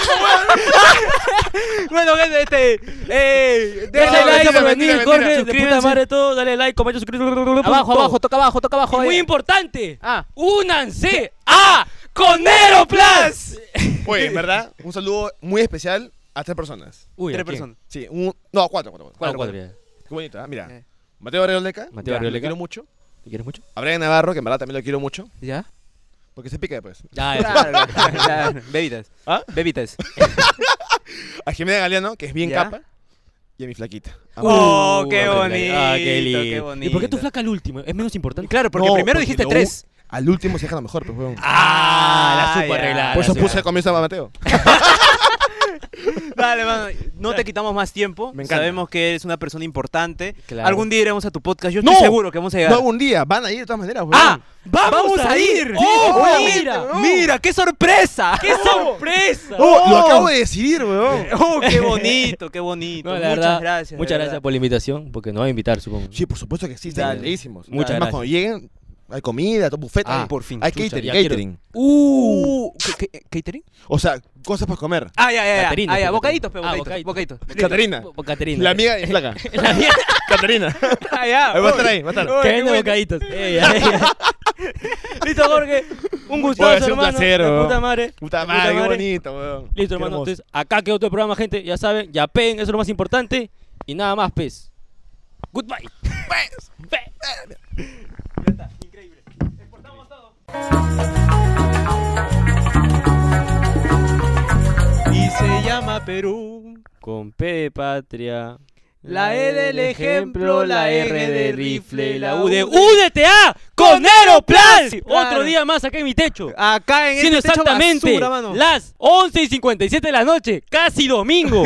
Bueno, gente, este. Eh,
Dale
No,
like
mentira,
por venir,
mentira,
Jorge.
mentira.
De puta madre todo. Dale like, comenta, suscríbete.
Abajo,
todo.
abajo, toca abajo, toca
Y
abajo.
Muy
ahí.
importante.
Ah.
Únanse a Conero Plus.
Oye, en verdad, un saludo muy especial a tres personas.
Uy,
Tres
¿a quién?
personas.
Sí, un, no, cuatro, cuatro, cuatro.
Ah, cuatro, ya.
Qué bonito, ¿ah? Mira.
Eh.
Mateo Arreoleca.
Mateo
ya,
Arrioleca.
Lo quiero mucho.
¿Te quieres mucho?
A Brian Navarro, que en verdad también lo quiero mucho.
¿Ya?
Porque se pica después.
Ya, ya.
Claro, claro. Bebitas.
¿Ah?
Bebitas.
A Jimena Galeano, que es bien
Ya.
capa. Y a mi flaquita. A-
Oh,
Uh,
qué
hombre,
bonito,
ah,
qué
¿Y por qué
bonito.
tú flaca al último? Es menos importante.
Claro, porque
No,
primero
porque
dijiste
lo
tres.
u- Al último se deja lo mejor, pues, pero weón.
Ah, la supo
ya.
arreglar.
Por eso
gracias.
puse al comienzo a Mateo.
Dale, mano. No te quitamos más tiempo.
Me encanta.
Sabemos que eres una persona importante.
Claro.
Algún día iremos a tu podcast. Yo estoy
No.
seguro que vamos a llegar.
No, un día, van a ir de todas maneras, weón.
¡Ah! ¡Vamos, a ir!
Sí,
¡Oh,
obviamente,
mira!
bro.
¡Mira! ¡Qué sorpresa!
¡Qué sorpresa!
No, lo acabo de decidir,
Eh.
weón.
¡Oh, qué bonito! ¡Qué bonito!
No, la
muchas
verdad,
gracias. de
Muchas
verdad.
gracias por la invitación, porque nos va a invitar, supongo.
Sí, por supuesto que sí, están
Dale.
leísimos.
Muchas
Además,
gracias.
cuando lleguen, hay comida, todo buffet.
Ah,
hay-
por fin.
Hay
Chucha,
catering,
ya quiero-
catering.
Uh, ¿qué- qué- ¿Catering?
O sea, cosas para comer.
Ah, ya, ya, ya.
Caterina,
ah, ya.
Caterina.
Bocaditos, pe,
Ah,
bocaditos.
bocadito.
bocaditos.
Caterina.
Po- po- Caterina.
Uh. La amiga de Flaca.
La mía.
Caterina.
Ah, ya.
Ahí va a estar ahí, va a estar.
Uy,
Que
qué
vende
bueno.
bocaditos. Ey, ay, ay. Listo, Jorge. Un gustazo,
Oye, ha sido un
hermano.
placer,
de
weón.
puta madre.
Puta
De
madre, qué bonito, weón.
Listo,
Qué
hermano.
hermoso.
Entonces, acá quedó todo el programa, gente. Ya saben, ya peguen, eso es lo más importante. Y nada más, pez. Goodbye.
Y se llama Perú.
Con P patria.
La E del ejemplo, la R de rifle, la U de-
¡Únete a Conero Plan!
Claro.
Otro día más acá en mi techo.
Acá en
Siendo
este techo
exactamente
basura, mano.
las 11 y 57 de la noche, casi domingo.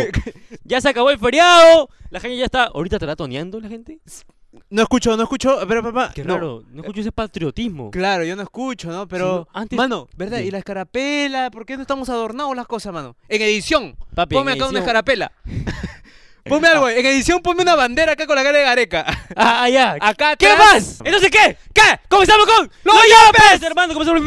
ya se acabó el feriado. La gente ya está. ¿Ahorita estará toneando la gente?
No escucho, no escucho. Pero, papá.
Qué
no.
raro. No escucho ese patriotismo.
Claro, yo no escucho, ¿no? Pero.
Sí, no, antes-
Mano, ¿verdad?
Dime.
¿Y la escarapela? ¿Por qué no estamos adornados las cosas, mano? En edición.
Papi,
ponme
en
acá una
edición-
escarapela. ponme algo. En edición, ponme una bandera acá con la cara de Gareca.
Ah, ah, ya.
Acá
¿Qué
atrás-
más? Entonces, ¿qué? ¿Qué? Comenzamos con. ¡Los Yapes! Hermano, comenzamos.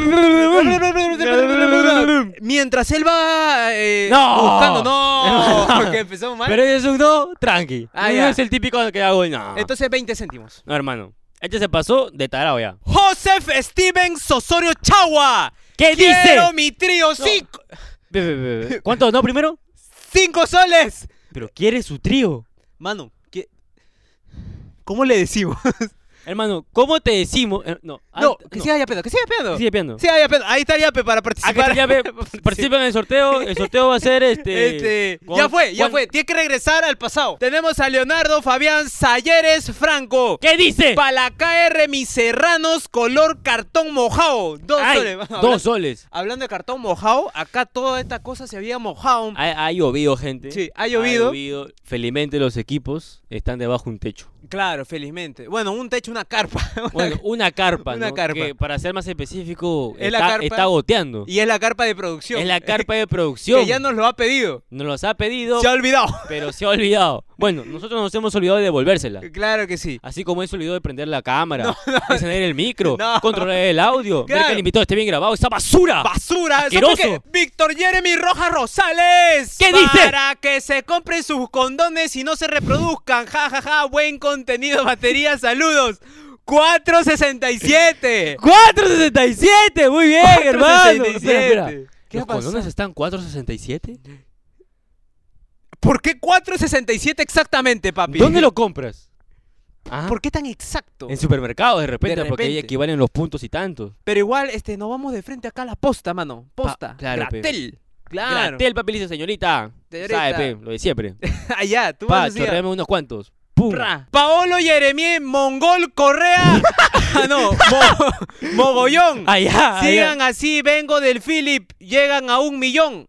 Mientras él va eh,
No.
buscando, no, porque empezamos mal.
Pero ese es un no, tranqui.
Ah,
no
ya.
es el típico que hago. No.
Entonces 20 céntimos.
no, hermano. Este se pasó de tarado ya.
Joseph Steven Sosorio Chagua.
¿Qué
Quiero
dice?
mi trío. Cinco,
Ve, ve, ve, ve. ¿Cuánto no primero?
cinco soles.
Pero quiere su trío.
Mano, ¿qué? ¿cómo le decimos?
Hermano, ¿cómo te decimos? Eh, No, ant-
No, Ah, que
no.
siga yapeando, que siga yapeando.
Sigue piando. Ah,
Siga yapeando. Ahí está Yape para participar.
Acá está Yape, participen en el sorteo. El sorteo va a ser este.
pues, Este,
con-
ya fue, ya
Juan-
fue. Tiene que regresar al pasado. Tenemos a Leonardo Fabián Sayeres Franco.
¿Qué dice?
Para la KR mis serranos color cartón mojado. Dos
Ay,
soles.
Dos soles.
Hablando de cartón mojado, acá toda esta cosa se había mojado.
Ha, ha llovido, gente.
Sí, ha llovido.
Felizmente los equipos están debajo de un techo.
Claro, felizmente. Bueno, un techo, una carpa.
Bueno, una carpa,
Una
¿no?
carpa.
Que para ser más específico,
Es la
está,
carpa-
está goteando.
y es la carpa de producción.
Es la carpa de producción.
que ya nos lo ha pedido.
Nos los ha pedido,
Se ha olvidado.
pero se ha olvidado. Bueno, nosotros nos hemos olvidado de devolvérsela.
Claro que sí.
Así como él se olvidó de prender la cámara, encender el micro,
No.
controlar el audio, ver
Claro.
que el invitado esté bien grabado. ¡Esa basura! Ah,
basura. Eso
Asqueroso.
fue que- Víctor Jeremy Rojas Rosales.
¿Qué dice?
Para que se compren sus condones y no se reproduzcan. Ja, ja, ja. Buen contenido, batería. Saludos. 467.
467, muy bien, hermano.
4.67.
Espera, espera.
¿Qué
¿Los
ha pasado?
condones están 467?
¿Por qué 467 exactamente, papi?
¿Dónde lo compras? Ah,
¿Por qué tan exacto?
en supermercados de repente,
De
porque ahí
repente.
equivalen los puntos y tantos.
Pero igual, este, nos vamos de frente acá a la posta, mano. Posta.
claro, pe.
Gratel.
Graté
Claro.
el papel y dice, señorita,
Señorita.
sabe, pe, lo de siempre.
Allá, tú
Pa,
vas así,
chorreame unos cuantos. ¡Pum!
Ra. Paolo Yeremie Mongol Correa. ah, no. Mo- Mogollón.
Allá,
Sigan
allá.
así, vengo del Philip. Llegan a un millón.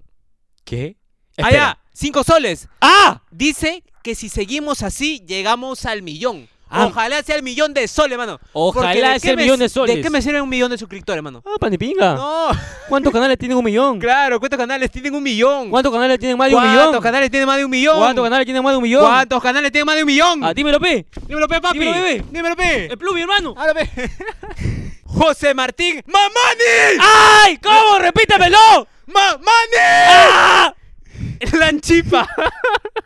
¿Qué?
Allá, cinco soles.
¡Ah!
Dice que si seguimos así, llegamos al millón.
Ah.
Ojalá sea el millón de soles, mano.
Ojalá
Porque ¿de
sea el
qué me-
millón de soles.
¿De qué me sirve un millón de suscriptores, mano?
Ah, panipinga.
No,
¿Cuántos canales tienen un millón?
claro, ¿cuántos canales tienen un millón?
¿Cuántos canales tienen más de un
¿Cuántos
millón?
canales tienen más de un millón?
¿Cuántos canales tienen más de un millón?
¿Cuántos canales tienen más de un millón?
Ah, Eh. dímelo, pe.
Dímelo, pe, papi.
Dímelo, bebé.
Dímelo, pe.
El plumi, hermano.
Ahora, pe. José Martín Mamani.
¡Ay! ¿Cómo? ¡Repítemelo!
¡Mamani! Lanchipa.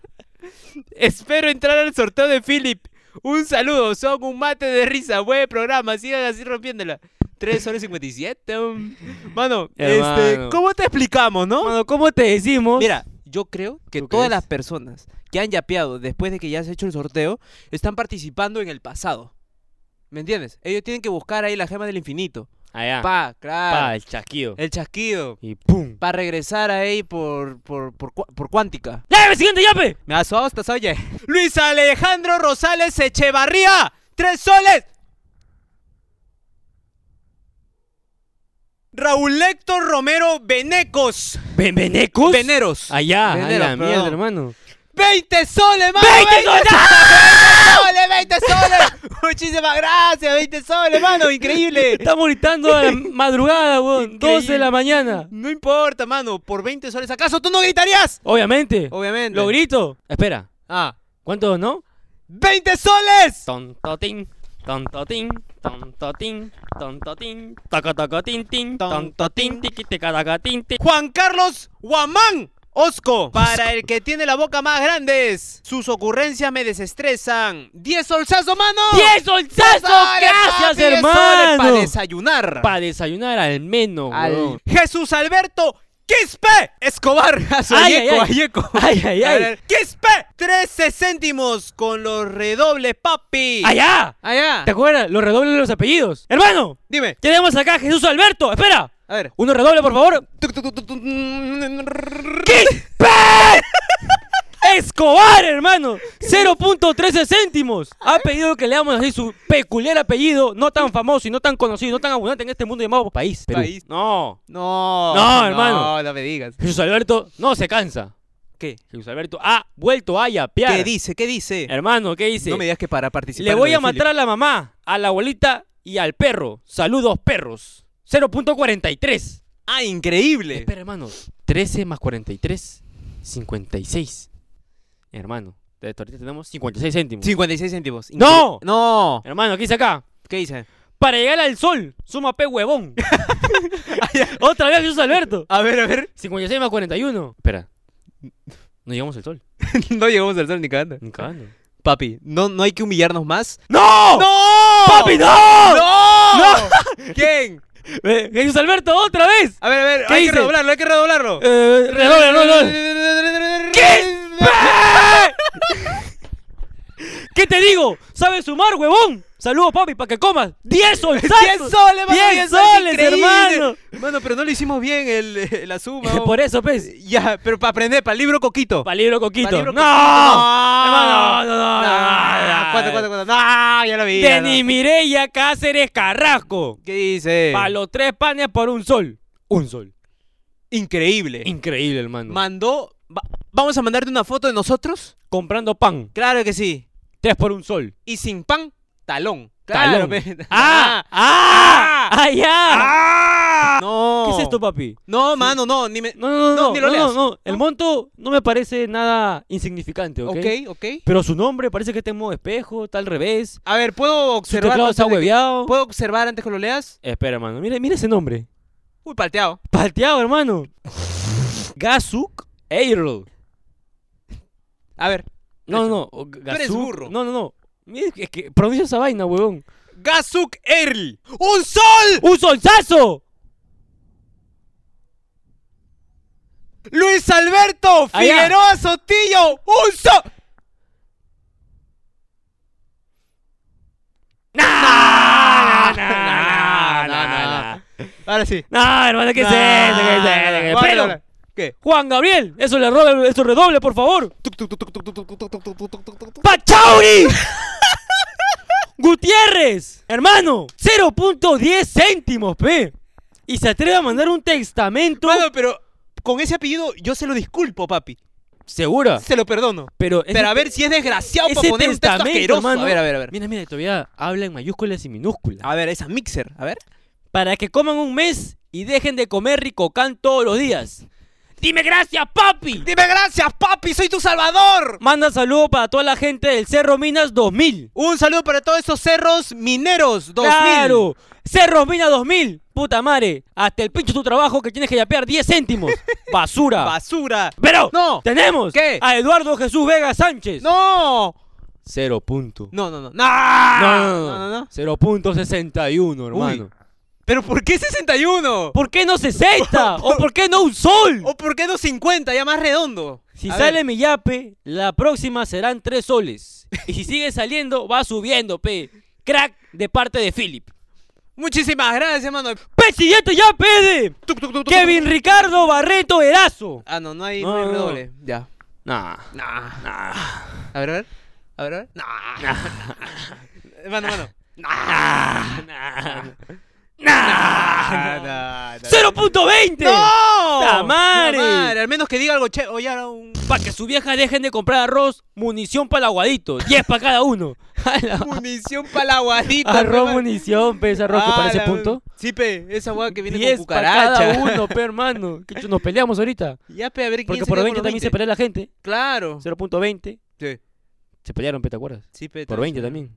Espero entrar al sorteo de Philip. Un saludo, son un mate de risa. Buen programa, sigan así rompiéndola. 3 horas 57. Mano, este,
Hermano.
¿cómo te explicamos, no?
Mano, ¿cómo te decimos?
Mira, yo creo que
¿Tú
todas
crees?
las personas que han yapeado después de que ya se ha hecho el sorteo están participando en el pasado. ¿Me entiendes? Ellos tienen que buscar ahí la gema del infinito.
Allá. Ah.
Pa,
Pa, Eh.
claro.
el chasquido.
El chasquido.
Y pum.
Para regresar ahí por, por, por, cua- por cuántica.
¡Ya, el siguiente, ya, pe!
Me asustas, oye. Luis Alejandro Rosales Echevarría. Tres soles. Raúl Héctor Romero Benecos.
¿Benvenecos?
Veneros.
Allá,
Veneros,
a la
perdón.
mierda, hermano.
20 soles, mano.
20 soles. ¡Ah!
20 soles, 20 soles. Muchísimas gracias, 20 soles, mano. Increíble.
Estamos gritando a la madrugada, weón. 12 de la mañana.
No importa, mano. Por 20 soles, ¿acaso tú no gritarías?
Obviamente.
Obviamente.
Lo grito. Espera.
Ah.
¿Cuánto, no?
20 soles.
Tontotín, tontotín, tontotín, tontotín, tacotacotín, tin, tontotín, tiquitecatacatín, tin.
Juan Carlos Guamán Osco. Para el que tiene la boca más grande, es, sus ocurrencias me desestresan. 10 solsazo, mano.
¡Diez solsazos!
soles, papi,
¡Gracias,
10 soles Para
hermano!
desayunar.
Para desayunar al menos,
Al-
weón.
Jesús Alberto Quispe Escobar.
Ay,
Ayeco,
ay, ay.
ayeco.
Ay, ay,
A
ay.
ver, Quispe, 13 céntimos con los redobles, papi.
¡Allá!
Allá.
¿Te acuerdas? Los redobles de los apellidos. ¡Hermano!
Dime.
Tenemos acá a Jesús Alberto. ¡Espera!
A ver.
Uno redoble, por favor. ¡Escobar, hermano! 0.13 céntimos. Ha pedido que le damos así su peculiar apellido, no tan famoso y no tan conocido y no tan abundante en este mundo llamado país. Perú.
País.
No.
No.
No, hermano.
No, no me digas.
Jesús Alberto no se cansa.
¿Qué?
Jesús Alberto ha vuelto a yapear.
¿Qué dice? ¿Qué dice?
Hermano, ¿qué dice?
No me digas que para participar.
Le
en
voy
lo
a
de Philip.
matar a la mamá, a la abuelita y al perro. Saludos, perros. 0.43.
Ah, increíble.
Espera, hermano. 13 más 43, 56. Hermano, de ahorita tenemos 56 céntimos.
56 céntimos.
¡No!
Incre- No.
Hermano, ¿qué dice acá?
¿Qué dice?
Para llegar al sol, suma P huevón. Otra vez Jesús Alberto.
A ver, a ver.
56 más 41. Espera. No llegamos al sol.
no llegamos al sol ni cagando.
Nunca ando.
Papi, no, no hay que humillarnos más.
¡No!
¡No!
¡Papi, no!
¡No! ¿Quién?
Eh, Jesús Alberto, otra vez.
A ver, a ver,
¿Qué
hay
dice?
que redoblarlo, hay que redoblarlo.
Eh, redoble, redoble, redoble. ¿Qué te digo? ¿Sabes sumar, huevón? Saludos, papi, para que comas. 10 soles.
10 soles, mano,
10 soles,
increíble.
hermano.
Mano, pero no lo hicimos bien el, eh, la suma. ¿no?
Por eso, pez.
Ya, pero para aprender, para el libro coquito.
Para libro coquito.
Pa' libro
¡No!
coquito,
Hermano, no, no, no, no,
Ah,
no.
¿Cuánto, cuánto, cuánto? No, ya lo vi. ya
Denis Mireya Cáceres Carrasco.
lo- ¿Qué dice?
Para los tres panes por un sol. Un sol.
Increíble.
Increíble, hermano.
Mandó. va- ¿Vamos a mandarte una foto de nosotros?
Comprando pan.
Claro que sí.
Tres por un sol.
Y sin pan, talón. Claro,
Talón.
pe-
¡Ah! ¡Ah! ¡Ah, ya!
No.
¿Qué es esto, papi?
No, mano, no. Ni me...
No, no, no,
No,
no,
ni lo
no,
leas.
no, El monto no me parece nada insignificante, ¿ok?
Ok, ok.
Pero su nombre parece que está en modo espejo, está al revés.
A ver, ¿puedo
Su
observar?
teclado
antes
está
de que-
hueveado.
¿Puedo observar antes que lo leas?
Espera, hermano. Mira, mira ese nombre.
Uy, palteado.
Palteado, hermano. Gazuk Eirl.
A ver.
No, no, no. Tú
eres burro.
No, no, no. Mira, es que pronuncia esa vaina, huevón.
Gazuk Erl. ¡Un sol!
¡Un solsazo!
Luis Alberto
Allá.
Figueroa Sotillo. ¡Un sol! Ah,
¡Nah!
nah, nah, nah, Ahora sí.
No, hermano, ¿qué es
No,
eso? ¿Qué es eso? ¿Qué es eso?
vale,
Pero,
vale. ¿Qué?
Juan Gabriel, eso le robe, eso redoble, por favor. ¡Pachauri! Gutiérrez, hermano, 0.10 céntimos, pe. Y se atreve a mandar un testamento.
Mano, pero con ese apellido yo se lo disculpo, papi.
Segura.
Se lo perdono.
Pero, Ah. ese-
Pero a ver si es desgraciado
ese
para poner un texto
testamento,
asqueroso.
mano,
A ver, a ver, a ver.
Mira, mira, todavía habla en mayúsculas y minúsculas.
A ver, esa mixer. A ver.
Para que coman un mes y dejen de comer ricocán todos los días. ¡Dime gracias, papi!
Dime gracias, papi. Soy tu salvador.
Manda saludo para toda la gente del Cerro Minas 2000.
Un saludo para todos esos cerros mineros 2000.
¡Claro! ¡Cerro Minas 2000! ¡Puta madre! Hasta el pincho tu trabajo que tienes que yapear 10 céntimos. ¡Basura!
Basura.
¡Pero!
No.
¡Tenemos!
¿Qué?
A Eduardo Jesús Vega Sánchez.
No.
Cero punto.
No, no, no. No.
No, no,
No, no, no.
Cero punto sesenta y uno, hermano.
Pero ¿por qué 61?
¿Por qué no 60? ¿O por qué no un sol?
¿O por qué no 50? Ya más redondo.
Si
A
sale
ver.
mi yape, la próxima serán tres soles. Y si sigue saliendo, va subiendo, pe. Crack de parte de Philip.
Muchísimas gracias, hermano.
¡Pe, siguiente yape de
Tuc, tuc, tuc, tuc,
Kevin Ricardo Barreto Erazo!
Ah, no, no hay,
No,
no hay
no, no.
redoble. Ya.
Nah.
Nah. A ver, a ver. A ver, a ver. Nah. Mano, mano. Nah. Nah. Nah. Nah.
¡0.20!
¡No!
¡Tamare!
¡Tamare! Al menos que diga algo che. Oye, ahora un.
Para que su vieja dejen de comprar arroz, munición para el aguadito. 10 para cada uno. A la-
Munición para aguadito.
arroz, munición, pe, ese arroz que parece punto.
Sí, pe, esa hueá que Ah, viene
10
con
para
cucaracha.
cada uno, pe, hermano. Que nos peleamos ahorita.
Ya, pe, a ver quién
Porque
se
por
queda con
20
los
también se
20.
pelea la gente.
Claro.
0.20.
Sí.
Se pelearon, pe, ¿te acuerdas?
Sí, pe,
Por 20 también.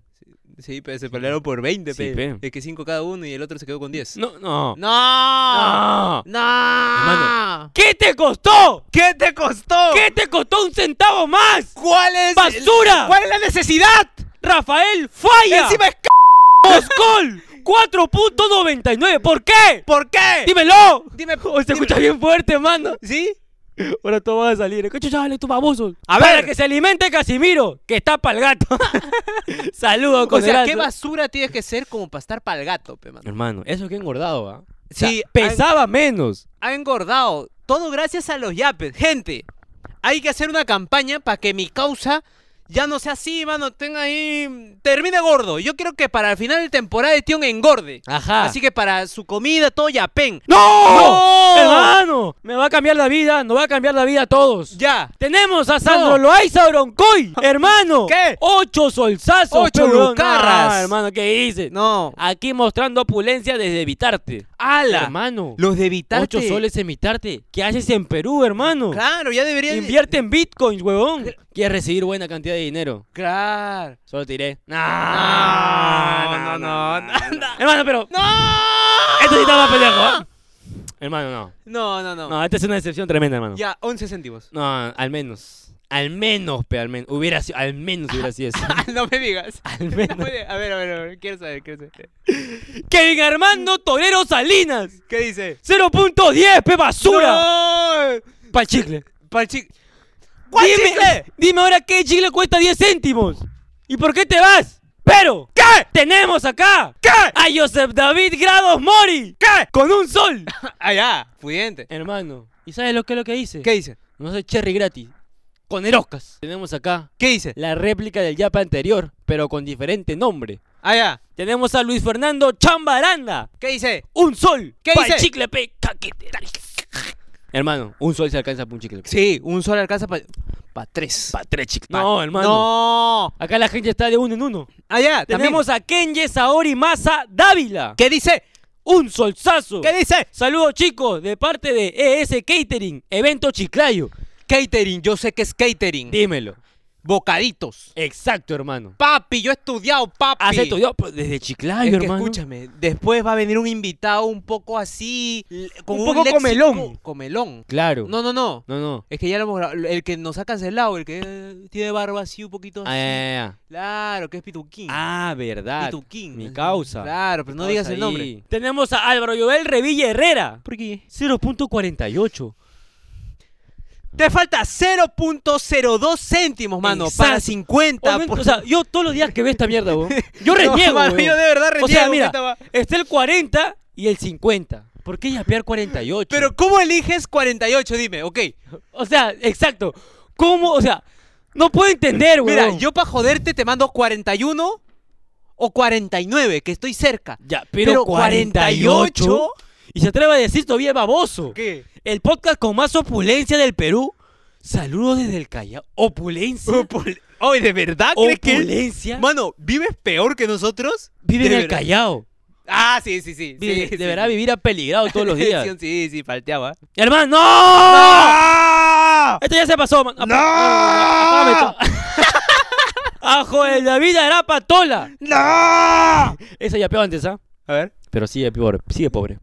Sí, pe, se pelearon por 20,
Sí,
pe.
pe.
Es que 5 cada uno y el otro se quedó con 10.
No, no.
¡No!
¡No!
¡No!
Hermano. ¿Qué te costó?
¿Qué te costó?
¿Qué te costó un centavo más?
¿Cuál es?
¡Basura!
¿Cuál es la necesidad?
Rafael Falla.
Encima es c-
Moscol 4.99. ¿Por qué?
¿Por qué?
Dímelo.
Dime,
Oh, se
dime.
escucha bien fuerte, mano.
¿Sí?
Ahora todo va a salir. Escucha, chavales, tú baboso.
A
Para
ver.
que se alimente Casimiro, que está pa'l gato. Saludos,
O sea, ¿qué
Conerazo.
basura tienes que ser como para estar pa'l gato, pe, mano?
Hermano, eso que he engordado, ¿ah? O sea,
Sí,
pesaba menos.
ha engordado. Todo gracias a los yapes. Gente, hay que hacer una campaña para que mi causa ya no sea así, mano. Tenga ahí. Termine gordo. Yo quiero que para el final de temporada el tío engorde.
Ajá.
Así que para su comida, todo yapen.
¡No!
¡No!
¡Hermano! Me va a cambiar la vida, nos va a cambiar la vida a todos.
Ya.
Tenemos a Sandro
No.
Loaiza Oroncoy, hermano.
¿Qué?
Ocho solsazos.
Ocho
pero-
lucarras.
No, hermano, ¿qué dices?
No.
Aquí mostrando opulencia desde Evitarte.
¡Hala!
Hermano.
Los de Vitarte.
Ocho soles en Evitarte. ¿Qué haces en Perú, hermano?
Claro, ya deberían.
Invierte en bitcoins, huevón. Quieres recibir buena cantidad de dinero.
Claro.
Solo te diré.
No, no, no. No,
Hermano, pero.
no.
Esto sí está más pendejo. ¿eh? Hermano, no.
No, no, no.
No, esta es una decepción tremenda, hermano.
Ya, 11 céntimos.
No, al menos. Al menos, pe, al menos. Hubiera sido, al menos hubiera sido eso.
no me digas.
al
No
menos.
puede- A ver, a ver, a ver. Quiero saber, quiero saber.
Kevin Armando Torero Salinas.
¿Qué dice?
0.10, pe, basura.
¡No!
Pa'l chicle.
Para el chi- ¿Cuál
dime,
chicle?
Dime ahora qué chicle cuesta 10 céntimos. ¿Y por qué te vas? Pero. ¿Qué? Tenemos acá. ¿Qué? A Joseph David Grados Mori. ¿Qué? Con un sol.
Allá, pudiente.
hermano. ¿Y sabes lo que es lo que dice?
¿Qué dice?
No sé, cherry gratis. Con eroscas. Tenemos acá
¿Qué dice?
la réplica del yapa anterior, pero con diferente nombre.
Allá.
Tenemos a Luis Fernando Chambaranda.
¿Qué dice?
Un sol.
¿Qué
Pa'l
dice?
chicle, pe, caquete, dale. Hermano, un sol se alcanza para un chicle.
Sí, un sol alcanza para tres.
Para tres chicles. No, hermano.
No.
Acá la gente está de uno en uno.
Allá,
Tenemos
tenemos.
a Kenye Saori Masa Dávila.
¿Qué dice?
Un solsazo.
¿Qué dice?
Saludos chicos de parte de ES Catering, evento Chiclayo.
Catering, yo sé que es catering.
Dímelo.
Bocaditos.
Exacto, hermano.
Papi, yo he estudiado, papi.
Hace tu yo pero desde Chiclayo,
Es que
hermano.
escúchame, después va a venir un invitado un poco así, l- con
Un
un,
poco
léxico-
comelón.
Comelón.
Claro.
No, no, no.
no. no.
Es que ya lo hemos grabado. El que nos ha cancelado, el que eh, tiene barba así un poquito así.
Ah, ya, ya, ya.
Claro, que es Pituquín.
Ah, verdad.
Pituquín.
Mi causa.
Claro, pero no digas el nombre.
Tenemos a Álvaro Joel Revilla Herrera.
¿Por qué?
0.48.
Te falta 0.02 céntimos, mano, para
Exacto.
50.
Obviamente,
por-
O sea, yo todos los días que veo esta mierda, weón, yo
No,
reniego.
mano,
weón.
yo de verdad reniego.
o sea,
que
mira,
estaba-
está el 40 y el 50. ¿Por qué yapear 48?
Pero ¿cómo eliges 48? Dime, ok.
o sea, exacto. ¿Cómo? O sea, no puedo entender, weón.
Mira, yo para joderte te mando 41 o 49, que estoy cerca.
Ya, pero,
pero
48.
48.
Y se atreve a decir todavía es baboso.
¿Qué?
El podcast con más opulencia del Perú Saludos desde el Callao. Opulencia.
Opul- Oye, Oh, ¿de verdad
Oh,
crees que...?
Opulencia.
Mano, ¿vives peor que nosotros?
Vive en
¿De
el
verdad?
Callao.
Ah, sí, sí, sí.
Vive-
sí, sí,
deberá
sí.
vivir apeligrado todos los días.
Sí, Sí, sí, palteaba.
Hermano, ¡no!
¡No!
Esto ya se pasó, man. Ap- Apágame todo. ¡Ajo de la vida era patola!
¡No! A
Esa ya peor antes, ¿ah?
ver.
Pero sigue pobre, sigue pobre.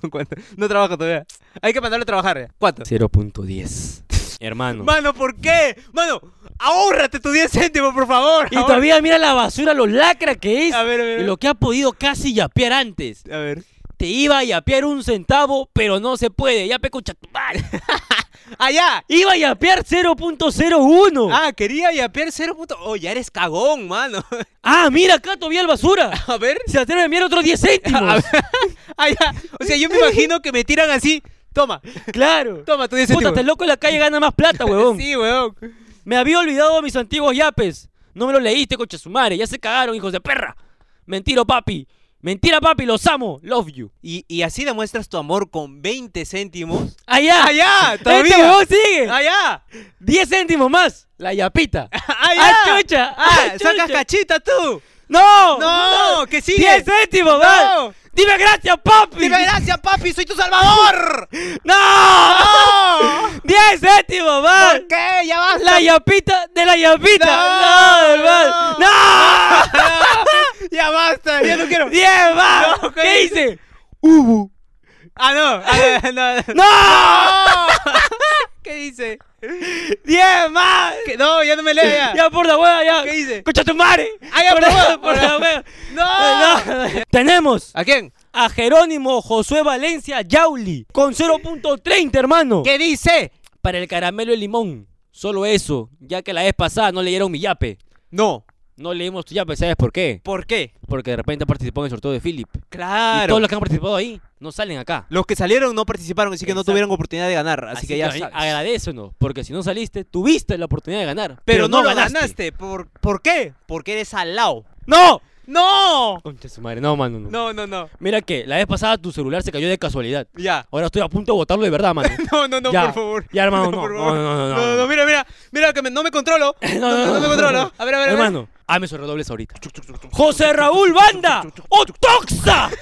¿Con cuánto? No trabaja todavía. Hay que mandarlo a trabajar. ya. ¿Cuánto?
0.10. Hermano.
Mano, ¿por qué? Mano, ahórrate tu 10 céntimos, por favor.
Y
ahorra-
todavía mira la basura, lo lacra que es.
A ver, a ver. a
Y
ver.
lo que ha podido casi yapear antes.
A ver.
Te iba a yapear un centavo, pero no se puede. Ya pecucha tu madre.
¡Allá!
Iba a yapear 0.01. Ah.
Ah, quería yapear 0. Oh, ya eres cagón, mano.
Ah, mira acá todavía la basura.
A ver.
Se atreve a enviar otros 10
A
céntimos.
ver. Allá. O sea, yo me imagino que me tiran así. Toma,
claro.
toma tu 10
Puta,
céntimos.
hasta el loco en la calle gana más plata, huevón.
Sí, weón.
Me había olvidado de mis antiguos yapes. No me los leíste, coche su madre. Ya se cagaron, hijos de perra. Mentiro, papi. Mentira, papi. Los amo. Love you.
Y, y así demuestras tu amor con 20 céntimos.
Allá.
¡Allá!
Este
¡Todavía!
huevón sigue.
¡Allá!
10 céntimos más. La yapita.
¡Allá!
¡Ah, chucha!
¡Ah!
¡Ah, chucha!
¡Sacas cachita tú!
¡No!
¡No! ¡Que sigue!
10 céntimos,
¡No!
man. Dime gracias, papi.
Dime gracias, papi, soy tu salvador.
¡No!
¡No!
10 céntimos,
¿Por
man.
qué? Ya basta.
La yapita de la yapita.
No,
No, hermano. No.
ya basta, ya no quiero.
10 man.
No, ¿qué
¿Qué
dices?
hice? Hubo.
Ah, no. ah, no, no.
¡No!
¿Qué dice?
10 más.
¿Qué- No, ya no me leo ya.
Ya por la hueá, ya.
¿Qué hice?
¡Escucha tu madre!
Ah, ya,
por, Ah.
por la
la,
hueá,
por
por
la
la-
hueá.
Eh, ¡No!
No. Tenemos
¿A quién?
a Jerónimo Josué Valencia Yauli con 0.30, hermano.
¿Qué dice?
Para el caramelo y limón. Solo eso, ya que la vez pasada no leyeron mi yape.
No.
No leímos tu yape, ¿sabes por qué?
¿Por qué?
Porque de repente participó en el sorteo de Philip. Y
Claro.
todos los que han participado ahí no salen acá.
Los que salieron no participaron, así que no
Exacto.
tuvieron oportunidad de ganar. Así, que ya
a-
sabes.
agradécenos, porque si no saliste, tuviste la oportunidad de ganar. Pero,
Pero, no, lo
ganaste.
ganaste. ¿Por, ¿Por qué? Porque eres al lado.
¡No!
¡No!
Concha su madre, no, mano. no.
No, no, no.
Mira que la vez pasada tu celular se cayó de casualidad.
Ya.
Ahora estoy a punto de botarlo de verdad, mano.
No, no, no,
Ya,
por favor.
ya, hermano, no,
por
no,
favor.
no, no, no,
no,
no.
mira, mira, mira que me- no me controlo. No, no, no, me controlo. A ver, a ver, a ver.
Hermano, hazme esos redobles ahorita. José Raúl Banda, Otoxa.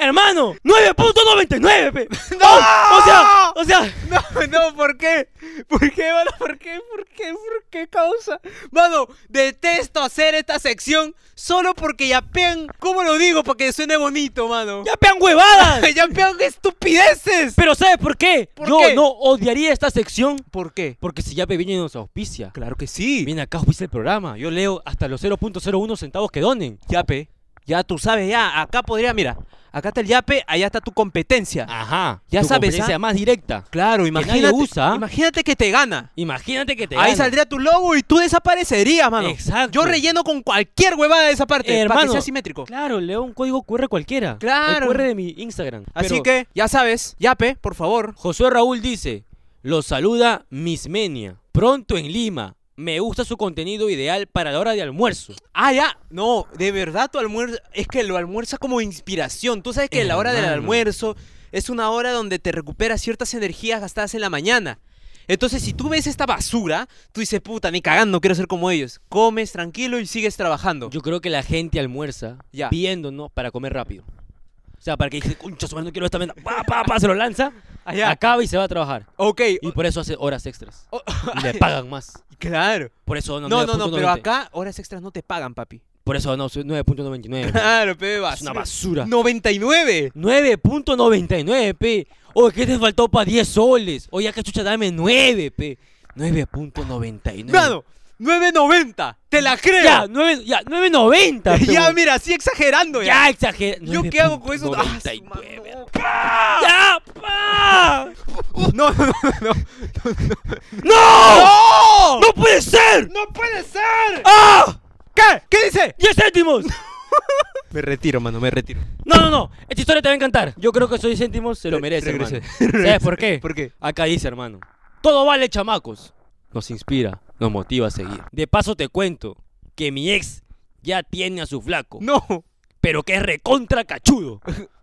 Hermano, 9.99. pe. O sea, o sea,
No, no, ¿por qué? ¿Por qué, mano? ¿Por qué? ¿Por qué? ¿Por qué causa? Mano, detesto hacer esta sección solo porque yapean. ¿Cómo lo digo? Para que suene bonito, mano.
ya pean huevadas.
Yapean estupideces.
Pero ¿sabes por qué?
¿Por
Yo
qué?
no odiaría esta sección
¿Por qué?
porque si ya pe viene y nos auspicia.
Claro que sí.
Viene acá auspicia el programa. Yo leo hasta los 0.01 centavos que donen.
Yape. Ya tú sabes, ya. Acá podría, mira. Acá está el yape, allá está tu competencia.
Ajá.
Ya
tu
sabes,
competencia
¿ah?
más directa.
Claro,
Ah, nadie
imagínate.
usa.
Imagínate que te gana.
Imagínate que te
Ahí
gana.
saldría tu logo y tú desaparecerías, mano.
Exacto.
Yo relleno con cualquier huevada de esa parte,
Eh,
para que
hermano.
sea simétrico.
Claro, leo un código QR cualquiera.
Claro.
El QR de mi Instagram.
Así
Pero
que, ya sabes, yape, por favor.
José Raúl dice: Los saluda Mismenia. Pronto en Lima. Me gusta su contenido ideal para la hora de almuerzo.
Ah, ya. No, de verdad tu almuerzo. Es que lo almuerza como inspiración. Tú sabes que la hora del
Hermano.
almuerzo es una hora donde te recuperas ciertas energías gastadas en la mañana. Entonces, si tú ves esta basura, tú dices, puta, ni cagando, quiero ser como ellos. Comes tranquilo y sigues trabajando.
Yo creo que la gente almuerza
Ya.
viéndonos para comer rápido. O sea, para que dice, concha, su madre, no quiero esta mierda. Pa, pa, pa, se lo lanza,
Allá.
acaba y se va a trabajar.
Ok.
Y por eso hace horas extras.
o-
Y le pagan más.
claro.
Por eso
No,
no
no, no, pero acá horas extras no te pagan, papi.
Por eso no, 9.99.
Claro, pe,
es una basura.
99.
9.99, p. Oye, Oh, ¿qué te faltó para 10 soles? Oye, acá chucha, dame 9, p. 9.99.
Mano, 9.90. Te la creo.
Ya, 9, ya, 9.90. pe,
Ya,
weón.
mira, así exagerando ya.
Ya, exageré.
¿Yo qué hago con eso? Ah, su
99.
mano.
¡Ya! pa.
No, no, no, no.
¡No!
¡No!
¡No puede ser!
¡No puede ser!
¡Ah!
¿Qué? ¿Qué dice?
10 céntimos.
Me retiro, mano, me retiro.
No, no, no. Esta historia te va a encantar. Yo creo que esos 10 céntimos se lo
Re-
merece,
regresé.
hermano. ¿Sabes por qué?
¿Por qué?
Acá dice, hermano. Todo vale, chamacos. Nos inspira, nos motiva a seguir. De paso te cuento que mi ex ya tiene a su flaco,
No.
pero que es recontra cachudo.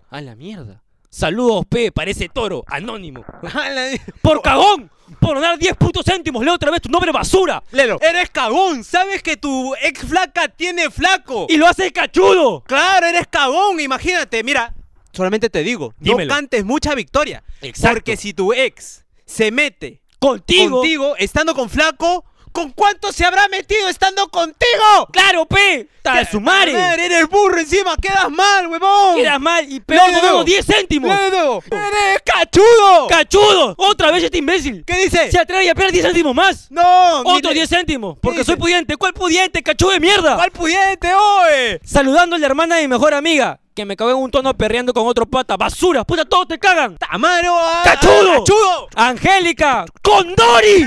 A la mierda. Saludos, P, parece toro, anónimo.
A Ah, la-
¡Por cagón! por ganar 10 putos céntimos. Leo otra vez tu nombre basura.
Lelo. Eres cagón. Sabes que tu ex flaca tiene flaco.
Y lo hace cachudo.
Claro, eres cagón, imagínate. Mira, solamente te digo,
Dímelo.
no cantes mucha victoria.
Exacto.
Porque si tu ex se mete
Contigo.
contigo, estando con flaco, ¿con cuánto se habrá metido estando contigo?
Claro, pe. Tal su madre.
Joder, eres burro encima, quedas mal, huevón.
Quedas mal y peor
Leo.
nos vemos 10 céntimos.
Lelo, ¡Eres cachudo!
Cachudo. Otra vez este imbécil.
¿Qué dice?
Se atreve a perder 10 céntimos más.
No,
Otro
mire-
10 céntimos. Porque
dice?
soy pudiente. ¿Cuál pudiente? Cachudo de mierda.
¿Cuál pudiente, oe?
Saludando a la hermana de mi mejor amiga. Que me cagó en un tono perreando con otro pata. Basura. Puta, todos te cagan.
¡Tamaro! ah,
¡Cachudo!
ah, ¡Cachudo!
Angélica. Condori.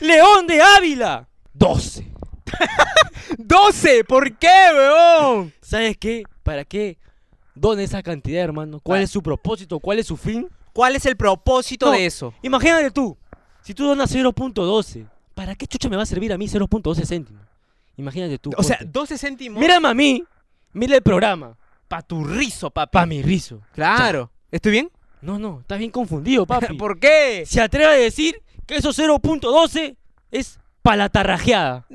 León de Ávila. 12.
12, ¿por qué, weón?
¿Sabes qué? ¿Para qué? ¿Dónde esa cantidad, hermano?
Ah.
¿Cuál es su propósito? ¿Cuál es su fin?
¿Cuál es el propósito
No,
de eso?
Imagínate tú, si tú donas 0.12, ¿para qué chucha me va a servir a mí 0.12 céntimos? Imagínate tú.
O sea,
ponte.
12 céntimos.
mírame a mí, mira el programa,
pa' tu rizo, papi.
pa' mi rizo.
Claro. ¿Estoy bien?
No, no, estás bien confundido, papi.
¿Por qué?
Se atreve a decir que eso 0.12 es para la tarrajeada.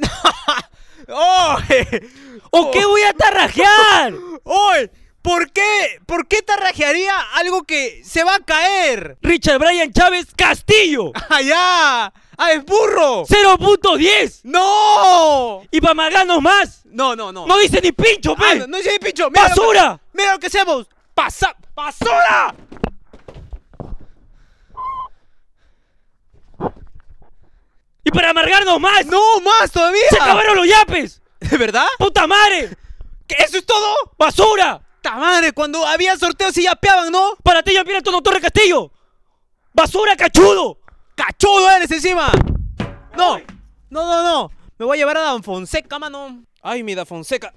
¡Oye!
¿O qué voy a tarrajear?
¡Oye! ¿Por qué? ¿Por qué tarrajearía algo que se va a caer?
Richard Brian Chávez Castillo,
¡Allá! ¡Ah, es burro!
0.10.
¡No!
Y para maganos más,
No, no, no.
no dice ni pincho, pues.
Ah,
pe.
no, no hice ni pincho. Mira lo que-
¡Basura!
mira lo que hacemos. Pasa, basura.
Y para amargarnos más,
No más todavía.
se acabaron los yapes.
¿De verdad?
¡Puta madre!
¿Que ¿Eso es todo?
¡Basura!
¡Ta madre! Cuando había sorteos y yapeaban, ¿no?
Para ti, Jean-Pierre Antonio Torres Castillo. ¡Basura, cachudo!
¡Cachudo eres encima! ¡No! ¡No, no, no! Me voy a llevar a Dan Fonseca, mano. Ay, mi Da Fonseca.